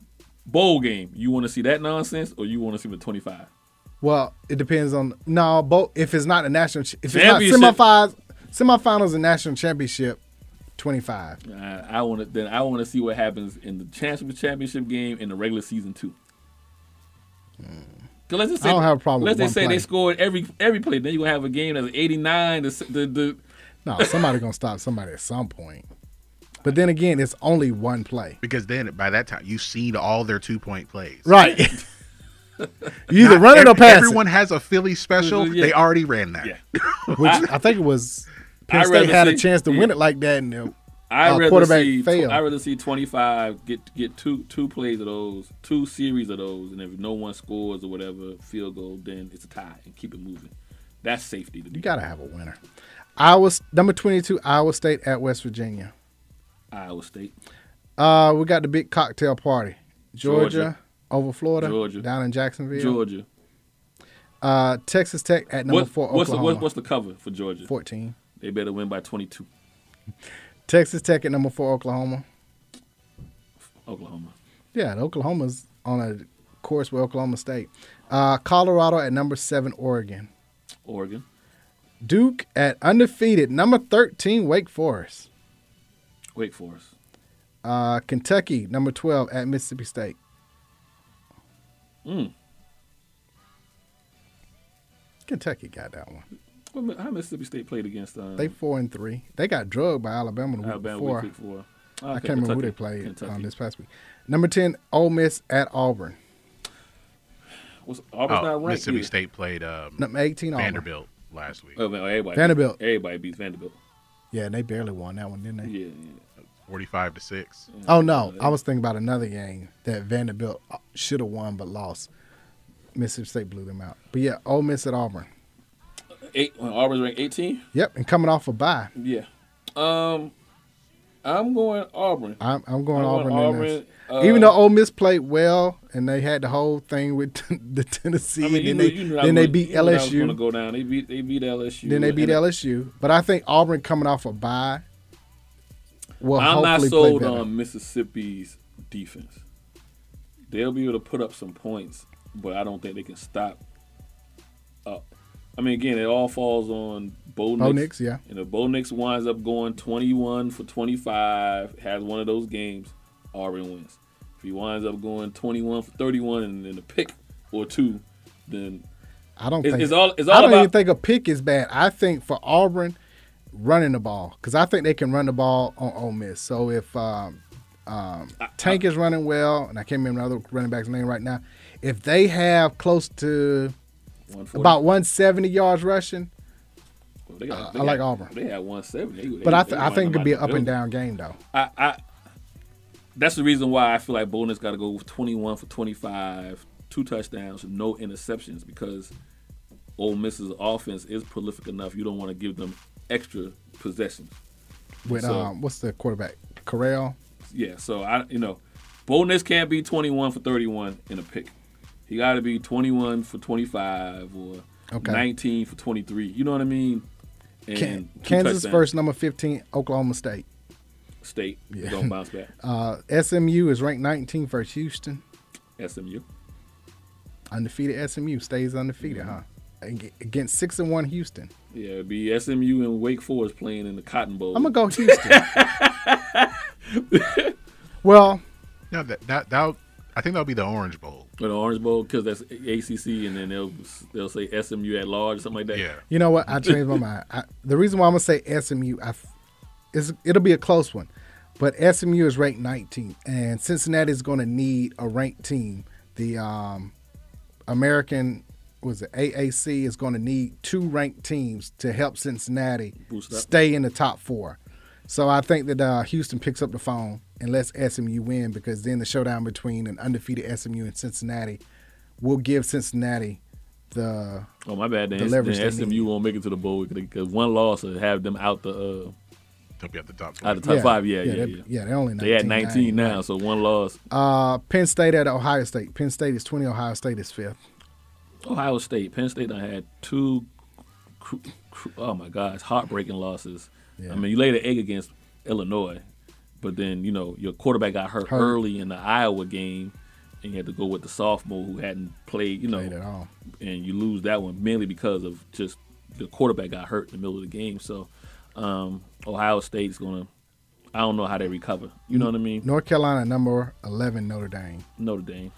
C: bowl game. You want to see that nonsense, or you want to see the 25?
B: Well, it depends on no. Both if it's not a national, ch- if it's not
C: Championship.
B: semifinals, semifinals and national championship, twenty five.
C: Uh, I want to. Then I want to see what happens in the championship championship game in the regular season too. 'Cause let's just say,
B: Hmm. I don't have a problem
C: Let's
B: with
C: just
B: one
C: say
B: play.
C: they scored every every play. Then you gonna have a game that's 89. The, the, the
B: No, somebody gonna stop somebody at some point. But then again, it's only one play.
A: Because then by that time, you've seen all their two point plays.
B: Right. you either run it or
A: Ev-
B: pass it.
A: Everyone has a Philly special.
B: Yeah.
A: They already ran that.
B: Which I, think it was Penn
C: I'd
B: State
C: rather
B: had a
C: see-
B: chance to win
C: yeah.
B: it like that, and the
C: I
B: uh,
C: rather
B: quarterback
C: see.
B: failed.
C: I rather see 25 get get two two plays of those, two series of those, and if no one scores or whatever field goal, then it's a tie and keep it moving. That's safety to do.
B: you gotta have a winner. Iowa number twenty-two, Iowa State at West Virginia.
C: Iowa State.
B: Uh, we got the big cocktail party. Georgia,
C: Georgia.
B: over Florida,
C: Georgia.
B: down in Jacksonville.
C: Georgia.
B: Uh, Texas Tech at number
C: What-
B: four,
C: what's, the,
B: Oklahoma.
C: what's, what's the cover for Georgia?
B: 14.
C: They better win by 22.
B: Texas Tech at number four, Oklahoma.
C: Oklahoma.
B: Yeah, and Oklahoma's on a course with Oklahoma State. Uh, Colorado at number seven, Oregon.
C: Oregon.
B: Duke at undefeated, number 13, Wake Forest.
C: Wake Forest.
B: Uh, Kentucky, number 12, at Mississippi State.
C: Mm.
B: Kentucky got that one.
C: What mi- How Mississippi State played against um,
B: They four and three. They got drugged by Alabama the week
C: Alabama
B: before.
C: week before.
B: I
C: Okay,
B: can't remember who they
C: Kentucky.
B: played um,
C: Kentucky.
B: this past week. Number ten, Ole Miss at Auburn.
C: Was Auburn's
A: Oh,
C: not ranked
A: Mississippi
C: either.
A: State played um,
B: Number 18 Auburn.
A: Vanderbilt last week.
C: Oh, man, everybody
B: Vanderbilt.
C: Beat, everybody beat Vanderbilt.
B: Yeah, they barely won that one, didn't they?
C: Yeah, yeah.
A: 45 to 6.
B: Oh no, I was thinking about another game that Vanderbilt should have won but lost. Mississippi State blew them out. But yeah, Ole Miss at Auburn.
C: Eight, when Auburn's ranked 18?
B: Yep, and coming off a bye.
C: Yeah. Um, I'm going Auburn.
B: I'm, I'm going
C: I want
B: Auburn. in this.
C: Auburn, uh,
B: Even though Ole Miss played well and they had the whole thing with the Tennessee,
C: I mean, you
B: and
C: knew,
B: then,
C: you
B: they,
C: knew I
B: then they
C: was-
B: beat
C: you knew I was gonna
B: LSU.
C: go down. They beat they beat LSU.
B: Then they
C: and
B: beat
C: it-
B: LSU. But I think Auburn coming off a bye will
C: I'm not
B: hopefully
C: sold
B: play better.
C: on Mississippi's defense. They'll be able to put up some points, but I don't think they can stop. Up. I mean, again, it all falls on Bo Nix.
B: Bo Nix, Oh, yeah.
C: And if Bo Nix winds up going 21 for 25, has one of those games, Auburn wins. If he winds up going 21 for 31 and then a pick or two, then
B: I don't
C: it's,
B: think
C: it's all. It's all
B: I don't
C: about
B: even think a pick is bad. I think for Auburn running the ball because I think they can run the ball on Ole Miss. So if um, um, Tank is running well, and I can't remember the other running back's name right now, if they have close to
C: 140.
B: about 170 yards rushing,
C: Well, they got-
B: Uh,
C: they
B: I like
C: got-
B: Auburn.
C: They had 170. They-
B: but I,
C: they-
B: th-
C: they
B: I think it could be an
C: won
B: up and
C: by
B: down game though.
C: I, I that's the reason why I feel like Bonus got to go 21 for 25, two touchdowns, no interceptions because Ole Miss's offense is prolific enough. You don't want to give them extra possessions.
B: With
C: So-
B: um, what's the quarterback? Corral.
C: Yeah, so I you know, Bo Nix can't be 21 for 31 in a pick. He got to be 21 for 25 or
B: Okay.
C: 19 for 23. You know what I mean? And
B: Can-
C: two
B: Kansas
C: touchdowns.
B: first number fifteen. Oklahoma State.
C: state
B: Yeah.
C: don't bounce back.
B: Uh, SMU is ranked 19th versus Houston.
C: SMU.
B: Undefeated SMU stays undefeated,
C: Mm-hmm.
B: huh? Ag- Against six and one Houston.
C: Yeah, it'd be SMU and Wake Forest playing in the Cotton Bowl.
B: I'm gonna go Houston. well,
A: no, that that that I think that'll be the Orange Bowl.
C: Or the Orange Bowl because that's ACC, and then they'll they'll say SMU at large or something like that. Yeah.
B: You know what? I changed my mind. I, the reason why I'm gonna say SMU, I, f- is it'll be a close one, but SMU is ranked 19th, and Cincinnati is gonna need a ranked team. The um, American was it AAC is gonna need two ranked teams to help Cincinnati
C: Boost up.
B: stay in the top four. So I think that uh, Houston picks up the phone and lets SMU win because then the showdown between an undefeated SMU and Cincinnati will give Cincinnati the
C: Oh my bad.
B: The
C: Then, then
B: leverage they
C: SMU won't make it to the bowl because one loss would have them out the. Uh,
A: They'll be at the top.
C: Out of the top
B: Yeah,
C: five. Yeah,
B: yeah,
C: yeah, yeah.
B: they- yeah, they're only
C: They at
B: 19
C: 19 now, so one loss.
B: Uh, Penn State at Ohio State. Penn State is 20. Ohio State is fifth.
C: Ohio State, Penn State, I had two. Cr- cr- oh my gosh, heartbreaking losses.
B: Yeah.
C: I mean, you laid an egg against Illinois, but then you know your quarterback got hurt,
B: Hurt.
C: early in the Iowa game, and you had to go with the sophomore who hadn't played. You know,
B: at all.
C: and you lose that one mainly because of just the quarterback got hurt in the middle of the game. So um, Ohio State's gonna. I don't know how they recover. You know what I mean?
B: North Carolina number 11. Notre Dame.
C: Notre Dame.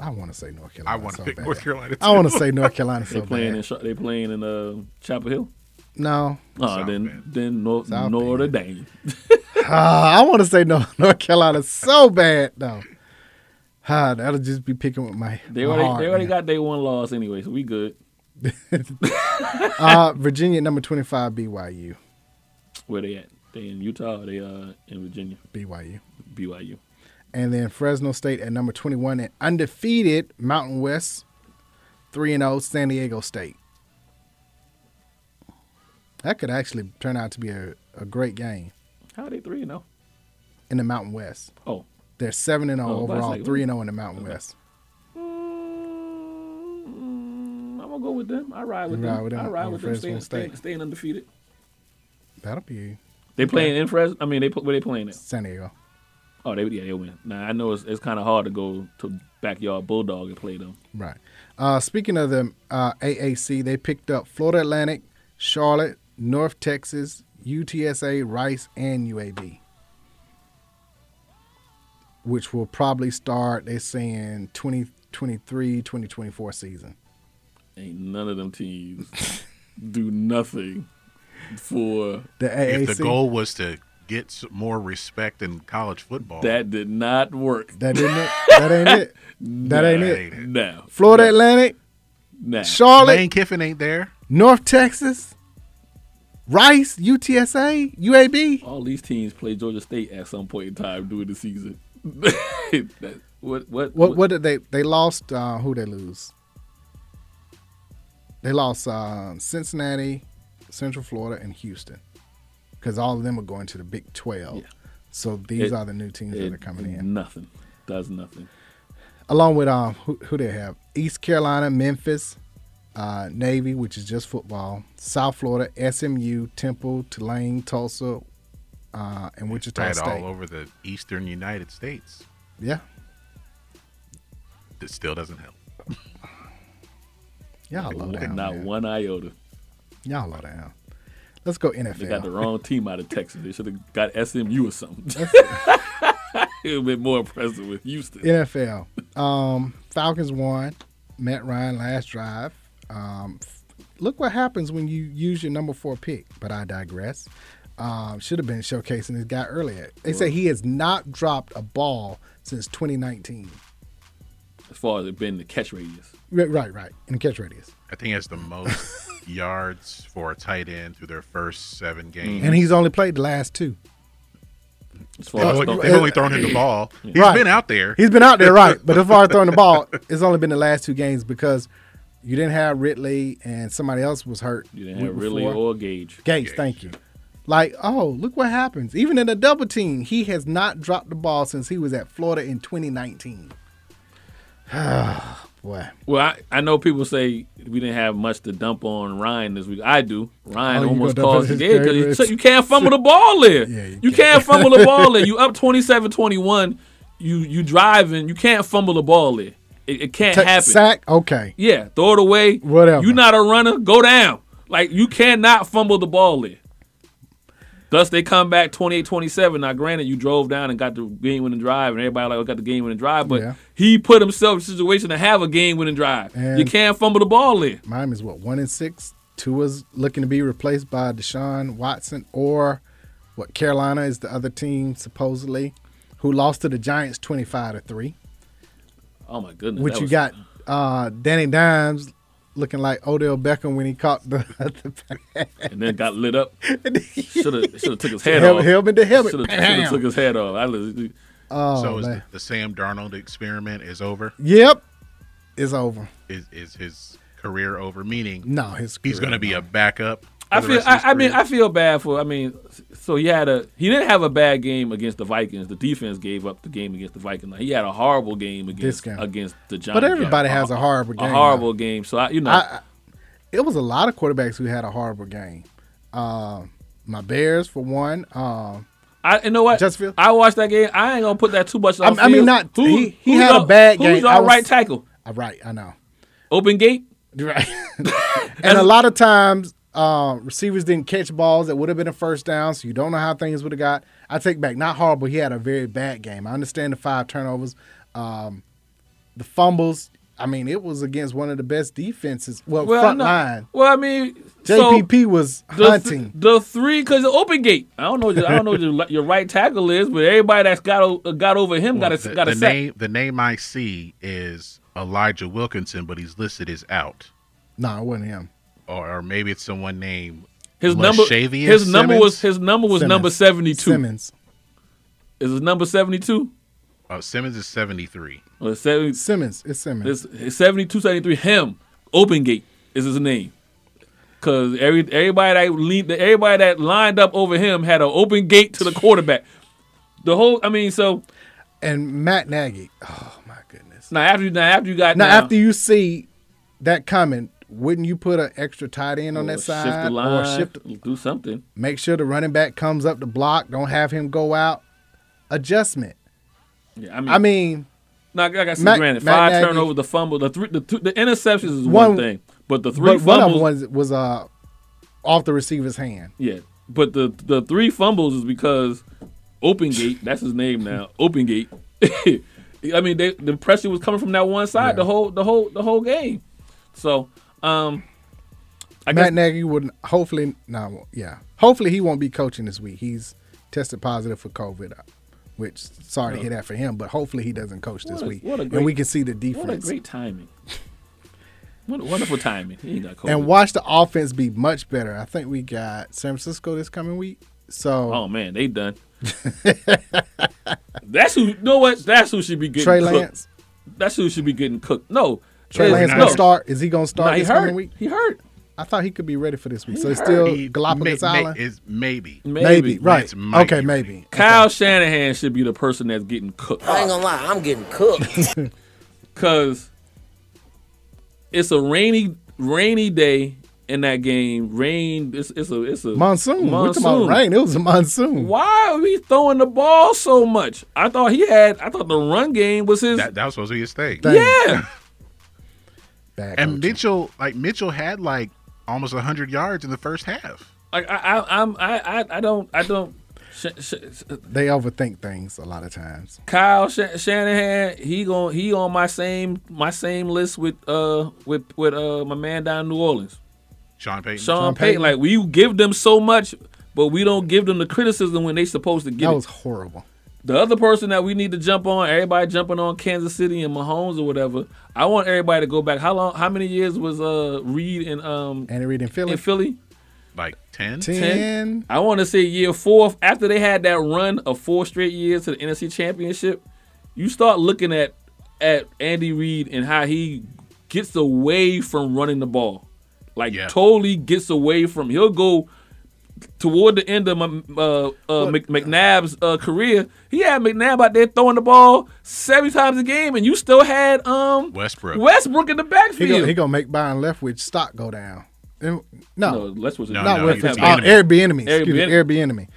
B: I want to say North Carolina.
C: wanna
B: so
C: pick
B: bad.
C: North Carolina,
B: I want to
C: too.
B: say North Carolina.
C: They
B: so
C: playing
B: bad.
C: in Char- they playing in uh, Chapel Hill.
B: No.
C: Oh, then then North,
B: South
C: Notre Dame.
B: Ah, I want to say no, North Carolina so bad though. Ah, that'll just be picking with my.
C: They
B: my
C: already
B: heart,
C: they already
B: man.
C: got their one loss anyway, so we good.
B: uh, Virginia number 25 BYU.
C: Where they at? They in Utah. Or they uh in Virginia.
B: BYU.
C: BYU.
B: And then Fresno State at number 21 and undefeated Mountain West 3 and 0 San Diego State. That could actually turn out to be a, a great game
C: How are they three and zero?
B: in the Mountain West.
C: Oh.
B: They're 7 and 0
C: Oh, but it's
B: overall,
C: like-
B: 3 and 0 in the Mountain West.
C: Mm, I'm gonna go with them. I ride with
B: You
C: them.
B: ride with them
C: I ride
B: over
C: with them.
B: Fresno
C: Staying,
B: State.
C: staying, staying undefeated.
B: That'll be
C: They playing in Fresno. I mean, they pl- where they playing at?
B: San Diego.
C: Oh, they yeah they win. Now I know it's, it's kind of hard to go to backyard bulldog and play them.
B: Right. Uh, speaking of the uh, AAC, they picked up Florida Atlantic, Charlotte, North Texas, UTSA, Rice, and UAB, which will probably start, they're saying, 2023, 2024 season.
C: Ain't none of them teams do nothing for
A: If the goal was to get some more respect in college football,
C: That did not work.
B: That didn't it. That ain't it. That
A: Nah,
B: ain't
A: that
B: it.
A: ain't it.
C: No.
B: Florida Atlantic,
C: Nah.
B: Charlotte,
A: Lane Kiffin ain't there.
B: North Texas, Rice, UTSA, UAB.
C: All these teams play Georgia State at some point in time during the season. That- what, what,
B: What what did they they lost uh who they lose? They lost uh, Cincinnati, Central Florida, and Houston. Because all of them are going to the Big Twelve. So these
C: It-
B: are the new teams that
C: it- mm-hmm.
B: are coming in.
C: Nothing. Does nothing.
B: Along with um who, who they have? East Carolina, Memphis, uh, Navy, which is just football, South Florida, SMU, Temple, Tulane, Tulsa, uh, and Wichita
A: Spread
B: State.
A: all over the eastern United States.
B: Yeah.
A: It still doesn't help.
B: Y'all low down.
C: Not
B: man.
C: one iota.
B: Y'all low down. Let's go NFL.
C: They got the wrong team out of Texas. They should have got SMU or something. it would have been more impressive with Houston.
B: NFL. Um, Falcons won. Matt Ryan last drive. Um, f- look what happens when you use your number four pick. But I digress. Um, should have been showcasing this guy earlier. They say he has not dropped a ball since 2019.
C: As far as it been the catch radius.
B: Right, right, right. In catch radius,
A: I think it's the most yards for a tight end through their first
C: Mm-hmm.
A: seven games.
B: and he's only played the last two.
C: As
B: Oh,
A: They've only, they've only thrown him the ball. He's
B: Right.
A: been out there.
B: He's been out there, right? But as far as throwing the ball, it's only been the last two games because You didn't have Ridley, and somebody else was hurt.
C: You didn't
B: week
C: have Ridley
B: before.
C: or Gage.
B: Gage, thank you. Like, oh, look what happens. Even in a double team, he has not dropped the ball since he was at Florida in 2019. Boy.
C: Well, I, I know people say we didn't have much to dump on Ryan this week. I do.
B: Oh,
C: Ryan
B: you
C: almost
B: gonna dump
C: caused
B: on
C: the
B: his
C: game because
B: favorites.
C: you can't fumble the ball there.
B: Yeah,
C: you, can't fumble the ball there. You up 27-21. You you driving. You can't fumble the ball there. It, it can't
B: Ta-
C: happen.
B: Sack? Okay.
C: Yeah, throw it away.
B: Whatever.
C: You not a runner, go down. Like you cannot fumble the ball there. Thus they come back 28-27. Now granted, you drove down and got the game winning drive, and everybody like "Oh, got the game winning drive, but
B: Yeah.
C: he put himself in a situation to have a game winning drive. you
B: And-
C: can't fumble the ball there.
B: Mine is what, one and six? Two is looking to be replaced by Deshaun Watson or what Carolina is the other team supposedly who lost to the Giants 25 to 3.
C: Oh my goodness.
B: Which
C: that
B: you
C: was-
B: got uh, Danny Dimes looking like Odell Beckham when he caught the, the pass.
C: and then got lit up. Should have should have took his head
B: Helmet-
C: off.
B: helmet to helmet.
C: Should
B: Bam.
C: have took his head off. I was-
B: Oh,
A: so is
B: man.
A: the, the Sam Darnold experiment is over?
B: Yep. It's over.
A: Is is his career over? Meaning,
B: No, his
A: he's
B: career
A: going to be a backup.
C: I
A: for the
C: feel.
A: rest of
C: I,
A: his
C: I mean,
A: career?
C: I feel bad for. I mean, so he had a. He didn't have a bad game against the Vikings. The defense gave up the game against the Vikings. Like, he had a horrible game
B: This
C: against
B: game.
C: against the Giants.
B: But everybody
C: Yeah,
B: has a horrible game.
C: A horrible game. So I, you know,
B: I, I- it was a lot of quarterbacks who had a horrible game. Um, my Bears for one. Um,
C: I you know what? I watched that game. I ain't gonna put that too much.
B: I,
C: on
B: I mean,
C: field.
B: not
C: Who-
B: he. He
C: who's
B: had a
C: our-
B: bad game.
C: Who's
B: I
C: our
B: was-
C: right tackle?
B: Uh, Right, I know.
C: Open gate.
B: Right. And a lot of times, uh, receivers didn't catch balls that would have been a first down, so you don't know how things would have got. I take back, not horrible. He had a very bad game. I understand the five turnovers, um, the fumbles. I mean, it was against one of the best defenses. Well,
C: Well,
B: front
C: no.
B: line.
C: Well, I mean, so-
B: JPP was
C: The th-
B: hunting.
C: the three because the open gate. I don't know. I don't know what your, your right tackle is, but everybody that's got o- got over him
A: Well,
C: got a
A: the,
C: got a
A: the
C: sack.
A: name. The name I see is Elijah Wilkinson, but he's listed as out,
B: no, it wasn't him.
A: or, or maybe it's someone named
C: His number,
A: Lashavian
C: his number
A: Simmons?
C: was his number was number seventy two.
B: Simmons.
C: Is his number seventy two?
A: Uh, Simmons is seventy three.
C: Or seventy?
B: Simmons. It's Simmons.
C: It's it's 72, 73. Him, Open Gate is his name. Cause every everybody that lead, everybody that lined up over him had an open gate to the quarterback. The whole, I mean, so
B: and Matt Nagy. Oh my goodness.
C: now after you now after you got
B: Now,
C: down-
B: after you see that coming, wouldn't you put an extra tight end on
C: Or
B: that side
C: shift the line,
B: or shift?
C: do something.
B: Make sure the running back comes up the block. Don't have him go out. Adjustment.
C: Yeah, I mean,
B: I mean,
C: Now, like I said,
B: Matt-
C: granted,
B: Matt
C: five
B: Nagy-
C: turnovers, the fumble, the three, the, two, the interceptions is one,
B: One-
C: thing, but the three
B: but
C: fumbles,
B: one of them was, was uh, off the receiver's hand.
C: yeah, but the the three fumbles is because Open Gate, that's his name now, Open Gate. I mean, they, the pressure was coming from that one side the whole the whole the whole game. So, um, I
B: Matt
C: guess
B: Nagy would hopefully no, nah, yeah. Hopefully he won't be coaching this week. He's tested positive for COVID, uh, which sorry to hear that for him, but hopefully he doesn't coach this
C: What a-
B: week.
C: what a
B: and we
C: great-
B: can see the
C: what a
B: defense.
C: great timing, what a wonderful timing. He ain't got COVID.
B: and watch the offense be much better. I think we got San Francisco this coming week. So
C: Oh man, they done. that's who. You know what? That's who should be getting
B: Trey
C: cooked.
B: Lance?
C: That's who should be getting cooked. No,
B: Trey
C: it's-
B: Lance
C: no.
B: gonna start. Is he gonna start
C: Nah, he
B: this coming
C: hurt.
B: week?
C: He hurt.
B: I thought he could be ready for this week.
A: He
B: so it's
A: hurt.
B: still
A: He-
B: Galapagos
A: may- may-
B: Island.
A: is maybe.
C: Maybe.
B: maybe. right?
A: It's might
B: okay,
A: be
B: maybe.
C: Kyle Shanahan should be the person that's getting cooked
E: I ain't gonna lie, I'm getting cooked.
C: because it's a rainy, rainy day in that game. Rain. It's, it's a it's a
B: Monsoon. We're talking about rain. It was a monsoon.
C: Why are we throwing the ball so much? I thought he had. I thought the run game was his.
A: That, that was supposed to be his thing.
C: yeah.
B: Bad
A: And Mitchell, like Mitchell, had like almost hundred yards in the first half.
C: Like I, I I'm I, I I don't I don't. Sh- sh- sh-
B: They overthink things a lot of times.
C: Kyle Sh- Shanahan, he gon' he on my same my same list with uh with with uh my man down in New Orleans,
A: Sean Payton.
C: Sean, Payton. Like we give them so much, but we don't give them the criticism when they supposed to get
B: That
C: it.
B: was horrible.
C: the other person that we need to jump on, everybody jumping on Kansas City and Mahomes or whatever. I want everybody to go back. How long? How many years was uh Reed and um
B: Andy Reid in Philly.
C: in Philly?
A: like 10?
B: 10.
C: I want to say year four after they had that run of four straight years to the NFC Championship. You start looking at at Andy Reid and how he gets away from running the ball. Like totally gets away from. He'll go toward the end of my, uh, uh, Mc, McNabb's uh, career. He had McNabb out there throwing the ball seventy times a game, and you still had um
A: Westbrook.
C: Westbrook in the
B: He
C: backfield.
B: gonna, he gonna make buying Leftwich stock go down. And- no,
C: No, Leftwich is- No,
B: not
C: no,
B: Leftwich.
C: he's the
B: Uh,
C: enemy.
B: Airbnb enemy.
C: Airbnb
B: Excuse me,
C: enemy.
B: Airbnb enemy.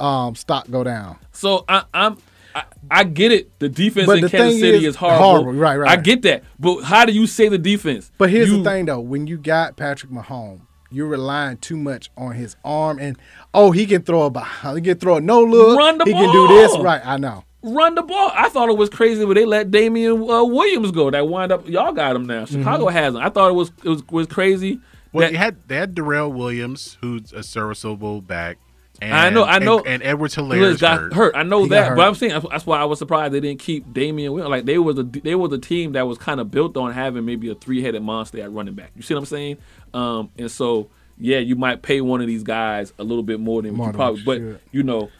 B: Um, stock go down.
C: So I, I'm, I, I get it. The defense
B: But
C: in
B: the
C: Kansas
B: thing
C: City is,
B: is
C: horrible.
B: horrible. Right, right.
C: I get that. But how do you say the defense?
B: But here's
C: You-
B: the thing, though. When you got Patrick Mahomes, you're relying too much on his arm, and oh, he can throw a behind, he can throw a no look,
C: Run the
B: he can do this,
C: ball.
B: right? I know.
C: Run the ball. I thought it was crazy when they let Damian uh, Williams go. That wind up. Y'all got him now. Chicago
A: Mhm.
B: Mm-hmm.
C: has him. I thought it was it was, was crazy.
A: Well, they had they had Darrell Williams, who's a serviceable back. And,
C: I know, I know.
A: And, and Edwards Hilaire
C: got
A: hurt.
C: I know that, but I'm saying that's, that's why I was surprised they didn't keep Damian. Williams. Like they was a they was a team that was kind of built on having maybe a three headed monster at running back. You see what I'm saying? Um, and so yeah, you might pay one of these guys a little bit more than
B: More
C: you
B: than
C: probably,
B: you
C: but
B: should.
C: you know.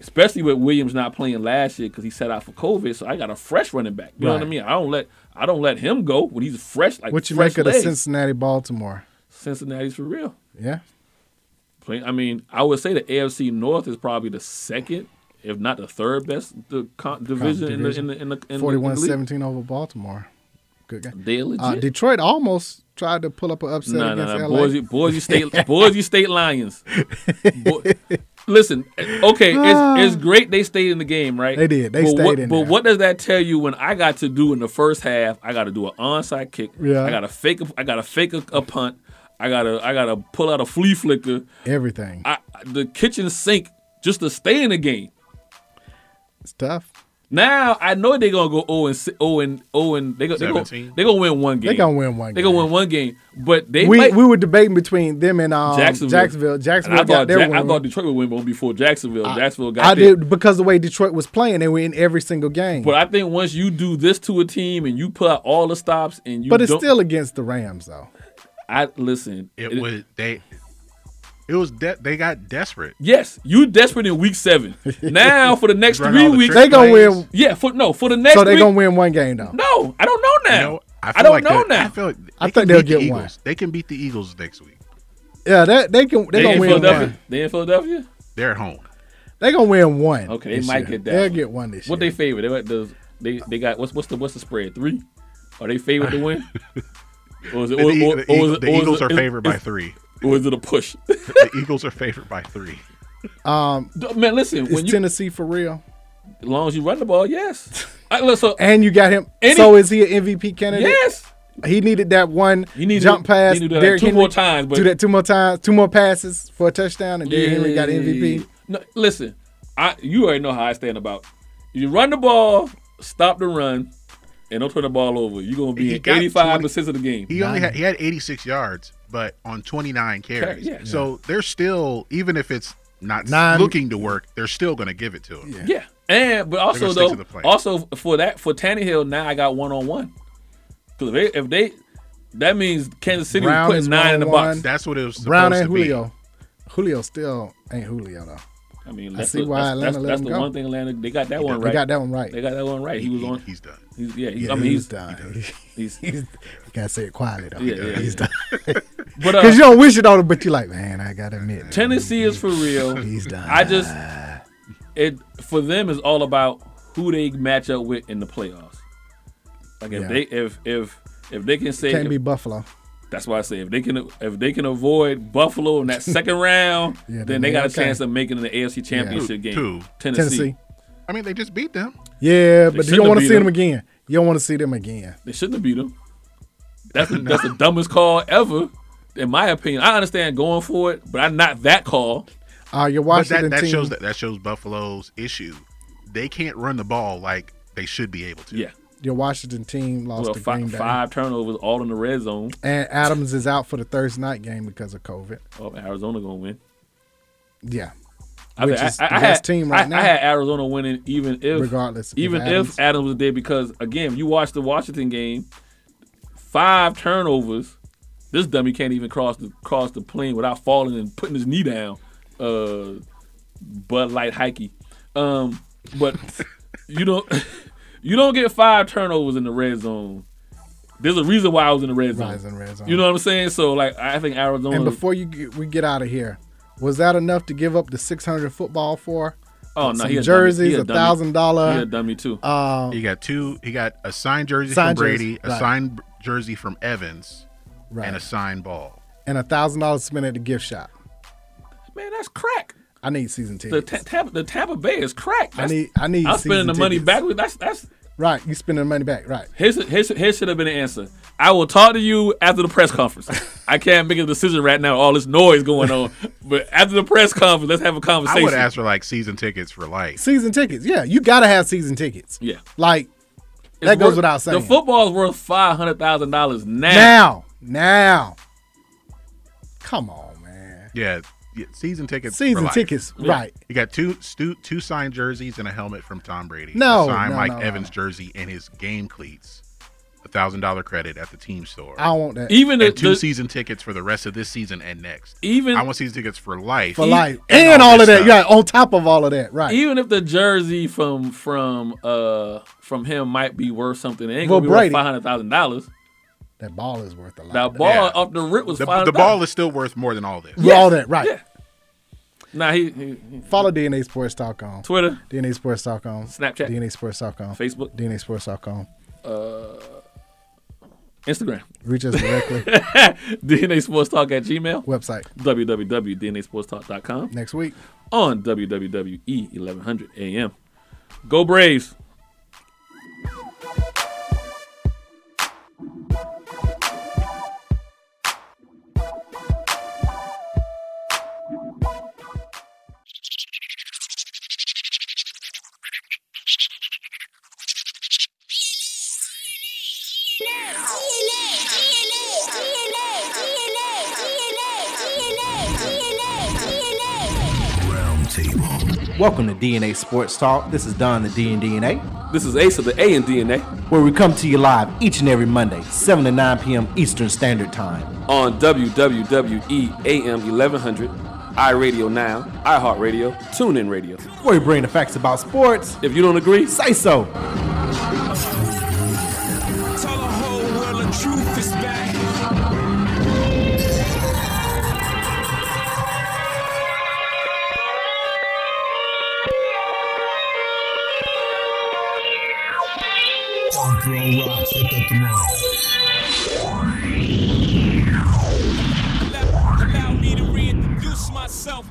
C: Especially with Williams not playing last year because he set out for COVID, so I got a fresh running back. You know what I
B: Right.
C: mean? I don't let I don't let him go when he's fresh. Like
B: what you
C: fresh
B: make of the
C: legs.
B: Cincinnati Baltimore?
C: Cincinnati's for real.
B: Yeah,
C: Play- I mean, I would say the AFC North is probably the second, if not the third best the con- division, in the in the in the, in
B: forty-one
C: the league.
B: seventeen over Baltimore. Good game.
C: They legit.
B: Uh, Detroit almost tried to pull up an upset
C: No,
B: against
C: no, no.
B: LA.
C: Boise, Boise State, Boise State Lions. Bo- Listen, eh, okay,
B: Ah.
C: it's, it's great they stayed in the game, right?
B: They did. They
C: but
B: stayed
C: what,
B: in
C: But
B: there.
C: what does that tell you when I got to do in the first half? I got to do an onside kick.
B: Yeah.
C: I got to fake. A, I got to fake a, a punt. I got to. I got to pull out a flea flicker.
B: Everything.
C: I, the kitchen sink just to stay in the game.
B: It's tough.
C: Now I know they're gonna go 0 and si- 0 and 0 and they go they go
B: Seventeen.
C: they gonna win one game.
B: They gonna win one
C: They gonna win one game, but they
B: we
C: might
B: we were debating between them and um,
C: Jacksonville.
B: Jacksonville. Jacksonville.
C: And I
B: Jacksonville got
C: thought
B: their
C: Ja- I
B: win.
C: thought Detroit would win one before Jacksonville. Jacksonville got
B: I
C: there.
B: did because the way Detroit was playing, they were in every single game.
C: But I think once you do this to a team and you put out all the stops and you
B: but it's
C: don't-
B: still against the Rams, though.
C: I listen.
A: It, was they. It was de- they got desperate.
C: Yes, you desperate in week seven. Now for the next
A: Run
C: three
A: all the
C: weeks,
A: trick They gonna plays. win-
C: Yeah, for no for the next.
B: so they're
C: week-
B: gonna win one game, though.
C: No, I don't know now. I,
A: feel
C: don't
A: like
C: know
A: they-
C: now.
A: I feel like
B: I
A: they
B: think
A: can
B: they'll
A: beat the
B: get one.
A: Eagles. They can beat the Eagles next week.
B: Yeah, that they can. They're
C: They in
B: gonna win
C: Philadelphia.
B: one.
C: They in Philadelphia.
A: They're at home.
B: They're gonna win one.
C: Okay, they
B: this
C: might
B: year.
C: get that.
B: They'll get one this
C: What they favorite? They like the- they they got what's what's the what's the spread? Three? Are they favored to win? Or is it-
A: The
C: or-
A: Eagle-
C: or-
A: the
C: or is
A: Eagle-
C: it-
A: the
C: or is
A: Eagles
C: it-
A: are
C: is-
A: favored by
C: is-
A: three.
C: Or is it a push?
A: the Eagles are favored by three.
B: year. Um,
C: D- man, listen,
B: is
C: when you-
B: Tennessee for real?
C: As long as you run the ball, yes. I, look, so
B: And you got him.
C: Any-
B: so is he an MVP candidate?
C: Yes.
B: He needed that one
C: You need to-
B: jump pass.
C: you need to do that
B: Derrick
C: two
B: Henry,
C: more times, but-
B: do that two more times. Two more passes for a touchdown, and Derrick Henry got MVP.
C: No, listen, I you already know how I stand about. You run the ball, stop the run, and don't turn the ball over. You're gonna be
A: He
C: in
A: got
C: 85 percent of the game.
A: He only had he had 86 yards, but on 29 carries.
C: Yeah.
A: So they're still even if it's not
C: Nine-
A: looking to work, they're still going to give it to him.
C: Yeah, and but also
A: gonna stick
C: though,
A: to the plan.
C: also for that for Tannehill now I got one on one because if they, if they that means Kansas City was
B: Brown
C: putting
B: is
C: nine in the box.
B: one-on-one.
A: That's what it was supposed
B: Brown and
A: to be.
B: Julio. Julio still ain't Julio though.
C: I mean,
B: I
C: that's
B: see
C: the,
B: why
C: that's,
B: Atlanta
C: that's,
B: let
C: that's
B: him
C: the
B: go.
C: one thing Atlanta they got that
B: He
C: one
B: done-
C: right.
B: they got that one right.
C: They got that one right. He, was on. He's
A: done.
C: He's, yeah, he's,
B: Yeah,
C: I mean, he's,
B: he's done.
C: He's,
B: he's You gotta say it quietly though.
C: Yeah, yeah,
B: he's
C: yeah.
B: done.
C: But,
B: But
C: uh,
B: because you don't wish it on him, but you like, man, I gotta admit,
C: Tennessee is for real.
B: He's done.
C: I just it for them is all about who they match up with in the playoffs. Like if
B: Yeah.
C: they if if if they can say
B: can't be
C: if-
B: Buffalo.
C: that's why I say if they can if they can avoid Buffalo in that second round,
B: Yeah,
C: then,
B: then
C: they
B: they
C: got a
B: okay.
C: chance of making it in the AFC Championship game.
A: Who?
C: Tennessee.
B: Tennessee.
A: I mean, they just beat them.
B: Yeah,
C: They
B: but you
C: shouldn't
B: don't want
C: have
B: to
C: beat
B: see them
C: him.
B: again. You don't want to see them again.
C: They shouldn't have beat them. That's the, that's the dumbest call ever, in my opinion. I understand going for it, but I'm not that call.
B: Uh, your
A: But
B: Washington
A: that, that
B: team.
A: shows that that shows Buffalo's issue. They can't run the ball like they should be able to.
C: Yeah.
B: Your Washington team lost
C: Well,
B: to
C: fi-
B: Green Bay.
C: five turnovers all in the red zone.
B: And Adams is out for the Thursday night game because of COVID.
C: Oh, Arizona gonna win.
B: Yeah.
C: I,
B: Which
C: mean,
B: is
C: I, I
B: the
C: I
B: best
C: had,
B: team right
C: I,
B: now.
C: I had Arizona winning, even if
B: Regardless if
C: even if Adams,
B: Adams-
C: was there, because again, you watch the Washington game, five turnovers. This dummy can't even cross the cross the plane without falling and putting his knee down. Uh, Bud Light hikey, um, but you don't you don't get five turnovers in the red zone There's a reason why I was in the red zone.
B: Rise in red zone.
C: You know what I'm saying? So like I think Arizona.
B: And before you get, we get out of here, was that enough to give up the six hundred football for?
C: oh no,
B: Some
C: he a dummy. He
B: jerseys,
C: a
B: a thousand
C: He a
B: dollar.
C: dummy too.
B: Um,
A: he got two. He got a signed jersey
B: Signed
A: from
B: jersey,
A: Brady, a
B: right.
A: signed jersey from Evans,
B: Right.
A: and a signed ball.
B: and a thousand dollars spent at the gift shop.
C: Man, that's crack.
B: I need season
C: The,
B: tickets.
C: ta- Tampa- the Tampa Bay is crack.
B: I need. I need.
C: I'm
B: season
C: spending the money
B: tickets.
C: back. with- That's that's
B: Right, you spending the money back. Right.
C: His, his, his should have been the answer. I will talk to you after the press conference. I can't make a decision right now. All this noise going on, but after the press conference, let's have a conversation.
A: I would ask for like season tickets for life.
B: Season tickets. Yeah, you gotta have season tickets.
C: Yeah.
B: Like
C: It's
B: that goes
C: worth-
B: without saying.
C: The football's worth five hundred thousand dollars now.
B: now, now. Come on, man.
A: Yeah, yeah, season tickets. for
B: Season
A: life.
B: tickets, Yeah. right.
A: You got two stu- two signed jerseys and a helmet from Tom Brady.
B: No,
A: a signed
B: no,
A: Mike
B: no, no,
A: Evans jersey and his game cleats. A thousand dollar credit at the team store.
B: I want that.
C: Even the-
A: and two
C: the-
A: season tickets for the rest of this season and next.
C: Even-
A: I want season tickets for life.
C: E-
B: For life. And, all, of
A: this
B: that.
A: stuff.
B: Yeah, on top of all of that. Right.
C: Even if the jersey from from uh from him might be worth something, it ain't
B: Well,
C: gonna be
B: Brady-
C: worth five hundred thousand dollars.
B: that ball is worth a lot.
C: That ball
A: Yeah.
C: off the rip was
A: The,
C: five hundred.
A: the ball is still worth more than all this.
B: With All that, right.
C: Nah, he, he, he-
B: Follow DNA Sports Talk on
C: Twitter.
B: DNA Sports Talk on
C: Snapchat.
B: DNA Sports Talk on
C: Facebook.
B: DNA Sports Talk on.
C: uh, Instagram.
B: Reach us directly.
C: DNA Sports Talk at Gmail.
B: Website.
C: www.dnasportstalk.com.
B: Next week.
C: On E WWE 1100 AM. Go Braves.
R: Welcome to DNA Sports Talk. This is Don the D and DNA.
C: This is Ace of the A and DNA.
R: Where we come to you live each and every Monday, 7 to 9 p.m. Eastern Standard Time.
C: On E WWE AM 1100. iRadio Now. iHeartRadio. TuneIn Radio.
R: Where we bring the facts about sports.
C: If you don't agree,
R: say so.
S: Tell the whole world the truth is back.
E: Allow me to reintroduce myself.